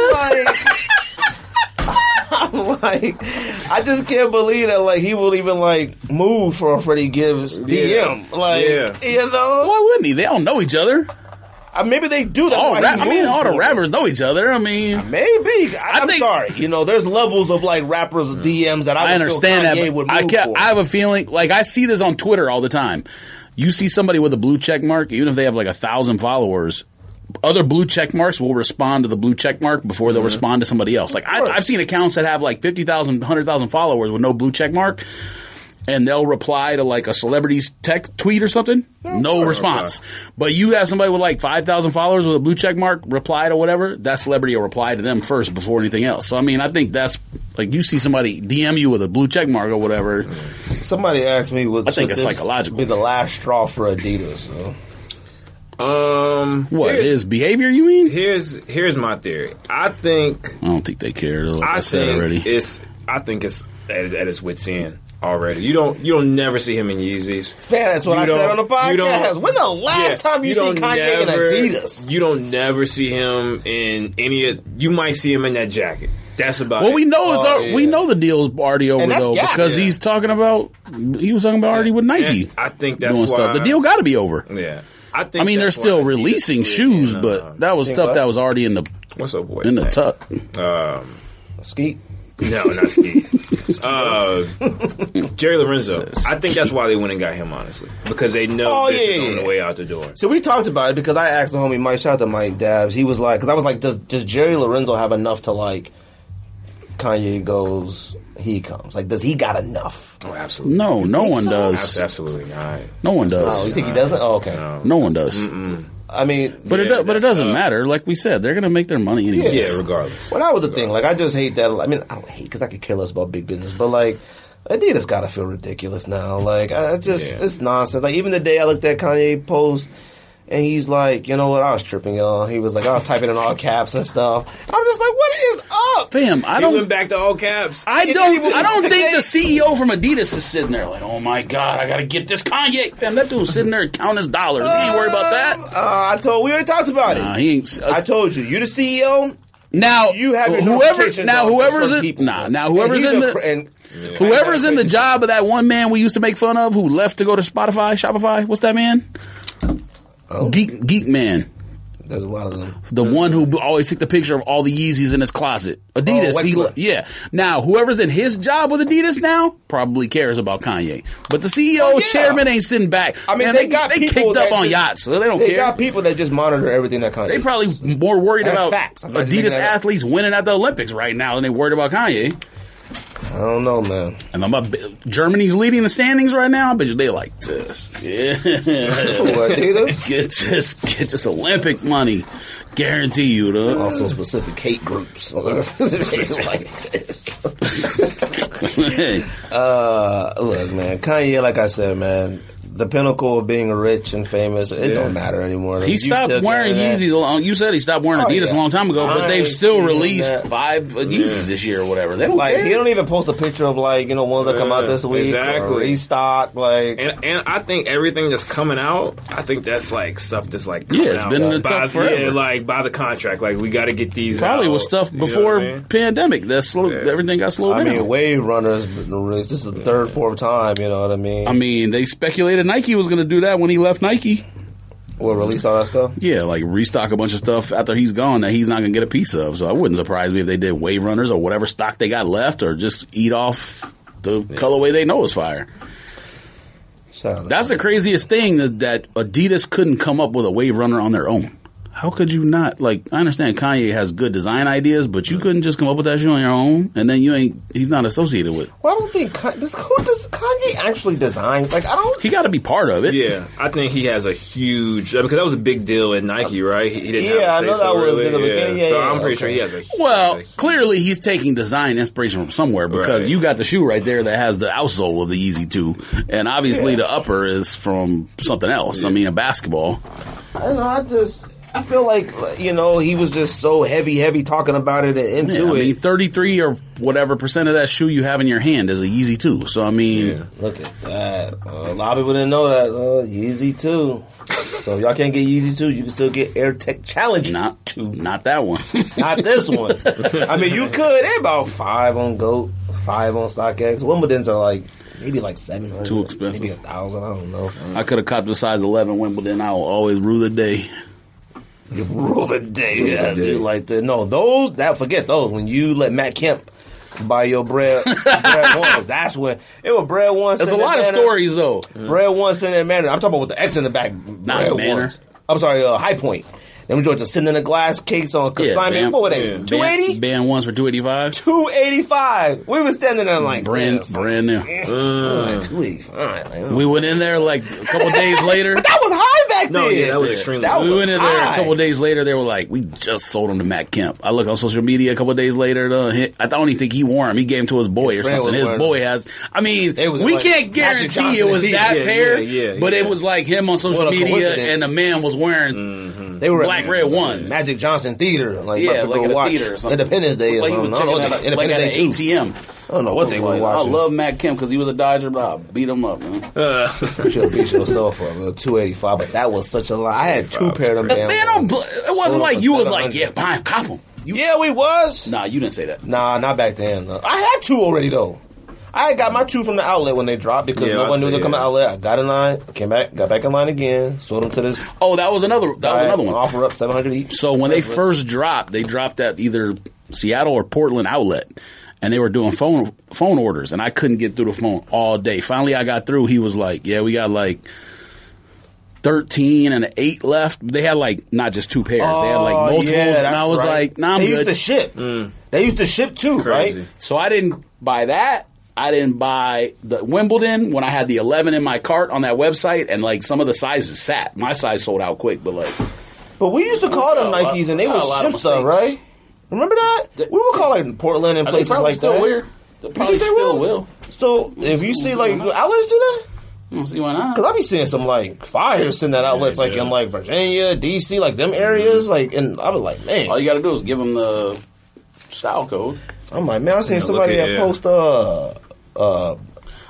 Speaker 2: was like,
Speaker 1: Yeah, <laughs> I'm like, I'm like, I just can't believe that like he will even like move for a Freddie Gibbs DM. Like,
Speaker 3: Yeah.
Speaker 1: you know,
Speaker 2: "Why wouldn't he? They all know each other.
Speaker 1: Uh, maybe they do that.
Speaker 2: All
Speaker 1: why he
Speaker 2: Oh, rap- I mean,
Speaker 1: moves
Speaker 2: all the
Speaker 1: for them.
Speaker 2: rappers know each other. I mean,
Speaker 1: Maybe I,
Speaker 2: I
Speaker 1: am
Speaker 2: think-
Speaker 1: sorry. You know, there's levels of like rappers DMs that I,
Speaker 2: I
Speaker 1: would
Speaker 2: understand
Speaker 1: feel
Speaker 2: that.
Speaker 1: Kanye
Speaker 2: But
Speaker 1: Would
Speaker 2: I
Speaker 1: move
Speaker 2: can
Speaker 1: for.
Speaker 2: I have a feeling like I see this on Twitter all the time. You see somebody with a blue check mark, even if they have like a thousand followers. Other blue check marks will respond to the blue check mark before they'll respond to somebody else. Like I,
Speaker 1: Mm-hmm. course.
Speaker 2: I've seen accounts that have like 50,000, 100,000 followers with no blue check mark, and they'll reply to like a celebrity's tech tweet or something. No response. But you have somebody with like 5,000 followers with a blue check mark reply to whatever, that celebrity will reply to them first before anything else. So, I mean, I think that's like you see somebody DM you with a blue check mark or whatever.
Speaker 1: Somebody asked me, "Would
Speaker 2: I think
Speaker 1: should
Speaker 2: it's
Speaker 1: this
Speaker 2: psychological.
Speaker 1: Be the last straw for Adidas." huh? Oh.
Speaker 3: Um,
Speaker 2: What,
Speaker 3: here's,
Speaker 2: his behavior, you mean?
Speaker 3: here's here's my theory. I think
Speaker 2: I don't think they care. Like I,
Speaker 3: I
Speaker 2: said
Speaker 3: think
Speaker 2: already.
Speaker 3: it's I think it's at, at its wits end. already. You don't you don't never see him in Yeezys.
Speaker 1: Man, that's what
Speaker 3: You
Speaker 1: I said
Speaker 3: don't-
Speaker 1: on the
Speaker 3: you
Speaker 1: podcast.
Speaker 3: don't-
Speaker 1: When the last
Speaker 3: Yeah,
Speaker 1: time you, see Kanye
Speaker 3: never-
Speaker 1: in Adidas?
Speaker 3: You don't never see him in any. of You might see him in that jacket. That's about.
Speaker 2: Well,
Speaker 3: it.
Speaker 2: we know it's
Speaker 1: Oh,
Speaker 2: our, we
Speaker 1: yeah.
Speaker 2: know the deal's already over
Speaker 1: And that's
Speaker 2: though
Speaker 1: Gap,
Speaker 2: because
Speaker 1: yeah.
Speaker 2: he's talking about he was talking about already with Nike
Speaker 3: And I think that's why
Speaker 2: doing stuff. The deal got to be over.
Speaker 3: Yeah, I think.
Speaker 2: I mean, they're
Speaker 3: that's why
Speaker 2: still
Speaker 3: Adidas
Speaker 2: releasing
Speaker 3: did,
Speaker 2: shoes,
Speaker 3: and, uh,
Speaker 2: but that was
Speaker 1: think
Speaker 2: stuff
Speaker 1: what?
Speaker 2: that was already in the
Speaker 3: what's up, boy?
Speaker 2: in the tuck.
Speaker 3: Um,
Speaker 1: Skeet.
Speaker 3: no,
Speaker 2: <laughs>
Speaker 3: not Steve. uh, Jerry Lorenzo. I think that's why they went and got him, honestly, because they know
Speaker 1: Oh,
Speaker 3: this
Speaker 1: yeah,
Speaker 3: is
Speaker 1: yeah,
Speaker 3: on
Speaker 1: yeah.
Speaker 3: the way out the door.
Speaker 1: So we talked about it because I asked the homie Mike. Shout out to Mike Dabs. He was like, because I was like, does, does Jerry Lorenzo have enough to like? Kanye goes, he comes. Like, does he got enough?
Speaker 3: Oh, absolutely.
Speaker 2: No, no one
Speaker 3: Abs-
Speaker 2: does.
Speaker 3: absolutely not.
Speaker 2: No one
Speaker 1: Oh, you
Speaker 2: does.
Speaker 1: think he doesn't? Oh, okay.
Speaker 3: No.
Speaker 2: No one
Speaker 1: I
Speaker 2: does.
Speaker 1: mean,
Speaker 2: But it
Speaker 3: Yeah,
Speaker 2: do- but it
Speaker 3: that's
Speaker 2: doesn't
Speaker 3: tough.
Speaker 2: matter. Like we said, they're gonna make their money anyway.
Speaker 3: Yeah, regardless.
Speaker 1: Well, that was the thing. Like, I just hate that. I mean, I don't hate because I could care less about big business, but like, Adidas gotta feel ridiculous now. Like, I I just
Speaker 3: Yeah.
Speaker 1: it's nonsense. Like, even the day I looked at Kanye post. And he's like, you know what? I was tripping, y'all. He was like, I was typing in all caps and stuff. I'm just like, what is up?
Speaker 2: Fam, I
Speaker 3: He
Speaker 2: don't
Speaker 3: went back to all caps.
Speaker 2: I
Speaker 1: It
Speaker 2: don't.
Speaker 1: even-
Speaker 2: I don't think
Speaker 1: today-
Speaker 2: the CEO from Adidas is sitting there like, "Oh my god, I gotta get this Kanye." Fam, that dude's sitting there counting his dollars. He ain't worried about that.
Speaker 1: Uh, I told. We already talked about
Speaker 2: Nah,
Speaker 1: it.
Speaker 2: he ain't.
Speaker 1: I told you. You the CEO.
Speaker 2: now
Speaker 1: You have your
Speaker 2: whoever
Speaker 1: notifications
Speaker 2: now
Speaker 1: on for
Speaker 2: whoever's
Speaker 1: certain
Speaker 2: in
Speaker 1: people.
Speaker 2: nah now
Speaker 1: And
Speaker 2: whoever's
Speaker 1: he's
Speaker 2: in
Speaker 1: a
Speaker 2: the
Speaker 1: cra- and
Speaker 2: whoever's in the job of that one man we used to make fun of who left to go to Spotify, Shopify. What's that man?
Speaker 1: Oh.
Speaker 2: Geek Geek Man.
Speaker 1: There's a lot of them.
Speaker 2: The one who always took the picture of all the Yeezys in his closet. Adidas.
Speaker 1: Oh,
Speaker 2: he-
Speaker 1: Wexler.
Speaker 2: yeah. Now, whoever's in his job with Adidas now probably cares about Kanye. But the CEO,
Speaker 1: Oh, yeah.
Speaker 2: chairman ain't sitting back.
Speaker 1: I mean,
Speaker 2: Man,
Speaker 1: they, got
Speaker 2: they
Speaker 1: people
Speaker 2: kicked
Speaker 1: that
Speaker 2: up on
Speaker 1: just-
Speaker 2: yachts, so they don't
Speaker 1: they
Speaker 2: care.
Speaker 1: got people that just monitor everything that Kanye.
Speaker 2: they probably more worried
Speaker 1: That's
Speaker 2: about
Speaker 1: facts. I'm not just
Speaker 2: Adidas
Speaker 1: making that up.
Speaker 2: athletes winning at the Olympics right now than they worried about Kanye.
Speaker 1: I don't know, man.
Speaker 2: And I'm about, Germany's leading the standings right now. I bet you they like this. Yeah. <laughs>
Speaker 1: Ooh, Adidas.
Speaker 2: get this, get this Olympic money. Guarantee you, though.
Speaker 1: Also specific hate groups. <laughs> It's like this.
Speaker 2: <laughs> Hey.
Speaker 1: <laughs> Uh, look, man, Kanye. Like I said, man, the pinnacle of being rich and famous. It don't matter anymore.
Speaker 2: He stopped wearing Yeezys. Along, you said he stopped wearing
Speaker 1: Oh,
Speaker 2: Adidas
Speaker 1: yeah.
Speaker 2: a long time ago, but
Speaker 1: I
Speaker 2: they've
Speaker 1: ain't
Speaker 2: still
Speaker 1: seen
Speaker 2: released
Speaker 1: that.
Speaker 2: five uh, Yeezys this year or whatever. They don't
Speaker 1: Like
Speaker 2: care.
Speaker 1: he don't even post a picture of like you know ones that come out this
Speaker 3: Yeah,
Speaker 1: week
Speaker 3: exactly.
Speaker 1: or restock. Like
Speaker 3: And, and I think everything that's coming out, I think that's like stuff that's like coming
Speaker 2: Yeah, it's
Speaker 3: out
Speaker 2: been in the
Speaker 3: by,
Speaker 2: tuck forever.
Speaker 3: Yeah, like by the contract, like we got to get these.
Speaker 2: Probably
Speaker 3: out.
Speaker 2: was stuff
Speaker 3: You know
Speaker 2: before
Speaker 3: what I mean?
Speaker 2: pandemic. That slowed
Speaker 3: Yeah.
Speaker 2: everything got slowed
Speaker 1: I
Speaker 2: down.
Speaker 1: mean, Wave Runners. This is the third, fourth time. You know what I mean?
Speaker 2: I mean, they speculated Nike was going to do that when he left Nike.
Speaker 1: we'll release all that stuff.
Speaker 2: Yeah, like restock a bunch of stuff after he's gone that he's not going to get a piece of. So I wouldn't surprise me if they did wave runners or whatever stock they got left, or just eat off the colorway they know is fire.
Speaker 1: Shout out to-
Speaker 2: That's the craziest thing that, that Adidas couldn't come up with a wave runner on their own. How could you not? Like, I understand Kanye has good design ideas, but you couldn't just come up with that shit on your own, and then you ain't. He's not associated with.
Speaker 1: Well, I don't think Ka- this, who does Kanye actually design? Like I don't.
Speaker 2: He got to be part of it.
Speaker 3: Yeah, I think he has a huge because that was a big deal in Nike, right? He, he didn't.
Speaker 1: Yeah, I
Speaker 3: have a
Speaker 1: know
Speaker 3: say so
Speaker 1: that was
Speaker 3: really.
Speaker 1: in the beginning. Yeah,
Speaker 3: so
Speaker 1: yeah,
Speaker 3: I'm
Speaker 1: okay.
Speaker 3: pretty sure he has a.
Speaker 2: Well,
Speaker 3: a huge-
Speaker 2: clearly he's taking design inspiration from somewhere because
Speaker 3: Right.
Speaker 2: you got the shoe right there that has the outsole of the Yeezy Two, and obviously the upper is from something else. I mean, a basketball.
Speaker 1: I don't know. I just. I feel like you know he was just so heavy, heavy talking about it and
Speaker 2: Yeah,
Speaker 1: into
Speaker 2: I
Speaker 1: it.
Speaker 2: mean, thirty three or whatever percent of that shoe you have in your hand is a Yeezy Two. So I mean.
Speaker 1: Look at that. Uh, a lot of people didn't know that. Uh, Yeezy two. So if y'all can't get Yeezy two, you can still get Air Tech Challenge.
Speaker 2: Not two. Not that one. <laughs>
Speaker 1: Not this one. I mean, you could. They about five on Goat, five on StockX. Wimbledon's are like maybe like seven hundred.
Speaker 2: Too expensive.
Speaker 1: Maybe a thousand. I don't know.
Speaker 2: I could have copped the size 11 Wimbledon. I will always rue the day.
Speaker 1: You rule the day.
Speaker 2: the
Speaker 1: Yeah,
Speaker 2: day.
Speaker 1: dude. Like the, no, those that forget those. When you let Matt Kemp buy your
Speaker 2: <laughs>
Speaker 1: bread, bread ones, that's when it was bread ones.
Speaker 2: There's a
Speaker 1: in
Speaker 2: lot of
Speaker 1: Atlanta.
Speaker 2: stories, though.
Speaker 1: Bread one sitting in Manor. I'm talking about with the X in the back. bread
Speaker 2: Manor.
Speaker 1: ones. I'm sorry, uh, High Point. Then we joined to sitting in the glass cakes on consignment.
Speaker 2: Bam-
Speaker 1: what were they?
Speaker 3: yeah. Bam-
Speaker 1: Two eighty.
Speaker 2: Band ones for 285.
Speaker 1: 285. We were standing there like,
Speaker 2: Brand, brand new.
Speaker 1: two eighty five.
Speaker 2: We went in there like a couple days later.
Speaker 1: that was high back
Speaker 3: No,
Speaker 1: then.
Speaker 3: yeah, that was extremely
Speaker 1: That
Speaker 3: low.
Speaker 2: We went in there a
Speaker 1: high.
Speaker 2: couple days later. They were like, "We just sold them to Matt Kemp." I look on social media a couple days later. The, hit- I don't even think he wore him. He gave him to his boy or
Speaker 1: friend
Speaker 2: something.
Speaker 1: was
Speaker 2: His
Speaker 1: wearing
Speaker 2: boy has. I mean,
Speaker 1: They was
Speaker 2: we
Speaker 1: like
Speaker 2: can't
Speaker 1: Magic
Speaker 2: guarantee
Speaker 1: Johnson
Speaker 2: it
Speaker 1: and
Speaker 2: was
Speaker 1: Pete.
Speaker 2: that
Speaker 3: Yeah,
Speaker 2: pair,
Speaker 3: yeah, yeah,
Speaker 2: but it
Speaker 3: yeah.
Speaker 2: was like him on social
Speaker 1: What a
Speaker 2: media,
Speaker 1: coincidence.
Speaker 2: and the man was wearing
Speaker 1: They were
Speaker 2: black
Speaker 1: at
Speaker 2: red ones.
Speaker 1: Magic Johnson Theater. Like,
Speaker 4: Yeah,
Speaker 1: about to
Speaker 4: like
Speaker 1: go
Speaker 4: at a
Speaker 1: watch
Speaker 4: theater or something.
Speaker 1: Independence Day.
Speaker 4: Like
Speaker 1: is
Speaker 4: he
Speaker 1: on.
Speaker 4: was
Speaker 1: I
Speaker 4: checking
Speaker 1: don't know
Speaker 4: out
Speaker 1: what
Speaker 4: a-
Speaker 1: the-
Speaker 4: like at an
Speaker 1: Independence Day 2.
Speaker 4: ATM.
Speaker 1: I don't know what they were
Speaker 4: Like, I
Speaker 1: watching.
Speaker 4: love Matt Kemp because he was a Dodger, but I beat him up, man.
Speaker 1: She'll beat yourself up. uh, 285, but that was such a lot. I had two pair of them. damn
Speaker 2: They don't.
Speaker 1: ones.
Speaker 2: bl- It wasn't like you was like,
Speaker 1: 700.
Speaker 2: yeah, buy him, cop him. You,
Speaker 1: Yeah, we was.
Speaker 4: Nah, you didn't say that.
Speaker 1: Nah, not back then. though. I had two already though. I had got my two from the outlet when they dropped because
Speaker 3: Yeah,
Speaker 1: no
Speaker 3: I
Speaker 1: one knew
Speaker 3: see
Speaker 1: they come
Speaker 3: it.
Speaker 1: out outlet. I got in line, came back, got back in line again, sold them to this.
Speaker 2: Oh, that was another. That was
Speaker 1: guy,
Speaker 2: another one.
Speaker 1: Offer up seven hundred each.
Speaker 2: So when they first dropped, they dropped at either Seattle or Portland outlet, and they were doing phone phone orders, and I couldn't get through the phone all day. Finally, I got through. He was like, "Yeah, we got like." 13 and an 8 left. They had like not just two pairs. they had like
Speaker 1: Oh,
Speaker 2: multiples
Speaker 1: yeah,
Speaker 2: and I
Speaker 1: that's
Speaker 2: was
Speaker 1: right.
Speaker 2: like, "Nah, I'm
Speaker 1: they used
Speaker 2: good."
Speaker 1: to ship.
Speaker 4: Mm.
Speaker 1: They used to ship too,
Speaker 3: Crazy.
Speaker 1: right?
Speaker 2: So I didn't buy that. I didn't buy the Wimbledon when I had the 11 in my cart on that website, and like some of the sizes sat. My size sold out quick, but like
Speaker 1: But we used to call them
Speaker 4: got a lot-
Speaker 1: Nikes and they
Speaker 4: got a
Speaker 1: would
Speaker 4: lot of
Speaker 1: ship stuff,
Speaker 4: mistakes.
Speaker 1: right? Remember that? We would call like Portland and places
Speaker 4: probably
Speaker 1: like
Speaker 4: still
Speaker 1: that.
Speaker 4: will. They probably
Speaker 1: they
Speaker 4: still
Speaker 1: will?
Speaker 4: will.
Speaker 1: So if you see like outlets do that,
Speaker 4: I don't see why not.
Speaker 1: Cause I be seeing some like fires in that outlets,
Speaker 3: Yeah,
Speaker 1: like
Speaker 3: yeah.
Speaker 1: in like Virginia, DC, like them
Speaker 4: Mm-hmm.
Speaker 1: areas, like, and I was like, man,
Speaker 4: All you got to do is give them the style code.
Speaker 1: I'm like, man, I seen
Speaker 3: Yeah,
Speaker 1: somebody
Speaker 3: look at-
Speaker 1: that post uh uh,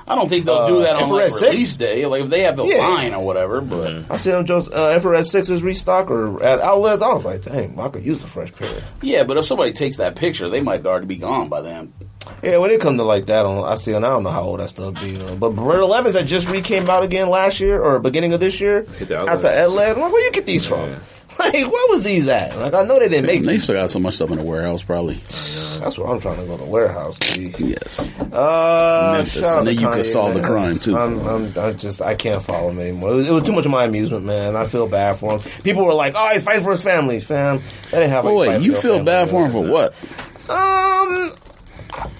Speaker 4: I don't think they'll do that on
Speaker 1: infrared
Speaker 4: like,
Speaker 1: six?
Speaker 4: release day, like if they have a
Speaker 1: Yeah.
Speaker 4: line or whatever. But
Speaker 1: I seen them just uh, infrared sixes restock or at outlets. I was like, dang, I could use a fresh pair.
Speaker 4: yeah, but if somebody takes that picture, they might already be gone by then.
Speaker 1: Yeah, when it come to like that, on I see, and I don't know how old that stuff be, you know, but Red Elevens that just re came out again last year or beginning of this year
Speaker 3: Hit the outlet.
Speaker 1: after Ed Led, I'm like, where you get these
Speaker 3: Yeah.
Speaker 1: from? <laughs> Like, where was these at? Like, I know they didn't make
Speaker 2: they
Speaker 1: these.
Speaker 2: still got so much stuff in the warehouse, probably.
Speaker 1: That's where I'm trying to go to warehouse. dude.
Speaker 2: Yes,
Speaker 1: Uh,
Speaker 2: Memphis,
Speaker 1: shout out
Speaker 2: and then
Speaker 1: to
Speaker 2: you could
Speaker 1: Kanye,
Speaker 2: solve the
Speaker 1: man.
Speaker 2: crime, too.
Speaker 1: I'm, I'm, I just, I can't follow him anymore. It was, it was too much of my amusement, man. I feel bad for him. People were like, "Oh, he's fighting for his family, fam." That didn't have.
Speaker 2: boy, you feel bad for him for what?
Speaker 1: Um,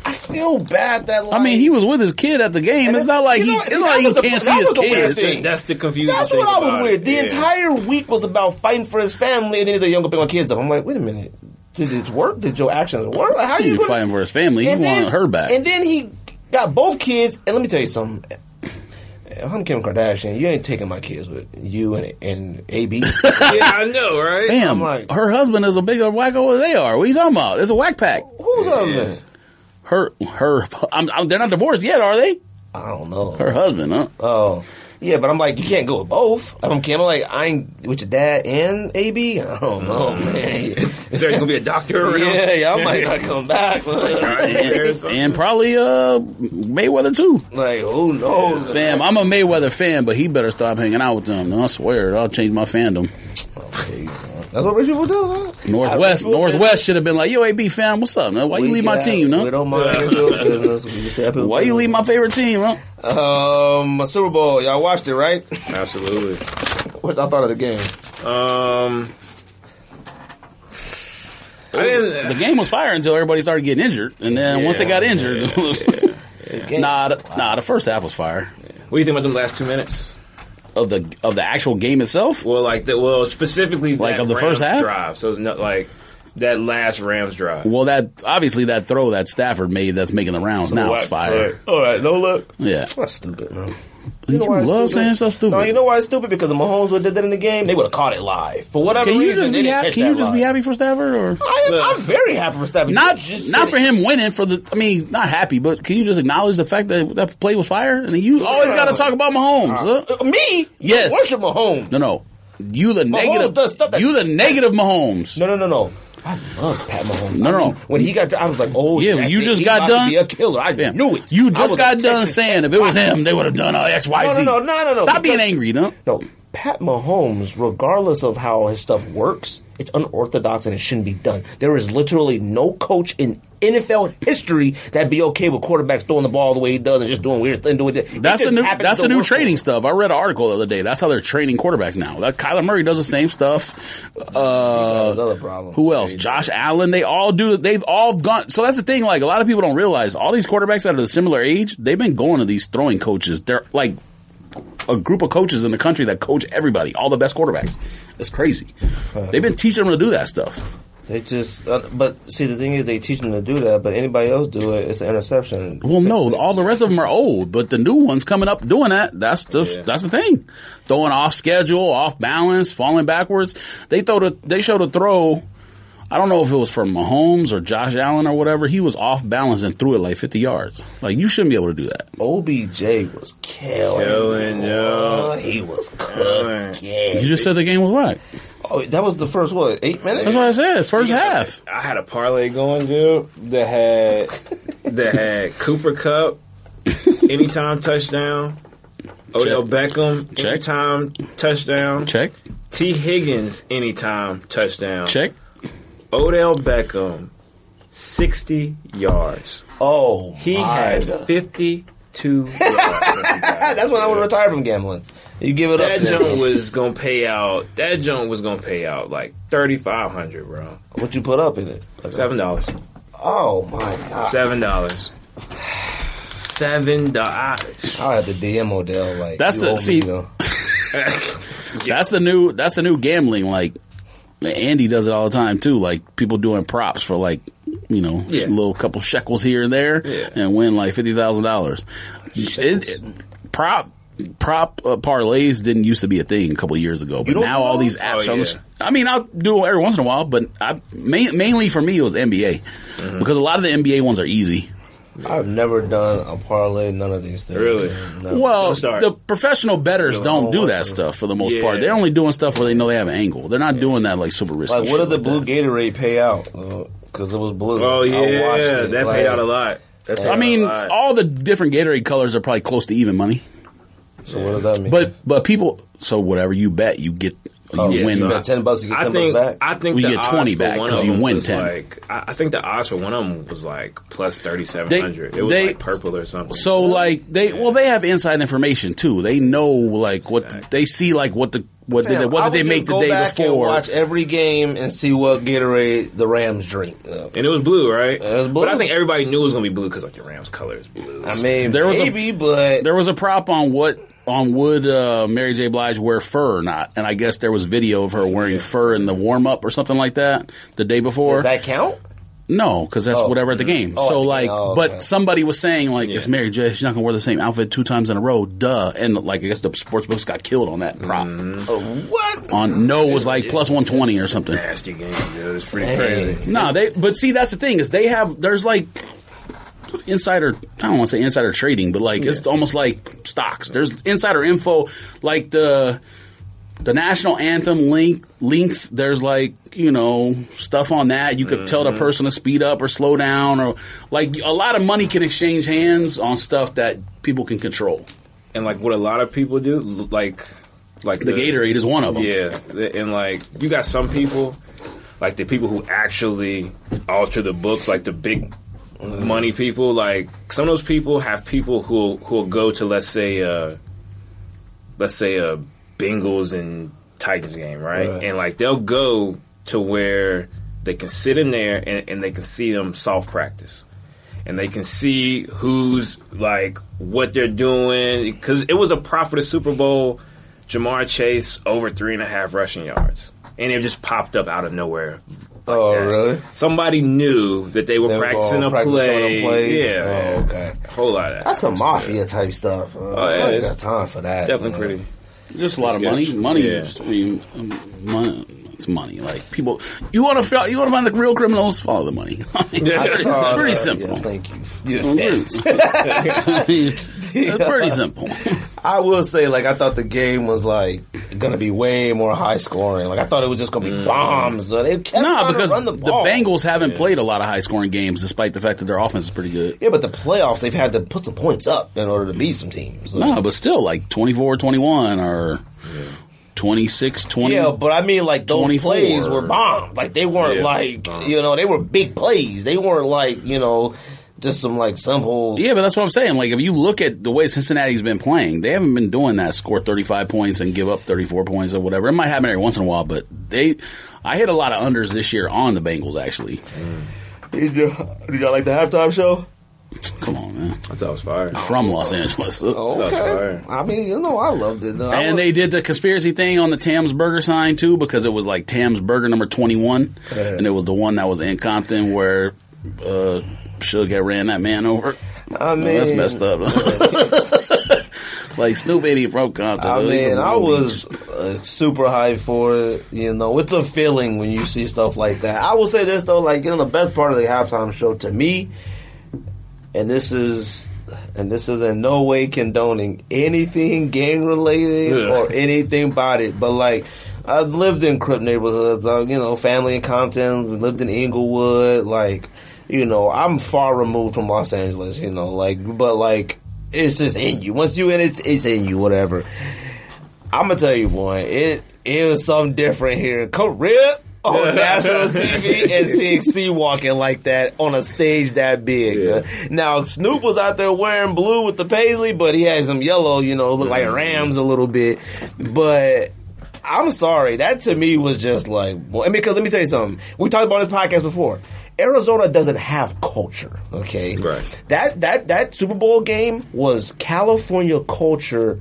Speaker 1: I feel bad that. Like,
Speaker 2: I mean, he was with his kid at the game.
Speaker 1: And
Speaker 2: It's
Speaker 1: it-
Speaker 2: not like
Speaker 1: you
Speaker 2: he,
Speaker 1: know,
Speaker 2: it's
Speaker 1: see,
Speaker 2: not like
Speaker 1: that
Speaker 2: he
Speaker 1: was the-
Speaker 2: can't see
Speaker 1: that
Speaker 2: his
Speaker 1: was the weird
Speaker 2: kids.
Speaker 1: thing.
Speaker 3: That's the confusing
Speaker 1: That's
Speaker 3: thing
Speaker 1: what I was
Speaker 3: about
Speaker 1: weird.
Speaker 3: it.
Speaker 1: The
Speaker 3: Yeah.
Speaker 1: entire week was about fighting for his family, and then he's like, "Young, picking my kids up." I'm like, "Wait a minute, did it work? Did your actions work? Like, how
Speaker 2: He
Speaker 1: you
Speaker 2: was
Speaker 1: gonna-
Speaker 2: fighting for his family. He
Speaker 1: And
Speaker 2: wanted her back.
Speaker 1: And then he got both kids. And let me tell you something. If I'm Kim Kardashian, you ain't taking my kids with you and, and AB.
Speaker 3: <laughs> yeah, I know, right?
Speaker 2: Damn,
Speaker 1: I'm like-
Speaker 2: her husband is a bigger wacko as they are. What are you talking about? It's a whack pack.
Speaker 1: Who's husband?
Speaker 2: Her, her, I'm, I'm, they're not divorced yet, are they?
Speaker 1: I don't know.
Speaker 2: Her husband, huh?
Speaker 1: Oh. Yeah, but I'm like, you can't go with both. If I'm Kim, I'm like, I ain't with your dad and AB? I don't know, man.
Speaker 3: Is there gonna be a doctor around?
Speaker 1: Yeah, yeah, I
Speaker 3: <laughs>
Speaker 1: might not come back.
Speaker 3: and
Speaker 2: and probably uh Mayweather too.
Speaker 1: like, who knows?
Speaker 2: Fam, I'm a Mayweather fan, but he better stop hanging out with them. I swear, I'll change my fandom.
Speaker 1: Okay, man. That's what rich people do, huh?
Speaker 2: Northwest,
Speaker 1: I- we-
Speaker 2: Northwest should have been like, "Yo, AB fam, what's up? Man? Why you
Speaker 1: we
Speaker 2: leave my
Speaker 1: got- We
Speaker 2: team? No,
Speaker 1: don't mind your business. We just happy
Speaker 2: why you leave my favorite team? Huh?
Speaker 1: Um, Super Bowl. Y'all watched it, right?
Speaker 3: absolutely.
Speaker 1: What I thought of the game?
Speaker 3: Um, I didn't.
Speaker 2: The game was fire until everybody started getting injured, and then once they got
Speaker 3: Yeah,
Speaker 2: injured, <laughs> nah, the, nah, the first half was fire
Speaker 3: What do you think about them last two minutes?
Speaker 2: of the of the actual game itself.
Speaker 3: Well, like the well specifically
Speaker 2: Like
Speaker 3: that
Speaker 2: of the first
Speaker 3: Rams
Speaker 2: half?
Speaker 3: drive. So it's not like that last Rams drive.
Speaker 2: Well, that obviously that throw that Stafford made that's making the rounds now is
Speaker 3: What?
Speaker 2: fire.
Speaker 1: All right, no look.
Speaker 2: Yeah,
Speaker 1: That's stupid, man.
Speaker 2: you,
Speaker 1: know why it's
Speaker 2: love
Speaker 1: stupid?
Speaker 2: saying stuff stupid.
Speaker 1: No, you know why it's stupid? Because if Mahomes would have did that in the game, they would have caught it live. For whatever
Speaker 2: Can you
Speaker 1: reason,
Speaker 2: just
Speaker 1: they
Speaker 2: be
Speaker 1: didn't
Speaker 2: happy?
Speaker 1: catch
Speaker 2: Can you
Speaker 1: that
Speaker 2: just be
Speaker 1: live.
Speaker 2: happy for Stafford, or
Speaker 1: I am,
Speaker 3: Look.
Speaker 1: I'm very happy for Stafford.
Speaker 2: not?
Speaker 1: You just
Speaker 2: Not
Speaker 1: said
Speaker 2: for
Speaker 1: it.
Speaker 2: him winning for the. I mean, not happy, but can you just acknowledge the fact that that play was fire? And you always got to talk about Mahomes. huh?
Speaker 1: Uh, Me?
Speaker 2: Yes.
Speaker 1: I Worship Mahomes.
Speaker 2: No, no, you the negative.
Speaker 1: does stuff that-
Speaker 2: you the negative Mahomes.
Speaker 1: No, no, no, no. I love Pat Mahomes.
Speaker 2: No,
Speaker 1: I
Speaker 2: no.
Speaker 1: mean, When he got, I was like, oh,
Speaker 2: Yeah,
Speaker 1: that's
Speaker 2: you
Speaker 1: it.
Speaker 2: just
Speaker 1: He
Speaker 2: got
Speaker 1: about to
Speaker 2: done-
Speaker 1: Be a killer. I
Speaker 2: Fam,
Speaker 1: knew it.
Speaker 2: You
Speaker 1: I was
Speaker 2: just
Speaker 1: a
Speaker 2: got done
Speaker 1: Texas
Speaker 2: saying if it was him, they would have done uh, X, Y,
Speaker 1: No,
Speaker 2: Z.
Speaker 1: no, no, no, no, no.
Speaker 2: Stop being
Speaker 1: Because-
Speaker 2: angry, no.
Speaker 1: No, Pat Mahomes, regardless of how his stuff works, it's unorthodox and it shouldn't be done. There is literally no coach in NFL history that'd be okay with quarterbacks throwing the ball the way he does and just doing weird things. Doing it.
Speaker 2: That's
Speaker 1: It
Speaker 2: the
Speaker 1: just
Speaker 2: new.
Speaker 1: happens
Speaker 2: That's
Speaker 1: to
Speaker 2: the new
Speaker 1: work for
Speaker 2: training
Speaker 1: him.
Speaker 2: stuff. I read an article the other day. That's how they're training quarterbacks now. Like Kyler Murray does the same stuff. Uh,
Speaker 1: Another problem.
Speaker 2: Who else? Josh Allen. They all do. They've all gone. So that's the thing. Like a lot of people don't realize all these quarterbacks that are the similar age, they've been going to these throwing coaches. They're like a group of coaches in the country that coach everybody, all the best quarterbacks. It's crazy. They've been teaching them to do that stuff.
Speaker 1: They just, uh, but see, the thing is, they teach them to do that, but anybody else do it, it's an interception.
Speaker 2: Well, no, all the rest of them are old, but the new ones coming up doing that. That's the that's the thing, throwing off schedule, off balance, falling backwards. They throw the they showed a throw. I don't know if it was from Mahomes or Josh Allen or whatever. He was off balance and threw it like fifty yards. Like you shouldn't be able to do that.
Speaker 1: OBJ was killing.
Speaker 3: Killing, yo.
Speaker 1: Oh, he was cooking.
Speaker 2: You just said the game was whack.
Speaker 1: Oh, that was the first what eight minutes.
Speaker 2: That's what I said. First half.
Speaker 3: I had a parlay going, dude.
Speaker 2: <laughs>
Speaker 3: That had that had Cooper Cup, anytime touchdown. Odell Beckham,
Speaker 2: Check.
Speaker 3: anytime touchdown.
Speaker 2: Check,
Speaker 3: T. Higgins, anytime touchdown.
Speaker 2: check.
Speaker 3: Odell Beckham, sixty yards.
Speaker 1: Oh,
Speaker 3: He
Speaker 1: my
Speaker 3: had
Speaker 1: God.
Speaker 2: <laughs>
Speaker 3: fifty-two. yards.
Speaker 1: That's when I would retire from gambling. You give it
Speaker 3: That
Speaker 1: up.
Speaker 3: joint
Speaker 1: then.
Speaker 3: was gonna pay out. That joint was gonna pay out like thirty five hundred, bro.
Speaker 1: What you put up in it?
Speaker 3: Seven dollars.
Speaker 1: Oh my god!
Speaker 3: Seven dollars. Seven dollars.
Speaker 1: I had to DM Odell like
Speaker 2: That's
Speaker 1: you
Speaker 2: the-
Speaker 1: owe me,
Speaker 2: see-
Speaker 1: you know.
Speaker 2: That's the new. That's the new gambling. Like Andy does it all the time too. Like people doing props for like you know a
Speaker 3: Yeah.
Speaker 2: little couple shekels here and there,
Speaker 3: Yeah.
Speaker 2: and win like fifty thousand dollars. It, it- prop prop uh, parlays didn't used to be a thing a couple years ago, but
Speaker 1: don't
Speaker 2: now
Speaker 1: do
Speaker 2: all these
Speaker 1: those?
Speaker 2: apps.
Speaker 3: Oh,
Speaker 2: on the
Speaker 3: yeah.
Speaker 2: s- I mean, I'll do it every once in a while, but I main, mainly for me it was NBA
Speaker 3: Mm-hmm.
Speaker 2: because a lot of the NBA ones are easy.
Speaker 1: I've never done a parlay, none of these things.
Speaker 3: Really?
Speaker 1: No.
Speaker 2: Well,
Speaker 3: Don't start.
Speaker 2: the professional betters don't do that stuff for the most part.
Speaker 3: Yeah.
Speaker 2: They're only doing stuff where they know they have an angle. They're not doing that like super risky.
Speaker 1: like what
Speaker 2: shit
Speaker 1: did the
Speaker 2: like
Speaker 1: blue
Speaker 2: that.
Speaker 1: Gatorade pay out? Because it was blue.
Speaker 3: Oh
Speaker 1: I
Speaker 3: yeah,
Speaker 1: watched it,
Speaker 3: that
Speaker 1: like-
Speaker 3: paid out a lot. That paid
Speaker 2: I
Speaker 3: out
Speaker 2: mean,
Speaker 3: a lot.
Speaker 2: all the different Gatorade colors are probably close to even money.
Speaker 1: So what does that mean?
Speaker 2: But but people, so whatever you bet, you get you
Speaker 1: Oh, yeah,
Speaker 2: win.
Speaker 1: so you bet ten bucks, you get
Speaker 3: I
Speaker 1: ten
Speaker 3: think
Speaker 1: bucks back.
Speaker 3: I think
Speaker 2: We
Speaker 3: the
Speaker 2: get
Speaker 3: odds
Speaker 2: 20
Speaker 3: for
Speaker 2: back
Speaker 3: one
Speaker 2: 'cause
Speaker 3: of
Speaker 2: you
Speaker 3: them
Speaker 2: win
Speaker 3: was
Speaker 2: 10.
Speaker 3: Like I, I think the odds for one of them was like plus thirty seven hundred. It was
Speaker 2: they-
Speaker 3: like purple or something.
Speaker 2: so like they well they have inside information too. They know like what the- they see like what the what did they,
Speaker 1: Fam,
Speaker 2: what
Speaker 1: I
Speaker 2: did they
Speaker 1: would
Speaker 2: make
Speaker 1: just
Speaker 2: the
Speaker 1: go
Speaker 2: day
Speaker 1: back and
Speaker 2: before.
Speaker 1: watch every game and see what Gatorade the Rams drink. Uh,
Speaker 3: and it was blue, right?
Speaker 1: It was blue.
Speaker 3: But I think everybody knew it was gonna be blue because like the Rams color is blue.
Speaker 1: I mean,
Speaker 2: There was a-
Speaker 1: maybe, but
Speaker 2: There was a prop on what on would uh, Mary J. Blige wear fur or not, and I guess there was video of her wearing fur in the warm up or something like that the day
Speaker 1: does
Speaker 2: before.
Speaker 1: that count?
Speaker 2: No, because that's
Speaker 1: Oh.
Speaker 2: whatever at the game.
Speaker 1: Oh, at
Speaker 2: so
Speaker 1: the
Speaker 2: like,
Speaker 1: game. Oh,
Speaker 2: but
Speaker 1: okay.
Speaker 2: somebody was saying like, it's Mary J. She's not gonna wear the same outfit two times in a row. Duh. And like, I guess the sports books got killed on that prop.
Speaker 1: Mm. What?
Speaker 2: On no was like plus one twenty or something.
Speaker 3: Nasty game, dude. It's pretty
Speaker 1: Dang.
Speaker 3: crazy.
Speaker 2: Nah, they. But see, that's the thing is they have. There's like insider. I don't want to say insider trading, but like it's almost like stocks. There's insider info, like the the national anthem link length. There's like you know stuff on that. You could tell the person to speed up or slow down, or like a lot of money can exchange hands on stuff that people can control.
Speaker 3: And like what a lot of people do, l- like like
Speaker 2: The Gatorade is one of them.
Speaker 3: Yeah, the- and like you got some people, like the people who actually alter the books, like the big money people. Like some of those people have people who who'll go to let's say, uh let's say a Bengals and Titans game, right?
Speaker 1: Right.
Speaker 3: And like they'll go to where they can sit in there and, and they can see them soft practice. And they can see who's like what they're doing because it was a prop for the Super Bowl. Jamar Chase over three and a half rushing yards, and it just popped up out of nowhere.
Speaker 1: Oh,
Speaker 3: Yeah.
Speaker 1: really?
Speaker 3: Somebody knew that they were
Speaker 1: They were
Speaker 3: practicing
Speaker 1: gonna
Speaker 3: a
Speaker 1: practice on
Speaker 3: play.
Speaker 1: them plays?
Speaker 3: Yeah,
Speaker 1: Oh,
Speaker 3: yeah.
Speaker 1: okay.
Speaker 3: whole lot of that.
Speaker 1: That's some mafia type stuff. Uh,
Speaker 3: Oh, yeah,
Speaker 1: I ain't
Speaker 3: it's
Speaker 1: got time for that.
Speaker 3: Definitely
Speaker 1: man. <laughs>
Speaker 3: pretty.
Speaker 2: Just a lot of
Speaker 3: Sketch.
Speaker 2: money. Money.
Speaker 3: Yeah.
Speaker 2: I mean, um, money. It's money. Like people, you want to you want to find the real criminals. Follow the money. <laughs> It's
Speaker 1: Uh,
Speaker 2: pretty
Speaker 1: yes,
Speaker 2: simple.
Speaker 1: thank you. You're fat.
Speaker 2: It's
Speaker 1: <laughs>
Speaker 2: pretty simple.
Speaker 1: I will say, like, I thought the game was like gonna be way more high scoring. Like, I thought it was just gonna
Speaker 3: Mm.
Speaker 1: be bombs. So they kept
Speaker 2: No,
Speaker 1: trying
Speaker 2: because
Speaker 1: to run
Speaker 2: the,
Speaker 1: the, ball.
Speaker 2: Bengals haven't played a lot of high scoring games, despite the fact that their offense is pretty good.
Speaker 1: Yeah, but the playoffs, they've had to put some points up in order to beat some teams. Like,
Speaker 2: No, but still, like 24 21 or 26 20.
Speaker 1: Yeah, but I mean, like those
Speaker 2: 24.
Speaker 1: plays were bombed. Like they weren't
Speaker 3: Yeah,
Speaker 1: like
Speaker 3: bombed.
Speaker 1: you know they were big plays. They weren't like you know just some like simple.
Speaker 2: Yeah, but that's what I'm saying. Like, if you look at the way Cincinnati's been playing, they haven't been doing that. Score 35 points and give up 34 points or whatever. It might happen every once in a while, but they. I hit a lot of unders this year on the Bengals, actually.
Speaker 1: Did you, did y'all like the halftime show?
Speaker 2: Come on, man.
Speaker 3: I thought it was <laughs> fire.
Speaker 2: From Los Angeles.
Speaker 1: Oh,
Speaker 3: That's
Speaker 1: Okay.
Speaker 3: fire.
Speaker 1: I mean, you know, I loved it. though. I
Speaker 2: And
Speaker 1: was-
Speaker 2: they did the conspiracy thing on the Tams Burger sign too, because it was like Tams Burger number twenty one, and it was the one that was in Compton where uh, Suge had ran that man over. Oh,
Speaker 1: I mean,
Speaker 2: that's messed up. <laughs> like Snoop Dogg from Compton.
Speaker 1: I
Speaker 2: dude. He
Speaker 1: mean,
Speaker 2: from
Speaker 1: I
Speaker 2: Long Beach.
Speaker 1: was uh, super hyped for it. You know, it's a feeling when you see stuff like that. I will say this though, like you know, the best part of the halftime show to me, and this is, and this is in no way condoning anything gang related
Speaker 3: Yeah.
Speaker 1: or anything about it, but like. I've lived in crip neighborhoods, uh, you know, family in Compton, we lived in Inglewood, like, you know, I'm far removed from Los Angeles, you know, like, but like, it's just in you. Once you in it, it's in you, whatever. I'm gonna tell you one. It it was something different here. Come rip on national TV
Speaker 3: <laughs>
Speaker 1: and seeing C walking like that on a stage that big.
Speaker 3: Yeah.
Speaker 1: Now Snoop was out there wearing blue with the paisley, but he had some yellow. You know, look like Rams a little bit, but. I'm sorry. That to me was just like, well, and because let me tell you something. We talked about this podcast before. Arizona doesn't have culture. Okay,
Speaker 3: Right.
Speaker 1: That that that Super Bowl game was California culture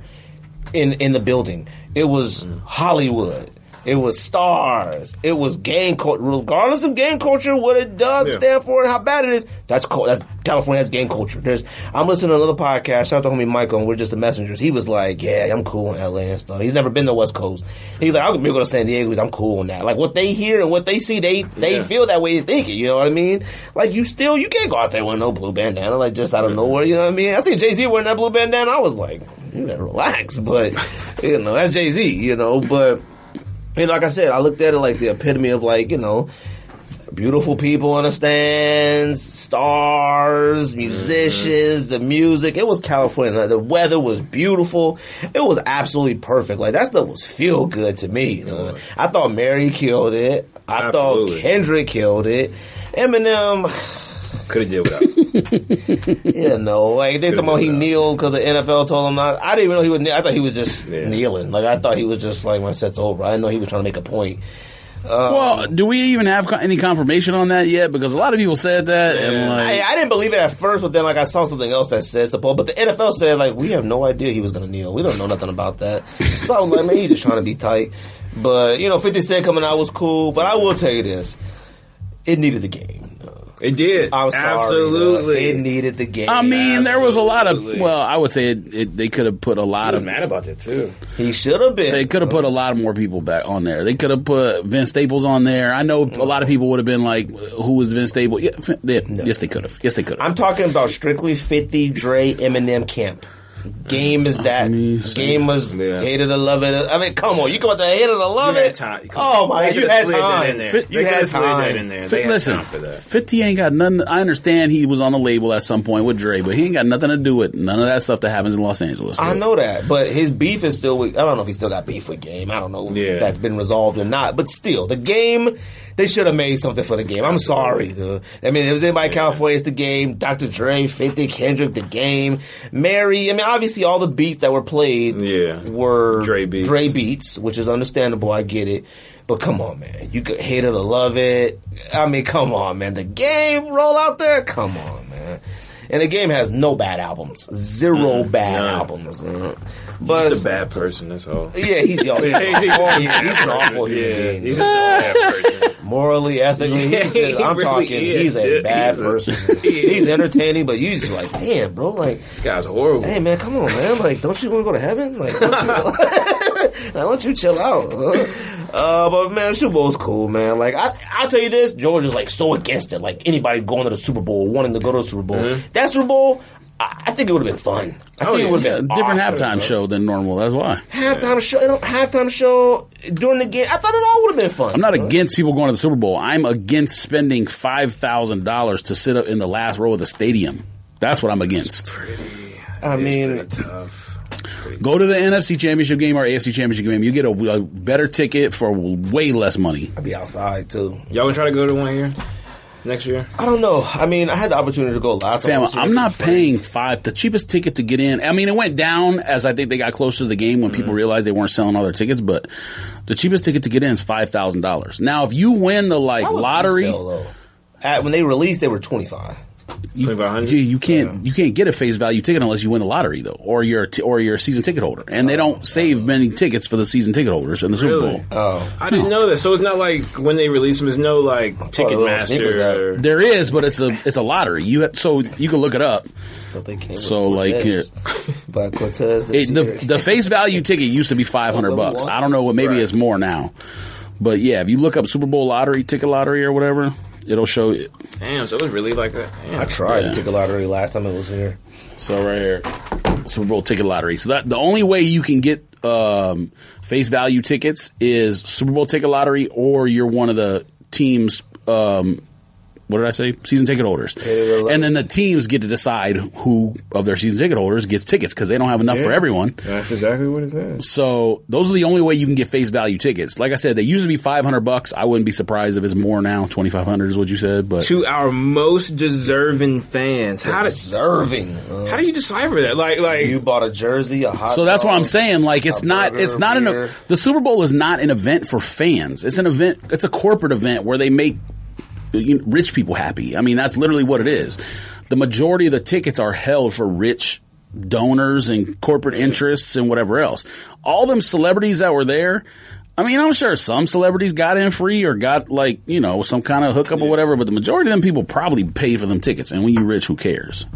Speaker 1: in in the building. It was Hollywood. It was stars. It was gang culture. Regardless of gang culture, what it does
Speaker 3: Yeah.
Speaker 1: stand for and how bad it is, that's cul- that's California has gang culture. There's I'm listening to another podcast. Shout out to homie Michael, and we're just the messengers. He was like, "Yeah, I'm cool in LA and stuff." He's never been to West Coast. He's like, "I'll go to San Diego. I'm cool on that." Like what they hear and what they see, they they
Speaker 3: Yeah.
Speaker 1: feel that way. They think it. You know what I mean? Like you still you can't go out there with no blue bandana like just out of nowhere. You know what I mean? I seen Jay Z wearing that blue bandana. I was like, "You better relax," <laughs> but you know that's Jay Z. You know, but. And like I said, I looked at it like the epitome of like, you know, beautiful people in the stands,
Speaker 3: Mm-hmm.
Speaker 1: stars, musicians, the music. It was California. Like, the weather was beautiful. It was absolutely perfect. Like that stuff was feel good to me. you know? I thought Mary killed it. I
Speaker 3: Absolutely.
Speaker 1: thought Kendrick killed it. Eminem,
Speaker 3: Could have did
Speaker 1: <laughs>
Speaker 3: without. <laughs>
Speaker 1: you know, like they talking about he
Speaker 3: been, uh,
Speaker 1: kneeled because the NFL told him not. I didn't even know he was. kneel- I thought he was just
Speaker 3: Yeah.
Speaker 1: kneeling. Like I thought he was just like my set's over. I didn't know he was trying to make a point.
Speaker 2: Well, do we even have co- any confirmation on that yet? Because a lot of people said that, and
Speaker 3: Yeah.
Speaker 2: like,
Speaker 1: I, I didn't believe it at first, but then like I saw something else that said support. But the NFL said like we have no idea he was going to kneel. We don't know nothing about that. So I was like, man, he just trying to be tight. But you know, Fifty Cent coming out was cool. But I will tell you this, it needed the game.
Speaker 3: It did.
Speaker 1: I'm sorry,
Speaker 3: Absolutely.
Speaker 1: though. it needed the game.
Speaker 2: I mean, there was a lot of.
Speaker 3: Absolutely.
Speaker 2: Well, I would say it, it, they could have put a
Speaker 3: I
Speaker 2: lot
Speaker 3: was
Speaker 2: of.
Speaker 3: mad about that too.
Speaker 1: he should have been.
Speaker 2: They could have put a lot of more people back on there. They could have put Vince Staples on there. I know a lot of people would have been like, "Who is Vince Staples?" Yeah, Vin- they- Yes, they could have. Yes, they could have.
Speaker 1: I'm talking about strictly 50 Dre Eminem camp. Game is that.
Speaker 2: mean, see.
Speaker 1: Game was
Speaker 3: Yeah.
Speaker 1: hated to love it. I mean, come on, you come out there hated to love
Speaker 3: You had
Speaker 1: it.
Speaker 3: time. Come
Speaker 1: Oh
Speaker 3: on.
Speaker 1: my
Speaker 3: They
Speaker 1: god, you
Speaker 3: coulda
Speaker 1: had
Speaker 3: slid that
Speaker 1: time.
Speaker 3: in there. They
Speaker 1: You
Speaker 3: coulda
Speaker 1: had
Speaker 3: slid that
Speaker 1: time.
Speaker 3: in there.
Speaker 2: Fi-
Speaker 3: They had
Speaker 2: Listen,
Speaker 3: time for that.
Speaker 2: Fifty ain't got nothing. I understand he was on the label at some point with Dre, but he ain't got nothing to do with none of that stuff that happens in Los Angeles.
Speaker 1: I know that, but his beef is still with. I don't know if he still got beef with Game. I don't know
Speaker 3: Yeah.
Speaker 1: if that's been resolved or not. But still, the game, they should have made something for the game. I'm sorry, dude. I mean, if it was anybody count for it, it's the game. Dr. Dre, 50, Kendrick, the game, Mary. I mean, obviously, all the beats that were played
Speaker 3: Yeah.
Speaker 1: were
Speaker 3: Dre beats.
Speaker 1: Dre beats, which is understandable. I get it. But come on, man. You could hate it or love it. I mean, come on, man. The game roll out there. Come on, man. And the game has no bad albums. Zero bad
Speaker 3: none.
Speaker 1: albums. man.
Speaker 3: Mm-hmm. Just a
Speaker 1: But
Speaker 3: bad person. That's all.
Speaker 1: <laughs> yeah,
Speaker 3: <laughs>
Speaker 1: he's, yo, he's,
Speaker 3: He's- he's-
Speaker 1: awful. Yeah, he's an awful
Speaker 3: Yeah,
Speaker 1: human being.
Speaker 3: he's
Speaker 1: <laughs>
Speaker 3: a bad person.
Speaker 1: Morally, ethically,
Speaker 3: Yeah,
Speaker 1: he's just-
Speaker 3: he
Speaker 1: I'm
Speaker 3: really
Speaker 1: talking.
Speaker 3: is,
Speaker 1: He's a
Speaker 3: dude.
Speaker 1: bad
Speaker 3: He's a-
Speaker 1: person.
Speaker 3: he is.
Speaker 1: he's entertaining, but you just like, man, bro, like
Speaker 3: This guy's horrible.
Speaker 1: hey man, come on, man. Like, don't you want to go to heaven? Like, don't you, <laughs> like, don't you chill out? <laughs> huh? Uh, but man, Super Bowl's cool, man. Like, I, I'll tell you this, George is like so against it. Like anybody going to the Super Bowl, wanting to go to the Super Bowl,
Speaker 2: Mm-hmm.
Speaker 1: that Super Bowl, I, I think it would have been fun. I think it would
Speaker 2: Oh, Yeah,
Speaker 1: have been
Speaker 2: different
Speaker 1: awesome.
Speaker 2: halftime show than normal. That's why.
Speaker 1: halftime show. You know, halftime show during the game. I thought it all would have been fun.
Speaker 2: I'm not against people going to the Super Bowl. I'm against spending five thousand dollars to sit up in the last row of the stadium. That's what I'm against.
Speaker 1: I
Speaker 3: It's
Speaker 1: mean,
Speaker 3: pretty tough.
Speaker 2: Go to the NFC Championship game or AFC Championship game. You get a, a better ticket for way less money.
Speaker 1: I'd be outside too.
Speaker 3: Y'all gonna try to go to one here next year?
Speaker 1: I don't know. I mean, I had the opportunity to go last. time.
Speaker 2: Fam, I'm not paying five. The cheapest ticket to get in. I mean, it went down as I think they got closer to the game when people realized they weren't selling all their tickets. But the cheapest ticket to get in is five thousand dollars. Now, if you win the like
Speaker 1: That was
Speaker 2: lottery,
Speaker 1: resale, though. At, when they released, they were twenty five.
Speaker 2: You,
Speaker 3: 2500?
Speaker 2: you, you can't you can't get a face value ticket unless you win the lottery though, or your t- or your season ticket holder, and they don't save many tickets for the season ticket holders in the Super
Speaker 3: Really?
Speaker 2: Bowl.
Speaker 1: Oh.
Speaker 3: I didn't know that. So it's not like when they release them, there's no like
Speaker 1: sneakers out.
Speaker 3: Ticketmaster. Or,
Speaker 2: There is, but it's a it's a lottery. You have, so you can look it up.
Speaker 1: But they came
Speaker 2: So,
Speaker 1: with
Speaker 2: like,
Speaker 1: Cortez. But Cortez, the,
Speaker 2: It, the
Speaker 1: secret-
Speaker 2: the face value ticket used to be five hundred bucks. I don't know what maybe
Speaker 3: Right.
Speaker 2: it's more now, but yeah, if you look up Super Bowl lottery ticket lottery or whatever, it'll show it.
Speaker 3: damn, so it was really like that. Damn.
Speaker 1: I tried
Speaker 2: Yeah.
Speaker 1: to take a lottery last time it was here.
Speaker 2: So right here, Super Bowl ticket lottery. So that the only way you can get um, face value tickets is Super Bowl ticket lottery, or you're one of the teams. Um, what did I say? Season ticket holders,
Speaker 1: they're like-
Speaker 2: and then the teams get to decide who of their season ticket holders gets tickets because they don't have enough for everyone.
Speaker 3: That's exactly what it is.
Speaker 2: So those are the only way you can get face value tickets. Like I said, they used to be five hundred bucks. I wouldn't be surprised if it's more now. Twenty five hundred is what you said, but
Speaker 3: To our most deserving fans, how did
Speaker 1: Deserving. uh,
Speaker 3: how do you decipher that? Like like
Speaker 1: you bought a jersey, a hot
Speaker 2: So that's what I'm
Speaker 1: dog,
Speaker 2: saying. Like it's
Speaker 1: a
Speaker 2: not
Speaker 1: burger,
Speaker 2: it's not an
Speaker 1: beer.
Speaker 2: the Super Bowl is not an event for fans. It's an event. It's a corporate event where they make uh, you know, rich people happy. I mean that's literally what it is. The majority of the tickets are held for rich donors and corporate interests and whatever else. All them celebrities that were there. I mean, I'm sure some celebrities got in free or got like you know some kind of hookup or whatever, but the majority of them people probably paid for them tickets. And when you rich, who cares?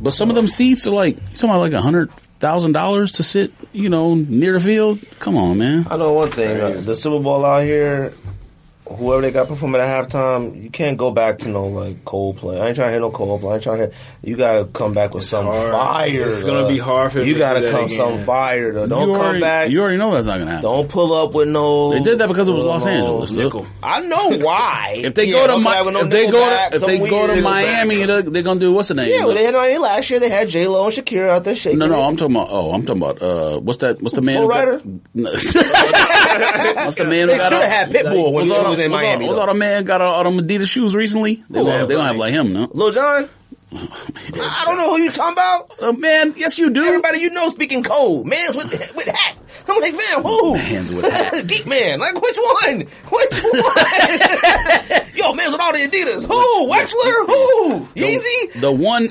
Speaker 2: But some of them seats are like you talking about like a hundred thousand dollars to sit, you know, near the field. Come on, man.
Speaker 1: I know one thing. uh, the Super Bowl out here, whoever they got performing at halftime, you can't go back to no like Coldplay. I ain't trying to hear no Coldplay. I ain't trying to hear. You gotta come back with some
Speaker 3: hard.
Speaker 1: fire.
Speaker 3: It's gonna
Speaker 1: uh,
Speaker 3: be hard for them
Speaker 1: you.
Speaker 3: to do
Speaker 1: Gotta
Speaker 3: that
Speaker 1: come
Speaker 3: again.
Speaker 1: some fire. Though. Don't
Speaker 2: you
Speaker 1: come
Speaker 2: already,
Speaker 1: back.
Speaker 2: You already know that's not gonna happen.
Speaker 1: Don't pull up with no.
Speaker 2: They did that because it was
Speaker 1: with
Speaker 2: Los
Speaker 1: no
Speaker 2: Angeles.
Speaker 1: nickel. I know why.
Speaker 2: <laughs> If they
Speaker 1: Yeah,
Speaker 2: go to
Speaker 1: don't come
Speaker 2: Mi-
Speaker 1: back with no
Speaker 2: if they
Speaker 1: nickel
Speaker 2: go
Speaker 1: back,
Speaker 2: to, if
Speaker 1: some
Speaker 2: they go
Speaker 1: weird
Speaker 2: to
Speaker 1: nickel back.
Speaker 2: Miami, they're, they're gonna do what's the name?
Speaker 1: Yeah, well, they had on here last year. They had J Lo and Shakira out there shaking.
Speaker 2: no, no,
Speaker 1: it.
Speaker 2: I'm talking about. Oh, I'm talking about. Uh, what's that? What's the man?
Speaker 1: Flo
Speaker 2: who got-
Speaker 1: Rida?
Speaker 2: No. <laughs> what's the man? who
Speaker 1: They
Speaker 2: got
Speaker 1: shoulda
Speaker 2: all-
Speaker 1: had Pitbull when
Speaker 2: what's
Speaker 1: he
Speaker 2: all
Speaker 1: was
Speaker 2: the-
Speaker 1: in
Speaker 2: what's all-
Speaker 1: Miami,
Speaker 2: What's
Speaker 1: though.
Speaker 2: all the man got all, all them Adidas shoes recently? They don't, they don't have like him, no.
Speaker 1: Lil
Speaker 2: <laughs>
Speaker 1: John. I don't know who you talking about.
Speaker 2: Uh, man, yes, you do.
Speaker 1: Everybody you know speaking code. Man's with with hat. I'm like, man, who?
Speaker 2: Man's with
Speaker 1: <laughs>
Speaker 2: hat.
Speaker 1: Geek man. Like, which one? Which one? <laughs> Yo, man's with all the Adidas. Who? Wexler? Who? Yeezy?
Speaker 2: The one,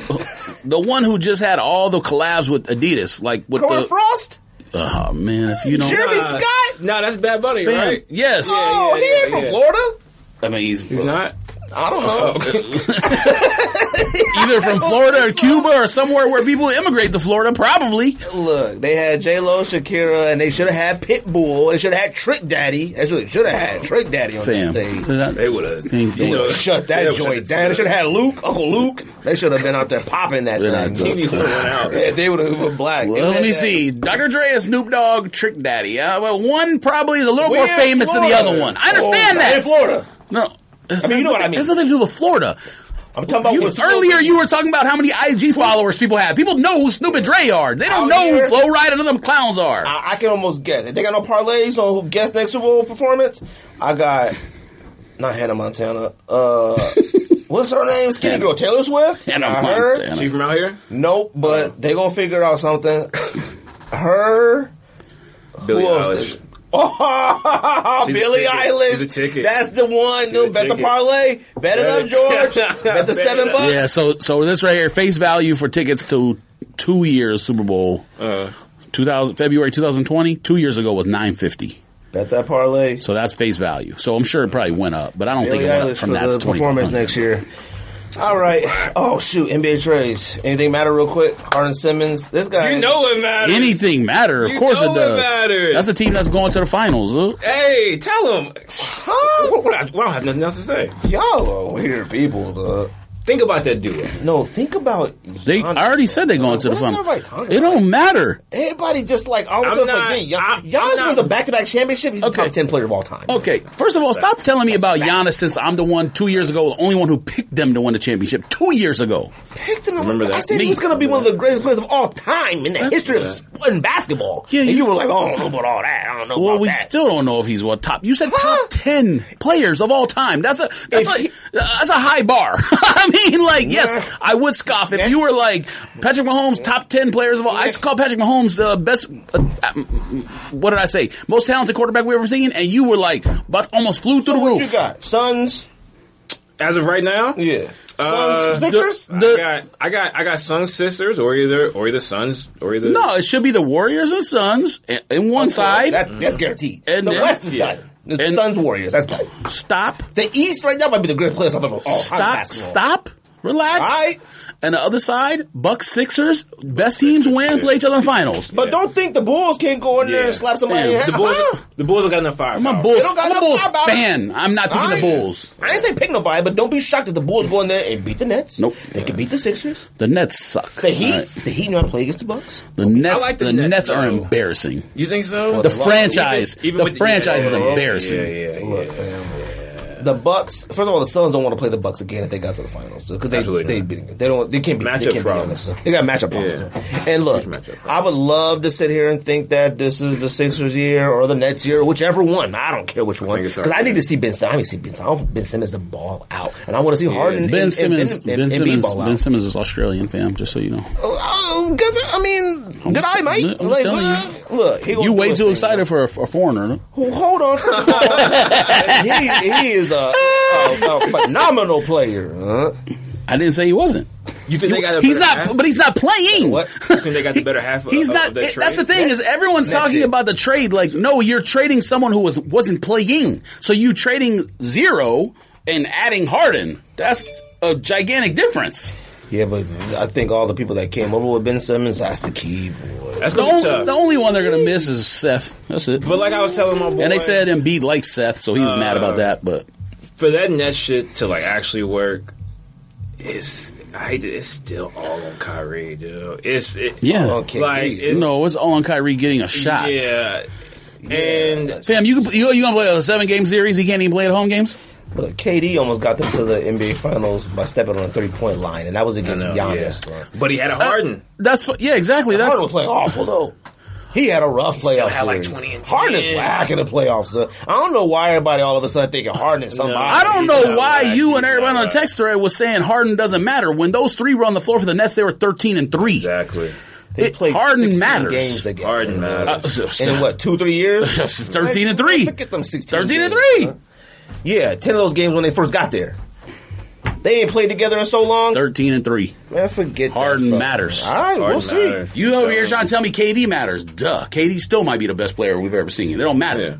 Speaker 2: the one who just had all the collabs with Adidas, like with
Speaker 1: Corn
Speaker 2: the.
Speaker 1: Frost?
Speaker 2: Oh man, if you don't,
Speaker 1: Jeremy
Speaker 3: Nah,
Speaker 1: Scott?
Speaker 3: No, that's Bad Bunny,
Speaker 2: Fam,
Speaker 3: right?
Speaker 2: yes,
Speaker 1: oh,
Speaker 3: yeah,
Speaker 1: he ain't
Speaker 3: yeah,
Speaker 1: from
Speaker 3: yeah.
Speaker 1: Florida?
Speaker 2: I mean he's,
Speaker 3: He's not.
Speaker 1: I don't know.
Speaker 2: either
Speaker 1: <laughs>
Speaker 2: from Florida or Cuba or somewhere where people immigrate to Florida, probably.
Speaker 1: Look, they had J Lo, Shakira, and they should have had Pitbull. They should have had Trick Daddy. That's what they should have had. Trick Daddy on
Speaker 2: Oh, Fam,
Speaker 1: that thing.
Speaker 3: They would have.
Speaker 2: Team
Speaker 3: You know,
Speaker 2: Florida.
Speaker 1: Shut that
Speaker 3: they would've
Speaker 1: joint
Speaker 3: <laughs> shut
Speaker 1: down. They should have had Luke, Uncle Luke. They should have been out there popping that
Speaker 2: They're not
Speaker 1: thing.
Speaker 3: TV would've
Speaker 1: <laughs>
Speaker 3: went out.
Speaker 1: Yeah, they would have been black.
Speaker 2: Well, let me see. Dr. Dre and Snoop Dogg, Trick Daddy. Uh, well, one probably is a little more
Speaker 1: Where
Speaker 2: famous
Speaker 1: Florida?
Speaker 2: than the other one. I understand
Speaker 1: Oh, In
Speaker 2: that.
Speaker 1: Florida.
Speaker 2: no, I
Speaker 1: mean, you know what I mean. Oh,
Speaker 2: It has nothing to do with Florida.
Speaker 1: I'm talking about
Speaker 2: You-
Speaker 1: what's
Speaker 2: earlier, you were talking about how many IG followers people have. People know who Snoop and Dre are. They don't
Speaker 1: Out
Speaker 2: know who
Speaker 1: here-
Speaker 2: Flo Rida and them clowns are.
Speaker 1: I, I can almost guess. If they got no parlays on who guessed next Super Bowl performance, I got not Hannah Montana.
Speaker 2: <laughs>
Speaker 1: Uh, what's her name? Skinny girl Taylor Swift.
Speaker 2: Hannah
Speaker 1: Not her.
Speaker 2: Montana.
Speaker 3: She from out here?
Speaker 1: Nope,
Speaker 3: Oh.
Speaker 1: but they gonna figure out something. her.
Speaker 3: Billy
Speaker 1: Who else? <laughs>
Speaker 3: Eilish.
Speaker 1: Oh,
Speaker 3: She's a
Speaker 1: Billy
Speaker 3: ticket.
Speaker 1: Eilish.
Speaker 3: She's a ticket.
Speaker 1: That's the one.
Speaker 3: a
Speaker 1: bet the
Speaker 3: ticket.
Speaker 1: parlay. Bet it
Speaker 3: Bet
Speaker 1: up,
Speaker 3: it. <laughs>
Speaker 1: George. bet the
Speaker 3: Bet
Speaker 1: seven
Speaker 3: it up.
Speaker 1: bucks.
Speaker 2: Yeah, so so this right here, face value for tickets to two years Super Bowl,
Speaker 3: Uh,
Speaker 2: 2000, February 2020, two years ago was 950.
Speaker 1: Bet that parlay.
Speaker 2: So that's face value. So I'm sure it probably went up, but I don't
Speaker 1: Billy
Speaker 2: think it went
Speaker 1: Eilish
Speaker 2: up from
Speaker 1: for
Speaker 2: that
Speaker 1: the
Speaker 2: to
Speaker 1: performance
Speaker 2: 2500.
Speaker 1: next year. All right. Oh shoot, NBA trades. Anything matter real quick? Harden Simmons. This guy.
Speaker 3: you know it matters.
Speaker 2: Anything matter? Of
Speaker 3: You
Speaker 2: course
Speaker 3: know
Speaker 2: it
Speaker 3: it
Speaker 2: does.
Speaker 3: matters.
Speaker 2: That's a team that's going to the finals. huh?
Speaker 3: Hey, tell him. Huh? What- what I, well, I don't have nothing else to say.
Speaker 1: y'all are weird people. Duh.
Speaker 3: Think about that duo.
Speaker 1: No, think about.
Speaker 2: They
Speaker 1: Giannis,
Speaker 2: I already said they're going
Speaker 1: though.
Speaker 2: to the
Speaker 1: What is everybody
Speaker 2: finals.
Speaker 1: talking
Speaker 2: It
Speaker 1: about?
Speaker 2: don't matter.
Speaker 1: Everybody just like all of a
Speaker 3: I'm
Speaker 1: sudden
Speaker 3: not-
Speaker 1: like, yeah,
Speaker 3: I'm-
Speaker 1: Gian-
Speaker 3: I'm
Speaker 1: Giannis
Speaker 3: not-
Speaker 1: wins a back-to-back championship. He's a
Speaker 2: Okay.
Speaker 1: top ten player of all time.
Speaker 2: Okay, first of all, stop telling me about Giannis since I'm the one two years ago, the only one who picked them to win the championship two years ago.
Speaker 1: picked him.
Speaker 3: Remember
Speaker 1: I
Speaker 3: that.
Speaker 1: said
Speaker 2: Me.
Speaker 1: he was going to be one of the greatest players of all time in the history of sport and basketball.
Speaker 2: Yeah,
Speaker 1: and
Speaker 2: you-
Speaker 1: you, were like, oh, I don't know about all that. I don't know
Speaker 2: Well,
Speaker 1: about
Speaker 2: we
Speaker 1: that.
Speaker 2: still don't know if he's what top. You said
Speaker 1: Huh?
Speaker 2: top ten players of all time. That's a that's
Speaker 1: If
Speaker 2: a
Speaker 1: he-
Speaker 2: that's a high bar. <laughs> I mean, like yes, I would scoff if you were like Patrick Mahomes top ten players of all. I call Patrick Mahomes the best. Uh, uh, what did I say? Most talented quarterback we ever seen, and you were like, but almost flew through the
Speaker 1: what
Speaker 2: roof.
Speaker 1: you got? Suns.
Speaker 3: As of right now,
Speaker 1: Yeah.
Speaker 3: Uh,
Speaker 1: Suns, Sixers?
Speaker 2: the- the-
Speaker 3: I got I got I got Suns sisters or either or either sons or either
Speaker 2: No, it should be the Warriors and Suns in- in one side.
Speaker 1: That, that's guaranteed.
Speaker 2: And
Speaker 1: the
Speaker 2: then-
Speaker 1: West is
Speaker 3: yeah.
Speaker 1: done. The
Speaker 2: And-
Speaker 1: Suns, Warriors. That's done.
Speaker 2: stop,
Speaker 1: The East right now might be the greatest place I've ever. Oh,
Speaker 2: stop, stop. Relax.
Speaker 1: All right.
Speaker 2: And the other side, Bucks Sixers. Best teams win, play each other in finals.
Speaker 1: But don't think the Bulls can't go in there and
Speaker 3: Yeah.
Speaker 1: slap somebody.
Speaker 2: Yeah,
Speaker 1: in
Speaker 2: the
Speaker 1: half.
Speaker 3: Bulls,
Speaker 1: Huh?
Speaker 3: the Bulls don't got enough fire.
Speaker 2: I'm a Bulls.
Speaker 1: They don't got
Speaker 2: I'm a
Speaker 1: no
Speaker 2: Bulls
Speaker 1: firepower.
Speaker 2: fan. I'm not picking
Speaker 1: I
Speaker 2: the
Speaker 1: ain't-
Speaker 2: Bulls.
Speaker 1: I ain't say pick nobody, but don't be shocked if the Bulls go in there and beat the Nets.
Speaker 2: Nope.
Speaker 1: They could beat the Sixers.
Speaker 2: The Nets suck.
Speaker 1: The Heat.
Speaker 2: All right.
Speaker 1: The Heat know how to play against the Bucks.
Speaker 2: The Nets.
Speaker 3: like
Speaker 2: the,
Speaker 3: the Nets,
Speaker 2: Nets are
Speaker 3: though.
Speaker 2: embarrassing.
Speaker 3: You think so?
Speaker 2: The franchise.
Speaker 3: Even- even
Speaker 2: the
Speaker 3: with the-
Speaker 2: franchise
Speaker 3: yeah,
Speaker 2: is
Speaker 3: yeah,
Speaker 2: embarrassing.
Speaker 3: Yeah, yeah, yeah.
Speaker 1: Look, fam. The Bucks. First of all, the Suns don't want to play the Bucks again if they got to the finals because they
Speaker 3: Absolutely
Speaker 1: they
Speaker 3: not.
Speaker 1: beating it. They don't. They can't be.
Speaker 3: Matchup
Speaker 1: they can't beat
Speaker 3: problems.
Speaker 1: them. They got matchup problems. And look,
Speaker 3: Huge matchup
Speaker 1: I would love to sit here and think that this is the Sixers' year or the Nets' year, whichever one. I don't care which one
Speaker 3: it's
Speaker 1: because
Speaker 3: our
Speaker 1: I, need
Speaker 3: year.
Speaker 1: to see Ben Simmons. I need to see Ben Simmons. I want Ben Simmons to ball out, and I want to see Harden. and-
Speaker 2: Ben
Speaker 1: and-
Speaker 2: Simmons.
Speaker 1: and,
Speaker 2: ben
Speaker 1: and Embiid
Speaker 2: Simmons.
Speaker 1: ball out.
Speaker 2: Ben Simmons is Australian, fam. Just so you know.
Speaker 1: Oh, good, I mean, good
Speaker 2: just-
Speaker 1: eye, mate.
Speaker 2: I'm just
Speaker 1: Like,
Speaker 2: telling
Speaker 1: uh, Look, he gonna
Speaker 2: You
Speaker 1: do
Speaker 2: way
Speaker 1: his
Speaker 2: too
Speaker 1: thing.
Speaker 2: excited for a, for a foreigner. no?
Speaker 1: Well, Hold on. <laughs> he, he is a, a, a phenomenal player. huh?
Speaker 2: I didn't say he wasn't.
Speaker 3: You think they got? A
Speaker 2: He's
Speaker 3: better
Speaker 2: not,
Speaker 3: half?
Speaker 2: but he's not playing.
Speaker 3: What? You think they got the better half? Of,
Speaker 2: He's
Speaker 1: Oh,
Speaker 3: of-
Speaker 2: not.
Speaker 3: Of that
Speaker 2: it- that's the
Speaker 3: trade?
Speaker 2: thing is, everyone's talking
Speaker 3: it.
Speaker 2: about the trade. Like, no, you're trading someone who was wasn't playing. So you trading zero and adding Harden. That's a gigantic difference.
Speaker 1: Yeah, but I think all the people that came over with Ben Simmons, that's the key, boy.
Speaker 3: That's
Speaker 2: The
Speaker 3: gonna be
Speaker 2: only,
Speaker 3: tough.
Speaker 2: the only one they're gonna miss is Seth. That's it.
Speaker 3: But like I was telling my boy, Uh,
Speaker 2: and they said Embiid likes Seth, so he was mad about that. But
Speaker 3: for that net shit to like actually work, it's I hate it, it's still all on Kyrie, dude. It's it's
Speaker 2: Yeah.
Speaker 3: all on
Speaker 1: Okay.
Speaker 3: like it's,
Speaker 2: no, it's all on Kyrie getting a shot.
Speaker 3: yeah, and
Speaker 2: Fam, you can- you you gonna play a seven game series? He can't even play at home games.
Speaker 1: Look, KD almost got them to the NBA Finals by stepping on a three point line, and that was against
Speaker 3: No,
Speaker 1: Giannis.
Speaker 3: yeah.
Speaker 1: man.
Speaker 3: but he had a Harden.
Speaker 2: Uh, That's fu- yeah, exactly. That's
Speaker 1: Harden was playing awful though. He had a rough playoff.
Speaker 3: had, like,
Speaker 1: series.
Speaker 3: 20 and
Speaker 1: Harden is
Speaker 3: 10.
Speaker 1: whack in the playoffs. Though. I don't know why everybody all of a sudden thinking Harden is somebody.
Speaker 2: I don't
Speaker 3: He's
Speaker 2: know
Speaker 3: not
Speaker 2: why
Speaker 3: right.
Speaker 2: you
Speaker 3: He's
Speaker 2: and everyone
Speaker 3: not
Speaker 2: on the
Speaker 3: right.
Speaker 2: text thread was saying Harden doesn't matter. When those three were on the floor for the Nets, they were thirteen and three.
Speaker 3: Exactly.
Speaker 1: They
Speaker 2: It-
Speaker 1: played
Speaker 2: Harden
Speaker 1: 16
Speaker 2: matters.
Speaker 1: games together.
Speaker 3: Harden
Speaker 2: Uh,
Speaker 3: matters.
Speaker 1: in what two three
Speaker 2: <laughs>
Speaker 1: years?
Speaker 2: 13 and 3.
Speaker 1: Forget them sixteen.
Speaker 2: Thirteen and
Speaker 1: games,
Speaker 2: three.
Speaker 1: huh? Yeah, ten of those games when they first got there. They ain't played together in so long.
Speaker 2: Thirteen and three.
Speaker 1: Man, forget
Speaker 2: Harden
Speaker 1: that stuff.
Speaker 2: matters.
Speaker 1: All right,
Speaker 3: Harden
Speaker 1: we'll see.
Speaker 3: matters.
Speaker 2: You over here trying to tell me KD matters? Duh. KD still might be the best player we've ever seen. They don't matter.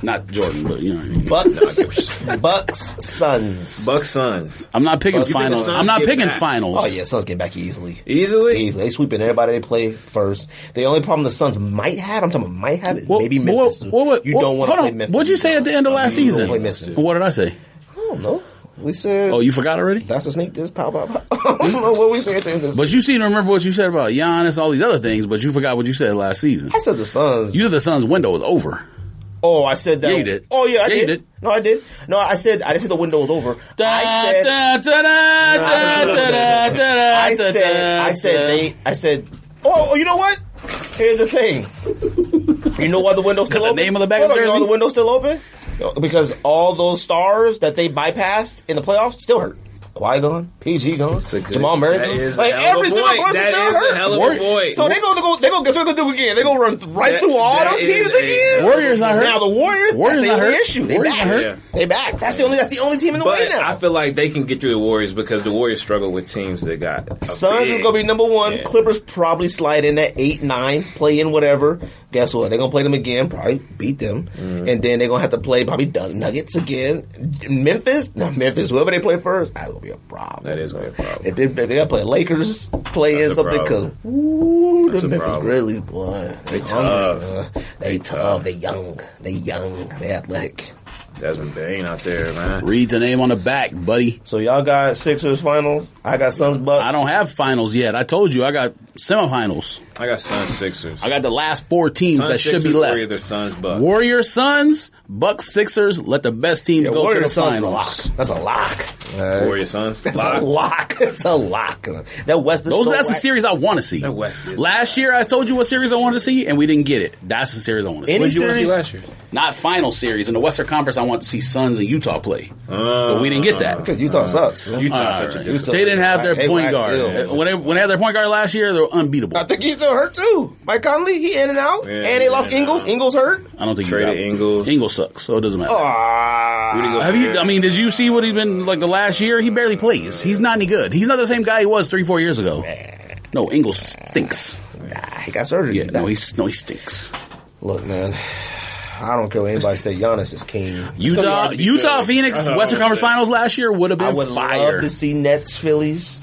Speaker 2: Not Jordan, but you know. What I mean.
Speaker 1: Bucks, <laughs> Bucks, Suns.
Speaker 3: Buck Suns
Speaker 2: I'm not picking
Speaker 3: Oh,
Speaker 1: Bucks- you think the
Speaker 2: finals.
Speaker 1: Suns
Speaker 2: I'm not
Speaker 3: get
Speaker 2: picking
Speaker 3: back?
Speaker 2: finals.
Speaker 1: Oh yeah, Suns get back easily.
Speaker 3: easily.
Speaker 1: Easily, they sweeping everybody they play first. The only problem the Suns might have, I'm talking about might have, it
Speaker 2: Well,
Speaker 1: maybe
Speaker 2: well,
Speaker 1: Memphis.
Speaker 2: well, well,
Speaker 1: you
Speaker 2: well,
Speaker 1: don't want to
Speaker 2: hold
Speaker 1: play
Speaker 2: on.
Speaker 1: Memphis.
Speaker 2: What'd you say at the end of last
Speaker 1: You don't
Speaker 2: season?
Speaker 1: play Memphis.
Speaker 2: What did I say?
Speaker 1: I don't know. We said,
Speaker 2: Oh, you forgot already?
Speaker 1: that's a sneak this, pow, pow, pow. <laughs> I don't know what we said at the end of this.
Speaker 2: But you seem to remember what you said about Giannis, all these other things, but you forgot what you said last season.
Speaker 1: I said the Suns.
Speaker 2: You said the Suns' window was over.
Speaker 1: Oh, I said that.
Speaker 2: Yeah, you did.
Speaker 1: Oh, yeah, I
Speaker 2: Yeah, you
Speaker 1: did.
Speaker 2: did.
Speaker 1: No, I did. No, I said I didn't say the window was over. I said. I said. I said they. I said. Oh, oh, you know what? Here's the thing. You know why the window's still
Speaker 2: the
Speaker 1: open?
Speaker 2: name of the back
Speaker 1: Hold
Speaker 2: of
Speaker 1: on,
Speaker 2: the
Speaker 1: you know why
Speaker 2: jersey?
Speaker 1: the window's still open? Because all those stars that they bypassed in the playoffs still hurt. Kawhi gone, PG gone,
Speaker 3: That's a good-
Speaker 1: Jamal Murray
Speaker 3: That
Speaker 1: gone.
Speaker 3: is
Speaker 1: like
Speaker 3: a hell
Speaker 1: every
Speaker 3: of a
Speaker 1: single
Speaker 3: point.
Speaker 1: person
Speaker 3: That
Speaker 1: still
Speaker 3: is
Speaker 1: hurt.
Speaker 3: a hell of
Speaker 2: Warrior-
Speaker 3: a point.
Speaker 1: so they're gonna go. They're gonna, they're gonna do it again. They're gonna run right
Speaker 3: That-
Speaker 1: through all
Speaker 3: that
Speaker 1: them
Speaker 3: is
Speaker 1: teams
Speaker 3: a-
Speaker 1: again.
Speaker 2: Warriors not hurt.
Speaker 1: Now the Warriors.
Speaker 2: Warriors
Speaker 1: that's
Speaker 2: not
Speaker 1: the only
Speaker 2: hurt.
Speaker 1: issue. They
Speaker 2: Warriors
Speaker 1: back.
Speaker 2: not
Speaker 3: hurt.
Speaker 1: They back. That's the only. That's the only team in the way
Speaker 3: But
Speaker 1: now.
Speaker 3: I feel like they can get through the Warriors because the Warriors struggle with teams that got a
Speaker 1: Suns is
Speaker 3: big-
Speaker 1: gonna be number one.
Speaker 3: Yeah.
Speaker 1: Clippers probably slide in at eight, nine, play in whatever. Guess what? They're gonna play them again, probably beat them, and then they're gonna have to play probably Dun- Nuggets again. Memphis, no, Memphis, whoever they play first, that's gonna be a problem.
Speaker 3: That is gonna be a problem.
Speaker 1: If they, if they gotta play Lakers, play
Speaker 3: That's
Speaker 1: in
Speaker 3: a
Speaker 1: something because
Speaker 3: problem.
Speaker 1: ooh,
Speaker 3: That's
Speaker 1: the
Speaker 3: a
Speaker 1: Memphis
Speaker 3: problem.
Speaker 1: Grizzlies, boy, they
Speaker 3: tough.
Speaker 1: hungry, uh, they tough, they young, they young, they athletic.
Speaker 3: Desmond Bain out there, man.
Speaker 2: Read the name on the back, buddy.
Speaker 1: So y'all got Sixers finals. I got Suns Bucks.
Speaker 2: I don't have finals yet. I told you I got semifinals.
Speaker 3: I got Suns Sixers.
Speaker 2: I got the last four teams
Speaker 3: Suns,
Speaker 2: that should be
Speaker 3: Sixers, Warriors, The
Speaker 2: left.
Speaker 3: Suns Bucks.
Speaker 2: Warriors, Suns, Bucks, Sixers. Let the best team
Speaker 1: Yeah,
Speaker 2: go
Speaker 1: Warriors
Speaker 2: to the
Speaker 1: Suns is a
Speaker 2: finals.
Speaker 1: lock. That's a lock.
Speaker 3: Warriors Suns.
Speaker 1: It's a lock. <laughs> It's a lock. That West is
Speaker 2: Those
Speaker 1: so
Speaker 2: that's the
Speaker 1: whack.
Speaker 2: series I want to see.
Speaker 3: That West is-
Speaker 2: Last year I told you what series I wanted to see, and we didn't get it. That's the series I want to see.
Speaker 1: Any series,
Speaker 3: year?
Speaker 2: Not final series in the Western Conference. I want to see Suns and Utah play, but we didn't get that.
Speaker 1: because Uh, Utah sucks.
Speaker 3: Utah
Speaker 2: All
Speaker 3: Uh, such a
Speaker 2: right.
Speaker 3: good.
Speaker 1: Utah-
Speaker 2: They didn't have their
Speaker 1: Hey,
Speaker 2: point
Speaker 1: Wax
Speaker 2: guard.
Speaker 1: Hill.
Speaker 2: Uh, When they, when they had their point guard last year, they were unbeatable.
Speaker 1: I think he's still hurt too. Mike Conley, he in and out,
Speaker 3: Yeah,
Speaker 1: and they
Speaker 3: yeah,
Speaker 1: lost
Speaker 3: yeah.
Speaker 1: Ingles. Ingles hurt.
Speaker 2: I don't think he's
Speaker 3: Traded
Speaker 2: out.
Speaker 3: Ingles. Oh.
Speaker 2: Ingles sucks, so it doesn't matter.
Speaker 1: Ah,
Speaker 3: Rudy Gobert.
Speaker 2: Have you? I mean, did you see what he's been like the last year? He barely plays. He's not any good. He's not the same guy he was three, four years ago. No, Ingles stinks.
Speaker 1: Nah, he got surgery.
Speaker 2: Yeah, no, he's no, he stinks.
Speaker 1: Look, man, I don't care what anybody say. Giannis is king.
Speaker 3: gonna be
Speaker 2: Utah,
Speaker 3: hard to be
Speaker 2: Utah,
Speaker 3: good.
Speaker 2: Phoenix,
Speaker 3: Uh-huh.
Speaker 2: Western Conference Finals last year would have
Speaker 1: I
Speaker 2: been
Speaker 1: would
Speaker 2: fire.
Speaker 1: love to see Nets Phillies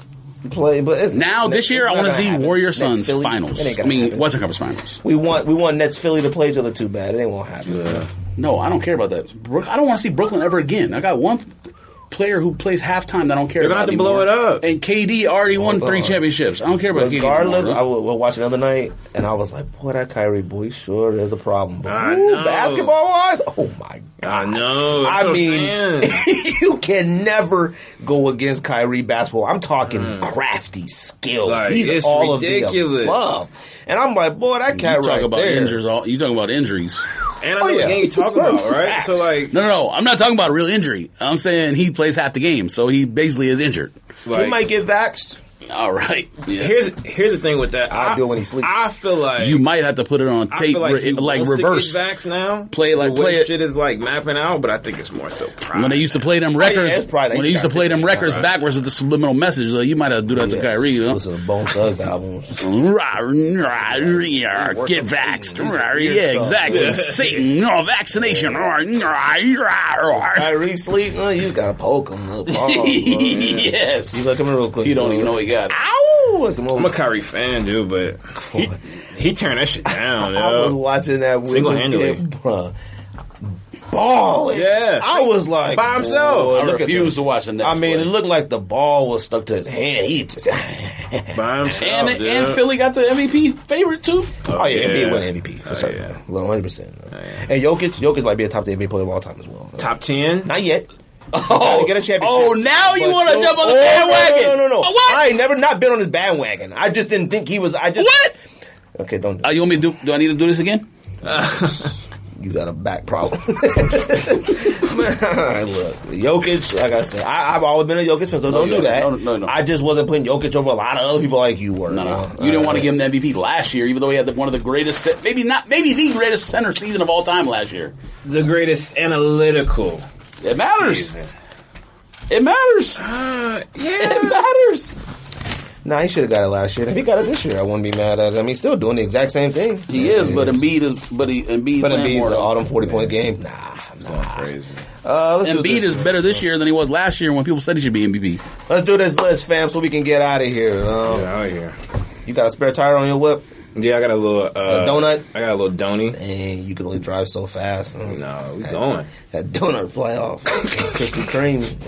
Speaker 1: play, but it's,
Speaker 2: now
Speaker 1: it's-
Speaker 2: this year,
Speaker 1: it's
Speaker 2: I
Speaker 1: not
Speaker 2: want to
Speaker 1: gonna
Speaker 2: see
Speaker 1: happen.
Speaker 2: Warrior
Speaker 1: Nets
Speaker 2: Suns
Speaker 1: Philly,
Speaker 2: finals.
Speaker 1: it ain't
Speaker 2: I
Speaker 1: gonna
Speaker 2: mean,
Speaker 1: happen.
Speaker 2: Western Conference finals.
Speaker 1: we want we want Nets Philly to play each other too bad. It ain't gonna happen.
Speaker 3: Uh,
Speaker 2: No, I don't care about that. Brook, I don't want to see Brooklyn ever again. I got one player who plays halftime that I don't care.
Speaker 3: They're gonna
Speaker 2: about
Speaker 3: have to blow
Speaker 2: anymore.
Speaker 3: it up.
Speaker 2: And KD already won
Speaker 1: Hold
Speaker 2: three
Speaker 1: on.
Speaker 2: championships. I don't care about KD anymore,
Speaker 1: Regardless,
Speaker 2: bro.
Speaker 1: I wa- wa- watched another night and I was like, boy, that Kyrie boy sure is a problem. But
Speaker 3: I
Speaker 1: ooh,
Speaker 3: know.
Speaker 1: basketball wise, oh my
Speaker 3: I
Speaker 1: god.
Speaker 3: know. That's
Speaker 1: I
Speaker 3: what I'm
Speaker 1: mean,
Speaker 2: <laughs>
Speaker 3: saying.
Speaker 1: <laughs> you can never go against Kyrie basketball. I'm talking crafty skill.
Speaker 3: Mm. Like,
Speaker 1: He's
Speaker 3: it's
Speaker 1: all
Speaker 3: ridiculous.
Speaker 1: of the above. And I'm like, boy, that cat
Speaker 2: you talk
Speaker 1: right
Speaker 2: about
Speaker 1: there.
Speaker 2: injuries. All, you talking about injuries?
Speaker 3: and I know
Speaker 1: Oh, yeah.
Speaker 3: what game you talking about, right? So like,
Speaker 2: No, no, no. I'm not talking about a real injury. I'm saying he plays half the game, so he basically is injured.
Speaker 3: like
Speaker 1: he might get vaxxed.
Speaker 2: All right. Yeah.
Speaker 3: here's here's the thing with that.
Speaker 1: I'll
Speaker 3: I
Speaker 1: do it when he sleep.
Speaker 3: I feel like
Speaker 2: you might have to put it on
Speaker 3: I
Speaker 2: tape,
Speaker 3: feel like,
Speaker 2: re-
Speaker 3: he
Speaker 2: like
Speaker 3: wants to get
Speaker 2: reverse.
Speaker 3: backs now.
Speaker 2: Play it like-
Speaker 3: the way
Speaker 2: play it-
Speaker 3: Shit is like mapping out, but I think it's more so. Pride.
Speaker 2: When they used to play them
Speaker 1: yeah,
Speaker 2: records,
Speaker 1: it's probably-
Speaker 2: when they used to play them records backwards with the subliminal message, like, you might have to do that to
Speaker 1: Yeah,
Speaker 2: Kyrie. You know?
Speaker 1: Listen to Bone
Speaker 3: <laughs>
Speaker 1: Thugs album.
Speaker 2: Rah, rah,
Speaker 1: He
Speaker 2: rah,
Speaker 1: works
Speaker 2: get
Speaker 1: on
Speaker 2: vaxxed.
Speaker 1: Satan. He's a
Speaker 2: Rah,
Speaker 1: weird
Speaker 2: yeah,
Speaker 1: son.
Speaker 2: exactly.
Speaker 1: Yeah.
Speaker 2: Satan, oh, vaccination. Rah, rah, rah, <laughs> rah.
Speaker 1: Kyrie sleep? No, you just gotta poke him.
Speaker 3: <laughs>
Speaker 1: Look, pause, bro. Yeah.
Speaker 2: Yes.
Speaker 1: You look him real quick.
Speaker 2: You don't
Speaker 1: bro.
Speaker 2: even know he got it.
Speaker 1: Ow! Look him
Speaker 3: I'm
Speaker 1: over.
Speaker 3: a Kyrie fan, dude, but he, he turned that shit down.
Speaker 1: <laughs> I was
Speaker 3: yo.
Speaker 1: watching that Wizards
Speaker 3: Single-handedly.
Speaker 1: game, bruh. Ball,
Speaker 3: Yeah.
Speaker 1: I was like
Speaker 3: By himself.
Speaker 1: boy,
Speaker 2: I
Speaker 1: look at
Speaker 2: refuse
Speaker 1: that.
Speaker 2: to watch the next
Speaker 1: I mean,
Speaker 2: play.
Speaker 1: it looked like the ball was stuck to his hand. He just, <laughs>
Speaker 3: by himself,
Speaker 2: and,
Speaker 3: dude.
Speaker 2: and Philly got the MVP favorite, too.
Speaker 1: oh yeah,
Speaker 3: yeah.
Speaker 1: NBA won MVP
Speaker 2: Oh,
Speaker 1: for certain,
Speaker 3: yeah.
Speaker 1: one hundred percent. And Jokic, Jokic might be a top ten NBA player of all time as well.
Speaker 3: top ten.
Speaker 1: Not yet.
Speaker 2: Oh,
Speaker 1: Gotta get a championship.
Speaker 2: Oh, now you
Speaker 1: But
Speaker 2: want to
Speaker 1: so-
Speaker 2: jump on the
Speaker 1: Oh, no,
Speaker 2: bandwagon?
Speaker 1: No, no, no, no.
Speaker 2: Oh, what?
Speaker 1: I ain't never not been on his bandwagon. I just didn't think he was. I just
Speaker 2: What?
Speaker 1: Okay, don't. Do
Speaker 2: Uh,
Speaker 1: it.
Speaker 2: you want me to do? Do I need to do this again?
Speaker 1: You got a back problem. <laughs> Man, look, Jokic. Like I said, I, I've always been a Jokic fan, so don't
Speaker 2: you
Speaker 1: do
Speaker 2: haven't.
Speaker 1: that.
Speaker 2: No, no, no.
Speaker 1: I just wasn't putting Jokic over a lot of other people like you were.
Speaker 2: No, no.
Speaker 1: man.
Speaker 2: You didn't want to give him the MVP last year, even though he had the, one of the greatest, se- maybe not, maybe the greatest center season of all time last year.
Speaker 3: The greatest analytical.
Speaker 2: It matters.
Speaker 3: season.
Speaker 2: It matters.
Speaker 3: Uh,
Speaker 2: It
Speaker 3: yeah.
Speaker 2: matters.
Speaker 1: Nah, he should have got it last year. If he got it this year, I wouldn't be mad at. it. I mean, he's still doing the exact same thing.
Speaker 2: He is, but Embiid is, but he, Embiid,
Speaker 1: But
Speaker 2: playing
Speaker 1: Embiid's
Speaker 2: more,
Speaker 1: an
Speaker 2: though.
Speaker 1: autumn forty point game. Nah, nah.
Speaker 3: Crazy.
Speaker 1: Uh, let's do
Speaker 2: Embiid
Speaker 1: this.
Speaker 2: is better this year than he was last year when people said he should be MVP.
Speaker 1: Let's do this list, fam, so we can get out of here. Um,
Speaker 3: Yeah, oh yeah.
Speaker 1: You got a spare tire on your whip?
Speaker 3: Yeah, I got a little uh,
Speaker 1: A donut?
Speaker 3: I got a little donut.
Speaker 1: and you can only drive so fast. Mm.
Speaker 3: No, we going.
Speaker 1: That donut fly off. Krispy Kreme.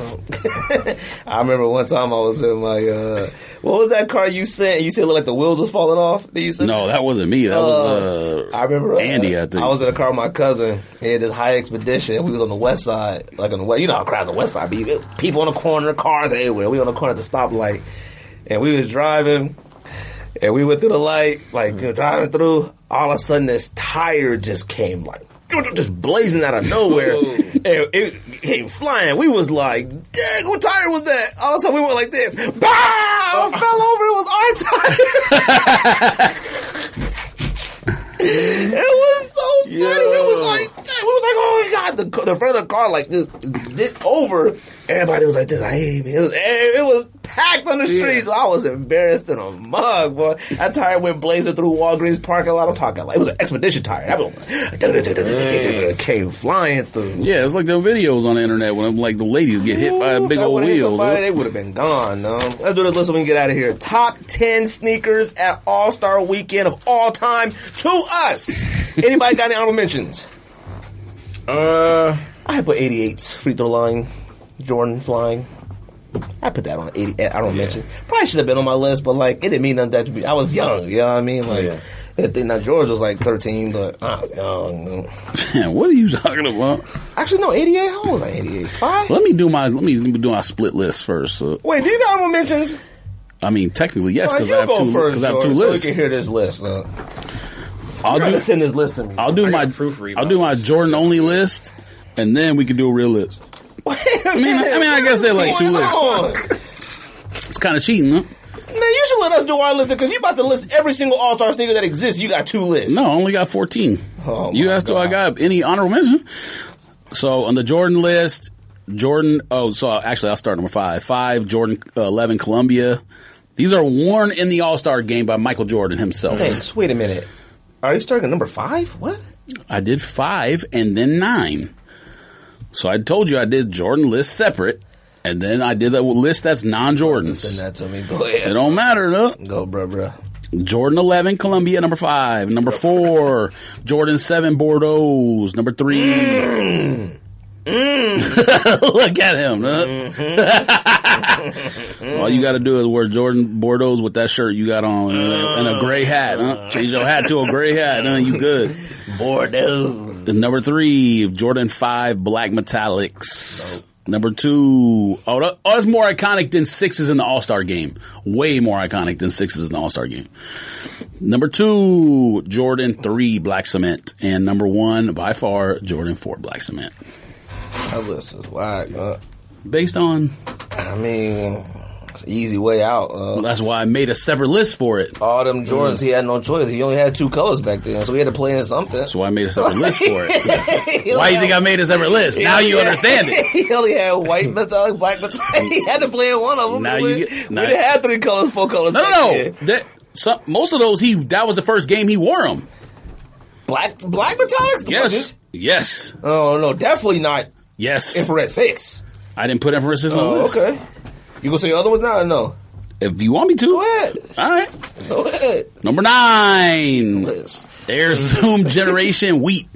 Speaker 1: bro. <laughs> I remember one time I was in my uh what was that car you sent? You said it looked like the wheels was falling off. Did you send
Speaker 2: No, that wasn't me. That was. Uh,
Speaker 1: I remember uh,
Speaker 2: Andy, I think.
Speaker 1: I was in a car with my cousin. He had this high expedition. We was on the west side, like on the west. You know how crowded the west side be. It was People on the corner, cars everywhere. We on the corner at the stoplight, and we was driving, and we went through the light, like you know, driving through. All of a sudden, this tire just came like. Just blazing out of nowhere, and it came flying. We was like, "Dang, what tire was that?" All of a sudden, we went like this. Bah! It fell over. It was our tire. <laughs> It was so funny. It was like, dang, we was like, oh my god, the, ca- the front of the car like just did over. Everybody was like this. I hate me. It was, it was packed on the streets. I was embarrassed in a mug, boy. That tire went blazing through Walgreens parking lot. I'm talking like it was an expedition tire. That was it came flying through.
Speaker 2: yeah, it's like the videos on the internet when like the ladies get hit by a
Speaker 1: Ooh,
Speaker 2: big
Speaker 1: that
Speaker 2: old
Speaker 1: would've hit
Speaker 2: wheel.
Speaker 1: somebody, they would have been gone. No, let's do this list so we can get out of here. Top ten sneakers at All Star Weekend of all time to
Speaker 2: <laughs>
Speaker 1: us. Anybody got any honorable mentions?
Speaker 3: Uh,
Speaker 1: I put 88s free throw line, Jordan flying. I put that on 80. I don't mention. Probably should have been on my list, but like it didn't mean nothing that to me. I was young. You know what I
Speaker 2: Oh,
Speaker 1: mean? Like.
Speaker 3: Yeah.
Speaker 1: that thing- Now George was like thirteen, but I was young.
Speaker 2: <laughs> Man, what are you talking about?
Speaker 1: Actually, no, eighty-eight. How old was I? Eighty-eight. Five.
Speaker 2: Let me do my let me, let me do my split list first. So,
Speaker 1: Wait, do you got honorable mentions?
Speaker 2: I mean, technically yes,
Speaker 1: Why,
Speaker 2: because
Speaker 1: you
Speaker 2: I have
Speaker 1: go
Speaker 2: two
Speaker 1: first,
Speaker 2: because I have two
Speaker 1: George,
Speaker 2: lists.
Speaker 1: So we can hear this list. Uh,
Speaker 2: I'll
Speaker 1: you
Speaker 2: do
Speaker 1: gotta send this list to me. <laughs>
Speaker 2: I'll do
Speaker 3: I
Speaker 2: my
Speaker 3: gotta proofread
Speaker 2: I'll
Speaker 3: my
Speaker 2: do my
Speaker 3: list.
Speaker 2: Jordan only list, and then we can do a real list.
Speaker 1: I
Speaker 2: mean, I- I mean, I guess they're like two lists. It's kind of cheating, huh?
Speaker 1: Man, you should let us do our list because you about to list every single All Star sneaker that exists. You got two lists.
Speaker 2: No, I only got fourteen.
Speaker 1: Oh,
Speaker 2: you
Speaker 1: my
Speaker 2: asked do I
Speaker 1: God.
Speaker 2: got any honorable mention? So on the Jordan list, Jordan. Oh, so actually, I'll start number five. Five Jordan uh, eleven Columbia. These are worn in the All Star game by Michael Jordan himself.
Speaker 1: Thanks. Wait a minute. Are you starting at number five? What?
Speaker 2: I did five and then nine. So I told you I did Jordan list separate, and then I did a list that's non
Speaker 1: Send
Speaker 2: Jordans.
Speaker 1: that to me. Go
Speaker 2: It
Speaker 1: ahead.
Speaker 2: don't matter though.
Speaker 1: Go, bruh, bruh.
Speaker 2: Jordan 11, Columbia, number five. Number four, Jordan 7, Bordeaux. Number three. <laughs> Look at him. Huh? All you got to do is wear Jordan Bordeaux with that shirt you got on and a, and a gray hat. Huh? Change your hat to a gray hat. Huh? You good.
Speaker 1: Bordeaux.
Speaker 2: And number three, Jordan 5, Black Metallics. Number two, oh, that, oh, that's more iconic than sixes in the All Star game. Way more iconic than sixes in the All Star game. Number two, Jordan 3, Black Cement. And number one, by far, Jordan 4, Black Cement.
Speaker 1: That list is whack. Uh,
Speaker 2: Based on,
Speaker 1: I mean, it's an easy way out. Uh,
Speaker 2: that's why I made a separate list for it.
Speaker 1: all them Jordans, he had no choice. He only had two colors back then, so he had to play in something.
Speaker 2: That's why I made a separate list for
Speaker 1: <laughs>
Speaker 2: it. Why you think I made a separate list? Now you understand it.
Speaker 1: he only had white metallic, black metallic. He had to play in one of them.
Speaker 2: Now
Speaker 1: we,
Speaker 2: you-
Speaker 1: we
Speaker 2: now-
Speaker 1: didn't have three colors, four colors.
Speaker 2: No,
Speaker 1: back
Speaker 2: no, no.
Speaker 1: then.
Speaker 2: That, some, most of those, he that was the first game he wore them.
Speaker 1: Black, black metallics.
Speaker 2: Yes. Yes.
Speaker 1: Oh no, definitely not
Speaker 2: Yes.
Speaker 1: infrared six.
Speaker 2: I didn't put emphasis on
Speaker 1: Oh,
Speaker 2: this.
Speaker 1: okay. You gonna say the other ones now? Or no.
Speaker 2: If you want me to.
Speaker 1: Go ahead.
Speaker 2: All right.
Speaker 1: Go ahead.
Speaker 2: Number nine.
Speaker 1: Yes.
Speaker 2: Air
Speaker 1: <laughs>
Speaker 2: Zoom Generation Wheat.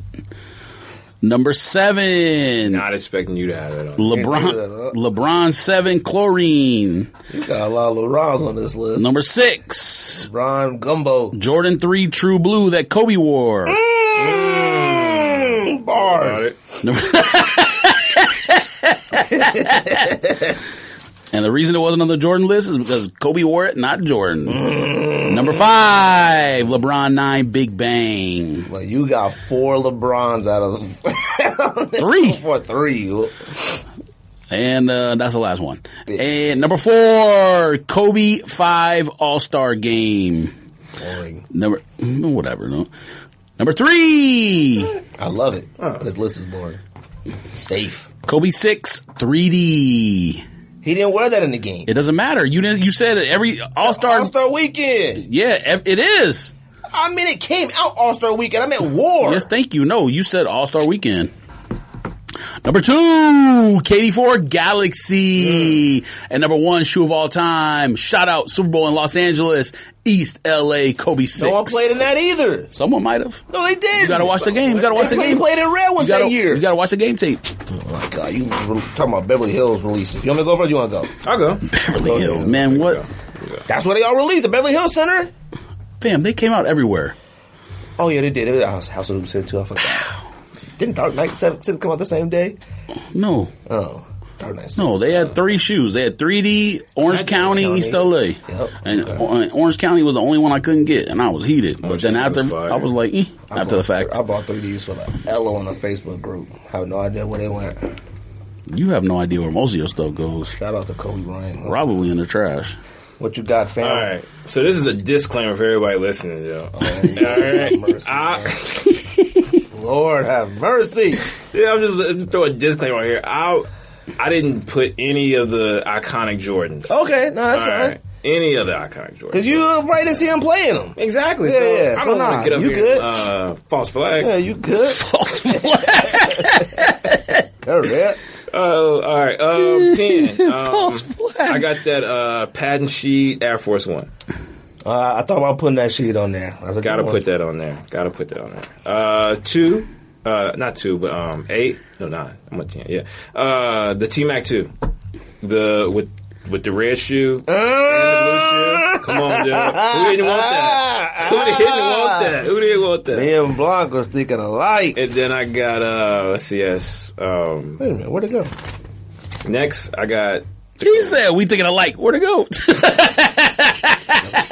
Speaker 2: Number seven.
Speaker 3: Not expecting you to have it on.
Speaker 1: Can't do that, huh?
Speaker 2: LeBron LeBron seven chlorine.
Speaker 1: You got a lot of LeBrons on this list.
Speaker 2: Number six.
Speaker 1: LeBron Gumbo.
Speaker 2: Jordan three true blue that Kobe wore.
Speaker 1: Mm,
Speaker 3: Got
Speaker 1: bars.
Speaker 3: it.
Speaker 2: Number- and the reason it wasn't on the Jordan list is because Kobe wore it, not Jordan.
Speaker 1: Mm.
Speaker 2: Number five, LeBron nine, Big Bang.
Speaker 1: Well, you got four LeBrons out of the <laughs>
Speaker 2: Three.
Speaker 1: for three.
Speaker 2: And uh, that's the last one. And number four, Kobe five All Star game.
Speaker 1: Boring.
Speaker 2: Number mm, whatever. No. Number three,
Speaker 1: I love it. But This list is boring. Safe.
Speaker 2: Kobe six 3D.
Speaker 1: He didn't wear that in the game.
Speaker 2: It doesn't matter. You didn't. You said it every All
Speaker 1: All
Speaker 2: Star.
Speaker 1: Star Weekend.
Speaker 2: Yeah, it is.
Speaker 1: I mean, it came out All Star Weekend. I'm at war.
Speaker 2: Yes, thank you. No, you said All Star Weekend. Number two, KD4 Galaxy.
Speaker 1: Mm.
Speaker 2: And number one, shoe of all time. Shout out Super Bowl in Los Angeles, East LA, Kobe 6.
Speaker 1: no one played in that either.
Speaker 2: Someone might have.
Speaker 1: No, they did.
Speaker 2: You gotta watch the game. You gotta watch the
Speaker 1: They
Speaker 2: game.
Speaker 1: played in red ones
Speaker 2: You gotta,
Speaker 1: that year.
Speaker 2: you gotta watch the game tape.
Speaker 1: oh my god, you re- talking about Beverly Hills releases? You want me to go first? Or you want to go?
Speaker 3: I'll go.
Speaker 2: Beverly Hills, man. What?
Speaker 1: That's where they all released. The Beverly Hills Center.
Speaker 2: Fam, they came out everywhere.
Speaker 1: Oh yeah, they did. It was House, House of Hoops here too. I forgot.
Speaker 2: <sighs>
Speaker 1: Didn't Dark Knight Seven Six come out the same day?
Speaker 2: No,
Speaker 1: Oh, Dark Knight. Six.
Speaker 2: no, they had three shoes. They had 3D, Orange County,
Speaker 1: County.
Speaker 2: East LA.
Speaker 1: Yep.
Speaker 2: And O- and Orange County was the only one I couldn't get, and I was heated. But then
Speaker 3: County
Speaker 2: after,
Speaker 3: Oh, was fire.
Speaker 2: I was like, eh,
Speaker 1: I
Speaker 2: after the
Speaker 1: bought-
Speaker 2: fact.
Speaker 1: I bought three Ds for the Ella on a Facebook group. I have no idea where they went.
Speaker 2: You have no idea where most of your stuff goes.
Speaker 1: Shout out to Kobe Bryant.
Speaker 2: Probably in the trash. <laughs>
Speaker 1: What you got, fam?
Speaker 3: All right.
Speaker 1: <laughs>
Speaker 3: So this is a disclaimer for everybody listening, yo. All
Speaker 1: Oh.
Speaker 3: right. Ah.
Speaker 1: mercy,
Speaker 3: I,
Speaker 1: Lord have mercy.
Speaker 3: yeah, I'm just, just throw a disclaimer right here. I I didn't put any of the iconic Jordans.
Speaker 1: Oh, Okay, no, that's
Speaker 3: All
Speaker 1: all right.
Speaker 3: right. Any of the iconic Jordans.
Speaker 1: Cause you uh, right to see him playing them.
Speaker 3: Exactly.
Speaker 1: Yeah,
Speaker 3: so
Speaker 1: yeah.
Speaker 3: I
Speaker 1: So
Speaker 3: don't want
Speaker 1: nah,
Speaker 3: to get up
Speaker 1: you
Speaker 3: here
Speaker 1: good?
Speaker 3: and, uh, false flag.
Speaker 1: Yeah, you good? Correct.
Speaker 3: Oh, all right.
Speaker 1: <laughs>
Speaker 3: Um, ten. Um, I got that uh, patent sheet Air Force One.
Speaker 1: Uh, I thought about putting that sheet on there. I was like,
Speaker 3: Got to
Speaker 1: come on.
Speaker 3: put that on there. Got to put that on there. Uh, two. Uh, not two, but um, eight. No, nine. I'm on ten. Yeah. Uh, the T Mac two. The with with the red shoe.
Speaker 1: Ah!
Speaker 3: and the blue shoe. Come on, dude. Who didn't want
Speaker 1: Ah!
Speaker 3: that? Who didn't want
Speaker 2: Ah.
Speaker 3: that? Who didn't want that?
Speaker 1: Me and Blanc was thinking alike.
Speaker 3: And then I got uh, let's see, yes. Um,
Speaker 1: Wait a minute, where'd it go?
Speaker 3: next I got
Speaker 2: He said, "We thinking alike. Where to go?" <laughs>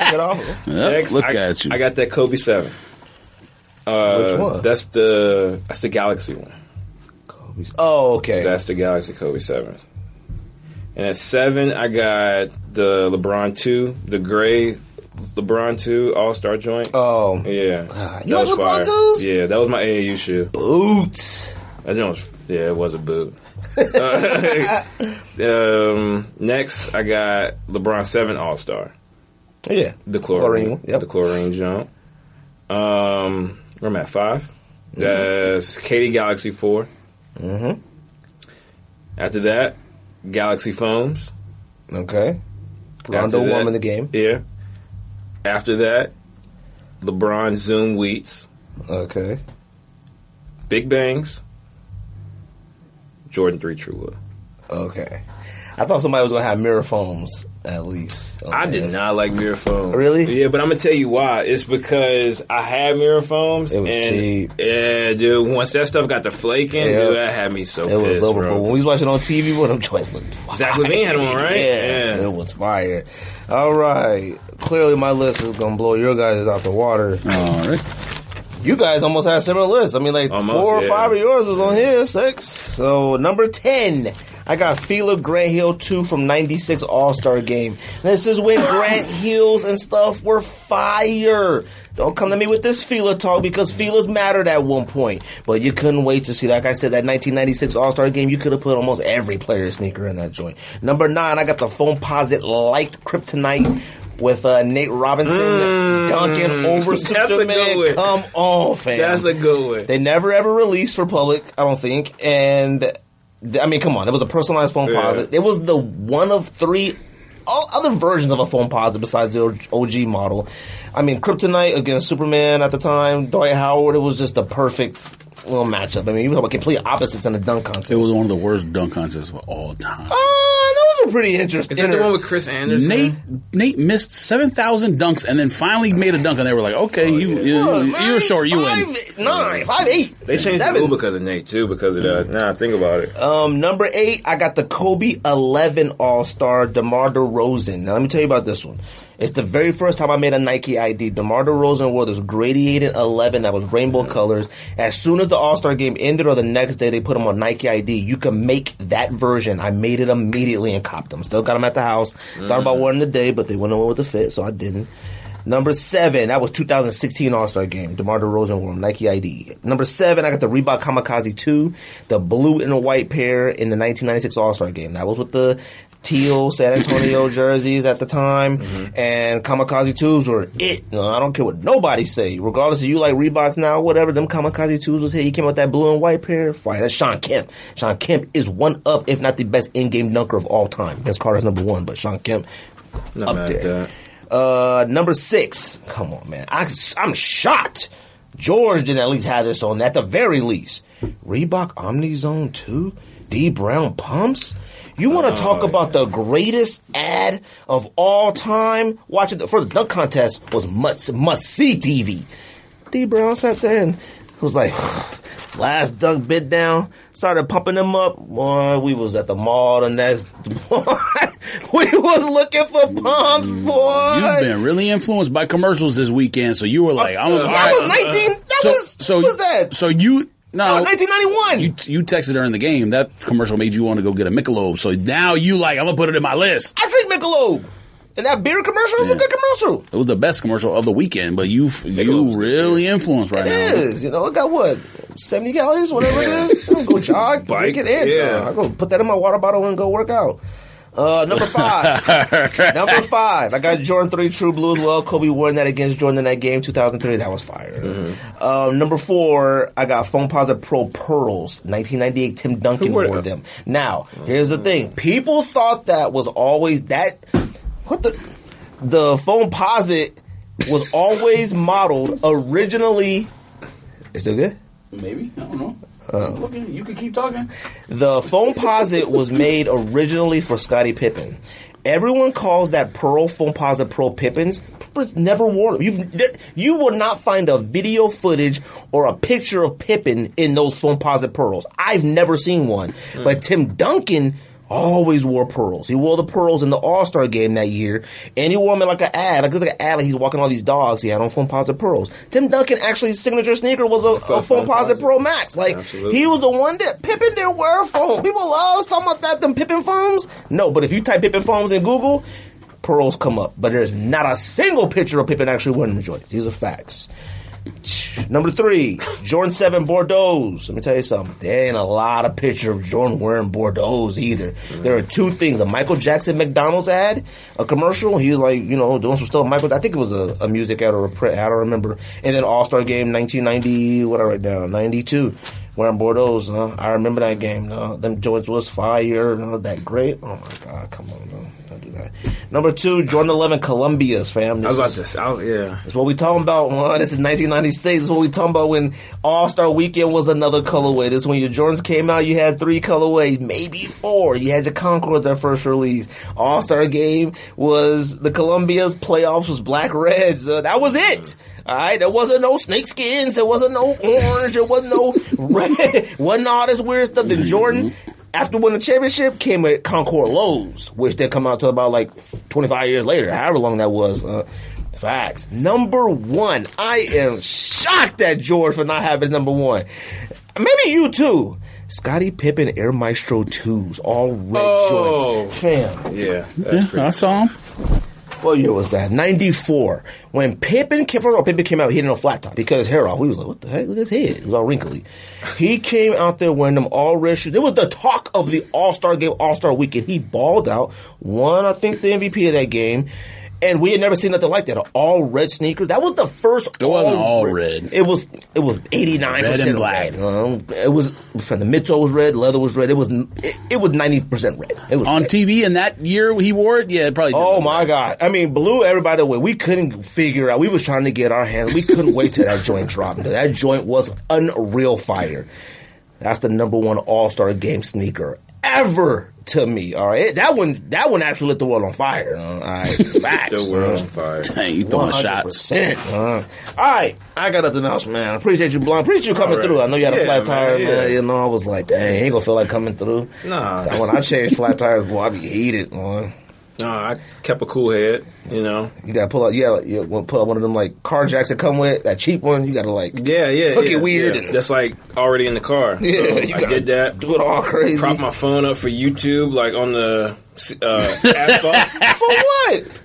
Speaker 1: Get off.
Speaker 2: Yep,
Speaker 3: Next,
Speaker 2: Oh, Look
Speaker 3: I,
Speaker 2: at you.
Speaker 3: I got that Kobe seven. Uh,
Speaker 1: Which one?
Speaker 3: That's the that's the Galaxy one.
Speaker 1: Kobe's. Oh, okay.
Speaker 3: That's the Galaxy Kobe seven. And at seven, I got the LeBron two, the gray LeBron two All Star joint.
Speaker 1: oh,
Speaker 3: yeah,
Speaker 1: You
Speaker 3: That
Speaker 1: like
Speaker 3: was
Speaker 1: LeBron
Speaker 3: fire.
Speaker 1: 2s?
Speaker 3: Yeah, that was my AAU shoe.
Speaker 1: boots.
Speaker 3: I know. it's- Yeah, it was a boot. <laughs> um, next, I got LeBron seven All Star.
Speaker 1: Yeah.
Speaker 3: The chlorine,
Speaker 1: one, Yep.
Speaker 3: the chlorine jump. Um, where am I? 5 That's Katie Galaxy 4 Mm-hmm. After that, Galaxy Foams.
Speaker 1: okay. Rondo
Speaker 3: After that-
Speaker 1: woman the game.
Speaker 3: Yeah. After that, LeBron Zoom Wheats,
Speaker 1: Okay.
Speaker 3: Big Bangs, Jordan Three True Will.
Speaker 1: Okay. I thought somebody was gonna have mirror foams at least.
Speaker 3: I
Speaker 1: Okay.
Speaker 3: did not like mirror foams.
Speaker 1: Really?
Speaker 3: Yeah, but I'm gonna tell you why. It's because I had mirror foams.
Speaker 1: It was
Speaker 3: and,
Speaker 1: cheap.
Speaker 3: Yeah, dude. Once that stuff got to flaking,
Speaker 1: Yeah.
Speaker 3: dude, that had me so.
Speaker 1: It was
Speaker 3: pissed,
Speaker 1: over, but
Speaker 3: bro.
Speaker 1: when we was watching on TV, boy, them joints looked fire.
Speaker 3: Zach Levine had one, right?
Speaker 1: Yeah,
Speaker 3: Yeah.
Speaker 1: it was fire. All right, clearly my list is gonna blow your guys out the water.
Speaker 2: All right.
Speaker 1: You guys almost had similar lists. I mean, like
Speaker 3: Almost,
Speaker 1: four or
Speaker 3: yeah.
Speaker 1: five of yours is on here, six. So number ten, I got Fila Grant Hill two from '96 All Star Game. This is
Speaker 3: <coughs>
Speaker 1: when Grant Hills and stuff were fire. Don't come to me with this Fila talk because Fila's mattered at one point, but you couldn't wait to see. Like I said, that 1996 All Star Game, you could have put almost every player sneaker in that joint. Number nine, I got the Foam Posit Light Kryptonite. With uh, Nate Robinson dunking over
Speaker 3: Mm. That's a good
Speaker 1: Superman,
Speaker 3: one.
Speaker 1: come on, fam.
Speaker 3: That's a good one.
Speaker 1: They never ever released for public, I don't think. And th- I mean, come on, it was a personalized phone
Speaker 3: Yeah.
Speaker 1: posit. It was the one of three all other versions of a phone posit besides the OG model. I mean, Kryptonite against Superman at the time, Dwight Howard. It was just the perfect little matchup. I mean, you talk about complete opposites in the dunk contest.
Speaker 2: It was one of the worst dunk contests of all
Speaker 3: Oh,
Speaker 1: Uh,
Speaker 2: time.
Speaker 1: that was a pretty interesting.
Speaker 3: Is that the one with Chris Anderson?
Speaker 2: Nate Nate missed seven thousand dunks and then finally made a dunk and they were like, okay, you,
Speaker 1: Oh,
Speaker 2: you you you're sure you win.
Speaker 1: win. Nine, five, eight.
Speaker 3: They changed
Speaker 1: seven.
Speaker 3: the rule because of Nate too. Because of that. Nah, think about it.
Speaker 1: Um, number eight, I got the Kobe 11 All Star, DeMar DeRozan. Now, let me tell you about this one. It's the very first time I made a Nike ID. DeMar DeRozan wore this gradiated 11 that was rainbow colors. As soon as the All Star game ended or the next day, they put them on Nike ID. You can make that version. I made it immediately and copped them. Still got them at the house. Thought about wearing the day, but they went away with the fit, so I didn't. Number seven, that was 2016 All Star Game. DeMar DeRozan wore Nike ID. Number seven, I got the Reebok Kamikaze 2, the blue and the white pair in the 1996 All Star Game. That was with the teal San Antonio jerseys at the time, and Kamikaze 2s were it. No, I don't care what nobody say. Regardless of you like Reeboks now, whatever, them Kamikaze 2s was here. He came out with that blue and white pair. Fire. That's Sean Kemp. Sean Kemp is one up, if not the best in game dunker of all time. That's Carter's number one, but Sean Kemp
Speaker 3: Not
Speaker 1: up
Speaker 3: mad
Speaker 1: there.
Speaker 3: at that.
Speaker 1: Uh, number six. Come on, man. I, I'm shocked. George didn't at least have this on at the very least. Reebok Omnizone 2? D Brown Pumps? You want to talk about the greatest ad of all time? Watch it for the dunk contest was must must see TV. D Brown sat there and was like, <sighs> last dunk bit down, started pumping them up. Boy, we was at the mall the next <laughs> boy. we was looking for pumps, boy.
Speaker 2: Mm, You've been really influenced by commercials this weekend, so you were like, I was all
Speaker 1: Uh, that
Speaker 2: right.
Speaker 1: was 19. That was, what was that?
Speaker 2: So you no.
Speaker 1: that was 1991.
Speaker 2: you, you texted during the game. That commercial made you want to go get a Michelob. So now you like I'm gonna put it in my list.
Speaker 1: I drink Michelob. And that beer commercial was a
Speaker 2: Yeah.
Speaker 1: good commercial.
Speaker 2: It was the best commercial of the weekend, but you
Speaker 3: Michelob's
Speaker 2: you really influenced right
Speaker 1: It
Speaker 2: now.
Speaker 1: is, you know, it got what? 70 calories, whatever it is. I don't
Speaker 2: <laughs>
Speaker 1: go jog,
Speaker 3: Bike,
Speaker 1: drink it in.
Speaker 3: yeah.
Speaker 1: I go put that in my water bottle and go work out. Uh, number
Speaker 3: <laughs>
Speaker 1: five. number five. I got Jordan 3 True Blue as well. Kobe won that against Jordan in that game 2003. That was fire.
Speaker 3: Mm-hmm.
Speaker 1: Um, number four, I got Phone Posit Pro Pearls. 1998 Tim Duncan
Speaker 3: were
Speaker 1: wore them.
Speaker 3: them?
Speaker 1: Now, here's the thing. People thought that was always that. What the? The phone posit was always modeled originally. Is it good?
Speaker 2: Maybe I don't know.
Speaker 1: Uh,
Speaker 2: you can keep talking.
Speaker 1: The foam posit was made originally for Scottie Pippen. Everyone calls that Pearl foam posit Pearl Pippins. Pippins never wore them. You've, th- you will not find a video footage or a picture of Pippen in those foam posit pearls. I've never seen one. But Tim Duncan always wore pearls. He wore the pearls in the All Star game that year, and he wore them like an ad. Like it was like an ad. Like he's walking all these dogs he had on foam posit pearls. Tim Duncan actually his signature sneaker was a, a foam posit pearl max. Like
Speaker 3: Absolutely.
Speaker 1: he was the one that Pippin didn't wear a foam. People love talking about that, them Pippin foams. No, but if you type Pippin foams in Google, pearls come up. But there's not a single picture of Pippin actually wearing the joints. These are facts. Number three, Jordan 7 Bordeaux's. Let me tell you something. There ain't a lot of picture of Jordan wearing Bordeaux's either. There are two things. A Michael Jackson McDonald's ad, a commercial. He was like, you know, doing some stuff. Michael, I think it was a, a music ad or a print ad, I don't remember. And then All Star Game 1990, what I write down, 92. Wearing Bordeaux's, huh? I remember that game. No, them joints was fire. No, that great. Oh my God, come on, no. Don't do that. Number two, Jordan 11 Columbia's, fam.
Speaker 3: I
Speaker 1: This
Speaker 3: was about
Speaker 1: is-
Speaker 3: to say, I was- yeah.
Speaker 1: it's what we talking about. Huh? This is 1996. This is what we talking about when All Star Weekend was another colorway. This is when your Jordans came out. You had three colorways, maybe four. You had your Concord that first release. All Star Game was the Columbia's playoffs was black reds. Uh, that was it. All right, there wasn't no snakeskins. There wasn't no orange. There wasn't no <laughs> red. wasn't all this weird stuff. Then Jordan. After winning the championship came with Concord Lowe's, which they come out to about like 25 years later, however long that was. Uh, Facts. Number one. I am shocked at George for not having number one. Maybe you too. Scotty Pippen Air Maestro 2s, all red
Speaker 3: Oh.
Speaker 1: joints. Fam.
Speaker 3: Yeah.
Speaker 2: Yeah, I saw him.
Speaker 1: What year was that? 94. When Pippen came, first of all, Pippen came out, he didn't know flat top. He cut his hair off. We was like, what the heck? Look at his head. It was all wrinkly. He came out there wearing them all red shoes. It was the talk of the All-Star game, All-Star weekend. He balled out. Won, I think, the MVP of that game. And we had never seen nothing like that. An all red sneaker. That was the first.
Speaker 2: It wasn't all red.
Speaker 1: It was. It was eighty nine
Speaker 2: Red
Speaker 1: percent
Speaker 2: and black.
Speaker 1: Red. Um, it was from the midsole was red, leather was red. It was. It, it was ninety percent red. It was
Speaker 2: On
Speaker 1: red.
Speaker 2: TV in that year he wore it? Yeah, it probably did.
Speaker 1: Oh my god! I mean, blew everybody away. We couldn't figure out. We was trying to get our hands. We couldn't wait till that joint dropped. That joint was unreal fire. That's the number one All Star Game sneaker ever to me. All right, that one. That one actually lit the world on fire. Uh, all
Speaker 3: <laughs>
Speaker 1: right, facts.
Speaker 3: The world's fire.
Speaker 2: Dang, you throwing shots.
Speaker 1: Uh, all right, I got nothing else, man. I appreciate you, Blonde. Appreciate you coming
Speaker 3: All right.
Speaker 1: through. I know you had a
Speaker 3: Yeah,
Speaker 1: flat tire, man.
Speaker 3: man, yeah.
Speaker 1: You know, I was like, dang, ain't gonna feel like coming through.
Speaker 3: Nah.
Speaker 1: When I change flat tires, boy, I be heated, man.
Speaker 3: Nah, I kept a cool head, you know.
Speaker 1: You gotta pull out, yeah, like, yeah, well, pull out one of them like car jacks that come with that cheap one. You gotta like,
Speaker 3: Yeah, yeah.
Speaker 1: Hook it
Speaker 3: yeah,
Speaker 1: weird
Speaker 3: yeah.
Speaker 1: and-
Speaker 3: That's like already in the car. So
Speaker 1: yeah, you
Speaker 3: I
Speaker 1: gotta
Speaker 3: did that.
Speaker 1: do it all crazy
Speaker 3: Prop my phone up for YouTube, like on the uh,
Speaker 1: <laughs>
Speaker 3: asphalt. I
Speaker 1: <laughs> for what?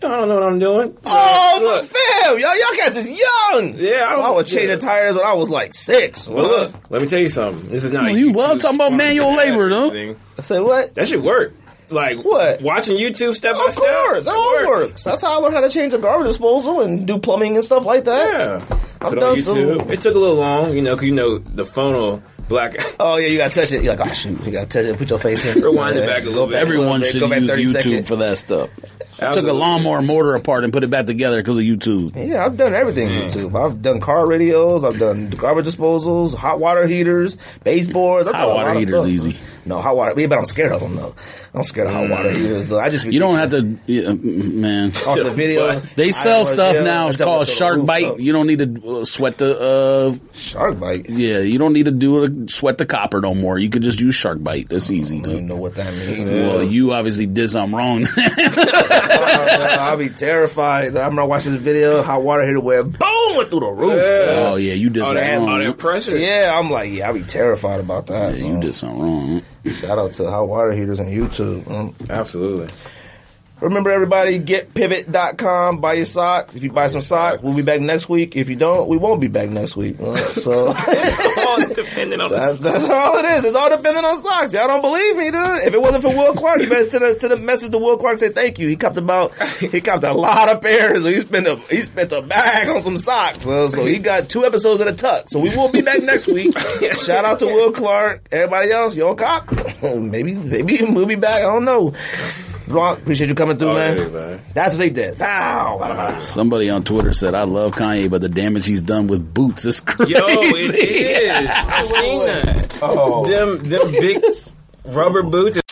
Speaker 3: don't know what I'm doing. So,
Speaker 1: Oh,
Speaker 3: look.
Speaker 1: fam, y'all, y'all got this young.
Speaker 3: Yeah, I don't-
Speaker 1: I was changing
Speaker 3: yeah.
Speaker 1: tires when I was like six.
Speaker 3: Well, look. Let me tell you something. This is not.
Speaker 2: Well,
Speaker 3: a
Speaker 2: Oh, you
Speaker 3: YouTube
Speaker 2: love talking about
Speaker 3: sponsored
Speaker 2: manual
Speaker 3: ad
Speaker 2: labor,
Speaker 3: or
Speaker 2: though.
Speaker 3: anything.
Speaker 1: I said what?
Speaker 3: That should work. Like
Speaker 1: What?
Speaker 3: Watching YouTube step by
Speaker 1: Of
Speaker 3: step.
Speaker 1: course, that
Speaker 3: it
Speaker 1: all works. That's how I learned how to change a garbage disposal and do plumbing and stuff like that.
Speaker 3: Yeah.
Speaker 1: I've
Speaker 3: Put it on
Speaker 1: done some-
Speaker 3: YouTube. It took a little long, you know, because you know the phone will black.
Speaker 1: Oh yeah, you gotta touch it. You're like, oh shoot, you gotta touch it. Put your face in.
Speaker 3: Rewind it
Speaker 1: Yeah.
Speaker 3: back a little bit.
Speaker 2: Everyone
Speaker 1: Go
Speaker 2: should
Speaker 1: back
Speaker 2: use
Speaker 1: 30
Speaker 2: YouTube
Speaker 1: seconds.
Speaker 2: for that stuff. Took a
Speaker 3: Absolutely.
Speaker 2: lawnmower mortar apart and put it back together because of YouTube.
Speaker 1: Yeah, I've done everything YouTube. I've done car radios, I've done garbage disposals, hot water heaters, baseboards. I've
Speaker 2: Hot
Speaker 1: done a
Speaker 2: water
Speaker 1: lot of
Speaker 2: heaters
Speaker 1: stuff.
Speaker 2: easy. Mm.
Speaker 1: No hot water, yeah, but I'm scared of them though. I'm scared of hot water heaters. So I just be
Speaker 2: You don't have to, yeah, man.
Speaker 1: off the video.
Speaker 3: What?
Speaker 2: They
Speaker 1: Oh, I
Speaker 2: sell
Speaker 1: was-
Speaker 2: stuff
Speaker 1: yeah,
Speaker 2: now.
Speaker 1: I
Speaker 2: It's
Speaker 1: jumped
Speaker 2: called
Speaker 1: up to the
Speaker 2: Shark
Speaker 1: roof,
Speaker 2: Bite.
Speaker 1: though.
Speaker 2: You don't need to uh, sweat the. Uh,
Speaker 1: Shark bite. You
Speaker 2: yeah, you don't need to do a, sweat the copper no more. You can just use Shark Bite. That's easy.
Speaker 1: don't even
Speaker 2: Dude.
Speaker 1: know what that means.
Speaker 2: Well, <laughs> you obviously did something wrong.
Speaker 1: <laughs>
Speaker 2: <laughs>
Speaker 1: I'll be terrified. I'm not watching the video. Hot water heater where boom went through the roof.
Speaker 3: Yeah.
Speaker 2: oh yeah, you did
Speaker 3: all
Speaker 2: something
Speaker 3: that, all
Speaker 2: wrong.
Speaker 3: that pressure.
Speaker 1: Yeah, I'm like, yeah, I'll be terrified about that.
Speaker 2: Yeah, you
Speaker 1: Um,
Speaker 2: did something wrong.
Speaker 1: Shout out to hot water heaters and YouTube. Um, <laughs>
Speaker 3: Absolutely.
Speaker 1: Remember, everybody, getpivot.com. Buy your socks. If you buy some socks, we'll be back next week. If you don't, we won't be back next week. Uh, So
Speaker 3: all depending on
Speaker 1: that's,
Speaker 3: the
Speaker 1: that's all it is. It's all dependent on socks. Y'all don't believe me, dude. If it wasn't for Will Clark, you better send us to the message to Will Clark. Say thank you. He copped about he copped a lot of pairs. He spent a he spent a bag on some socks. Uh, so he got two episodes at a tuck. So we will be back next week. Shout out to Will Clark. Everybody else, y'all cop. <laughs> maybe maybe we'll be back. I don't know. Ron, appreciate you coming through,
Speaker 3: Oh,
Speaker 1: man.
Speaker 3: yeah, man.
Speaker 1: That's what they did. Pow.
Speaker 2: Somebody on Twitter said, "I love Kanye, but the damage he's done with boots is crazy."
Speaker 3: <laughs> Yo, it is. I seen that.
Speaker 1: Oh.
Speaker 3: Them, them big rubber boots.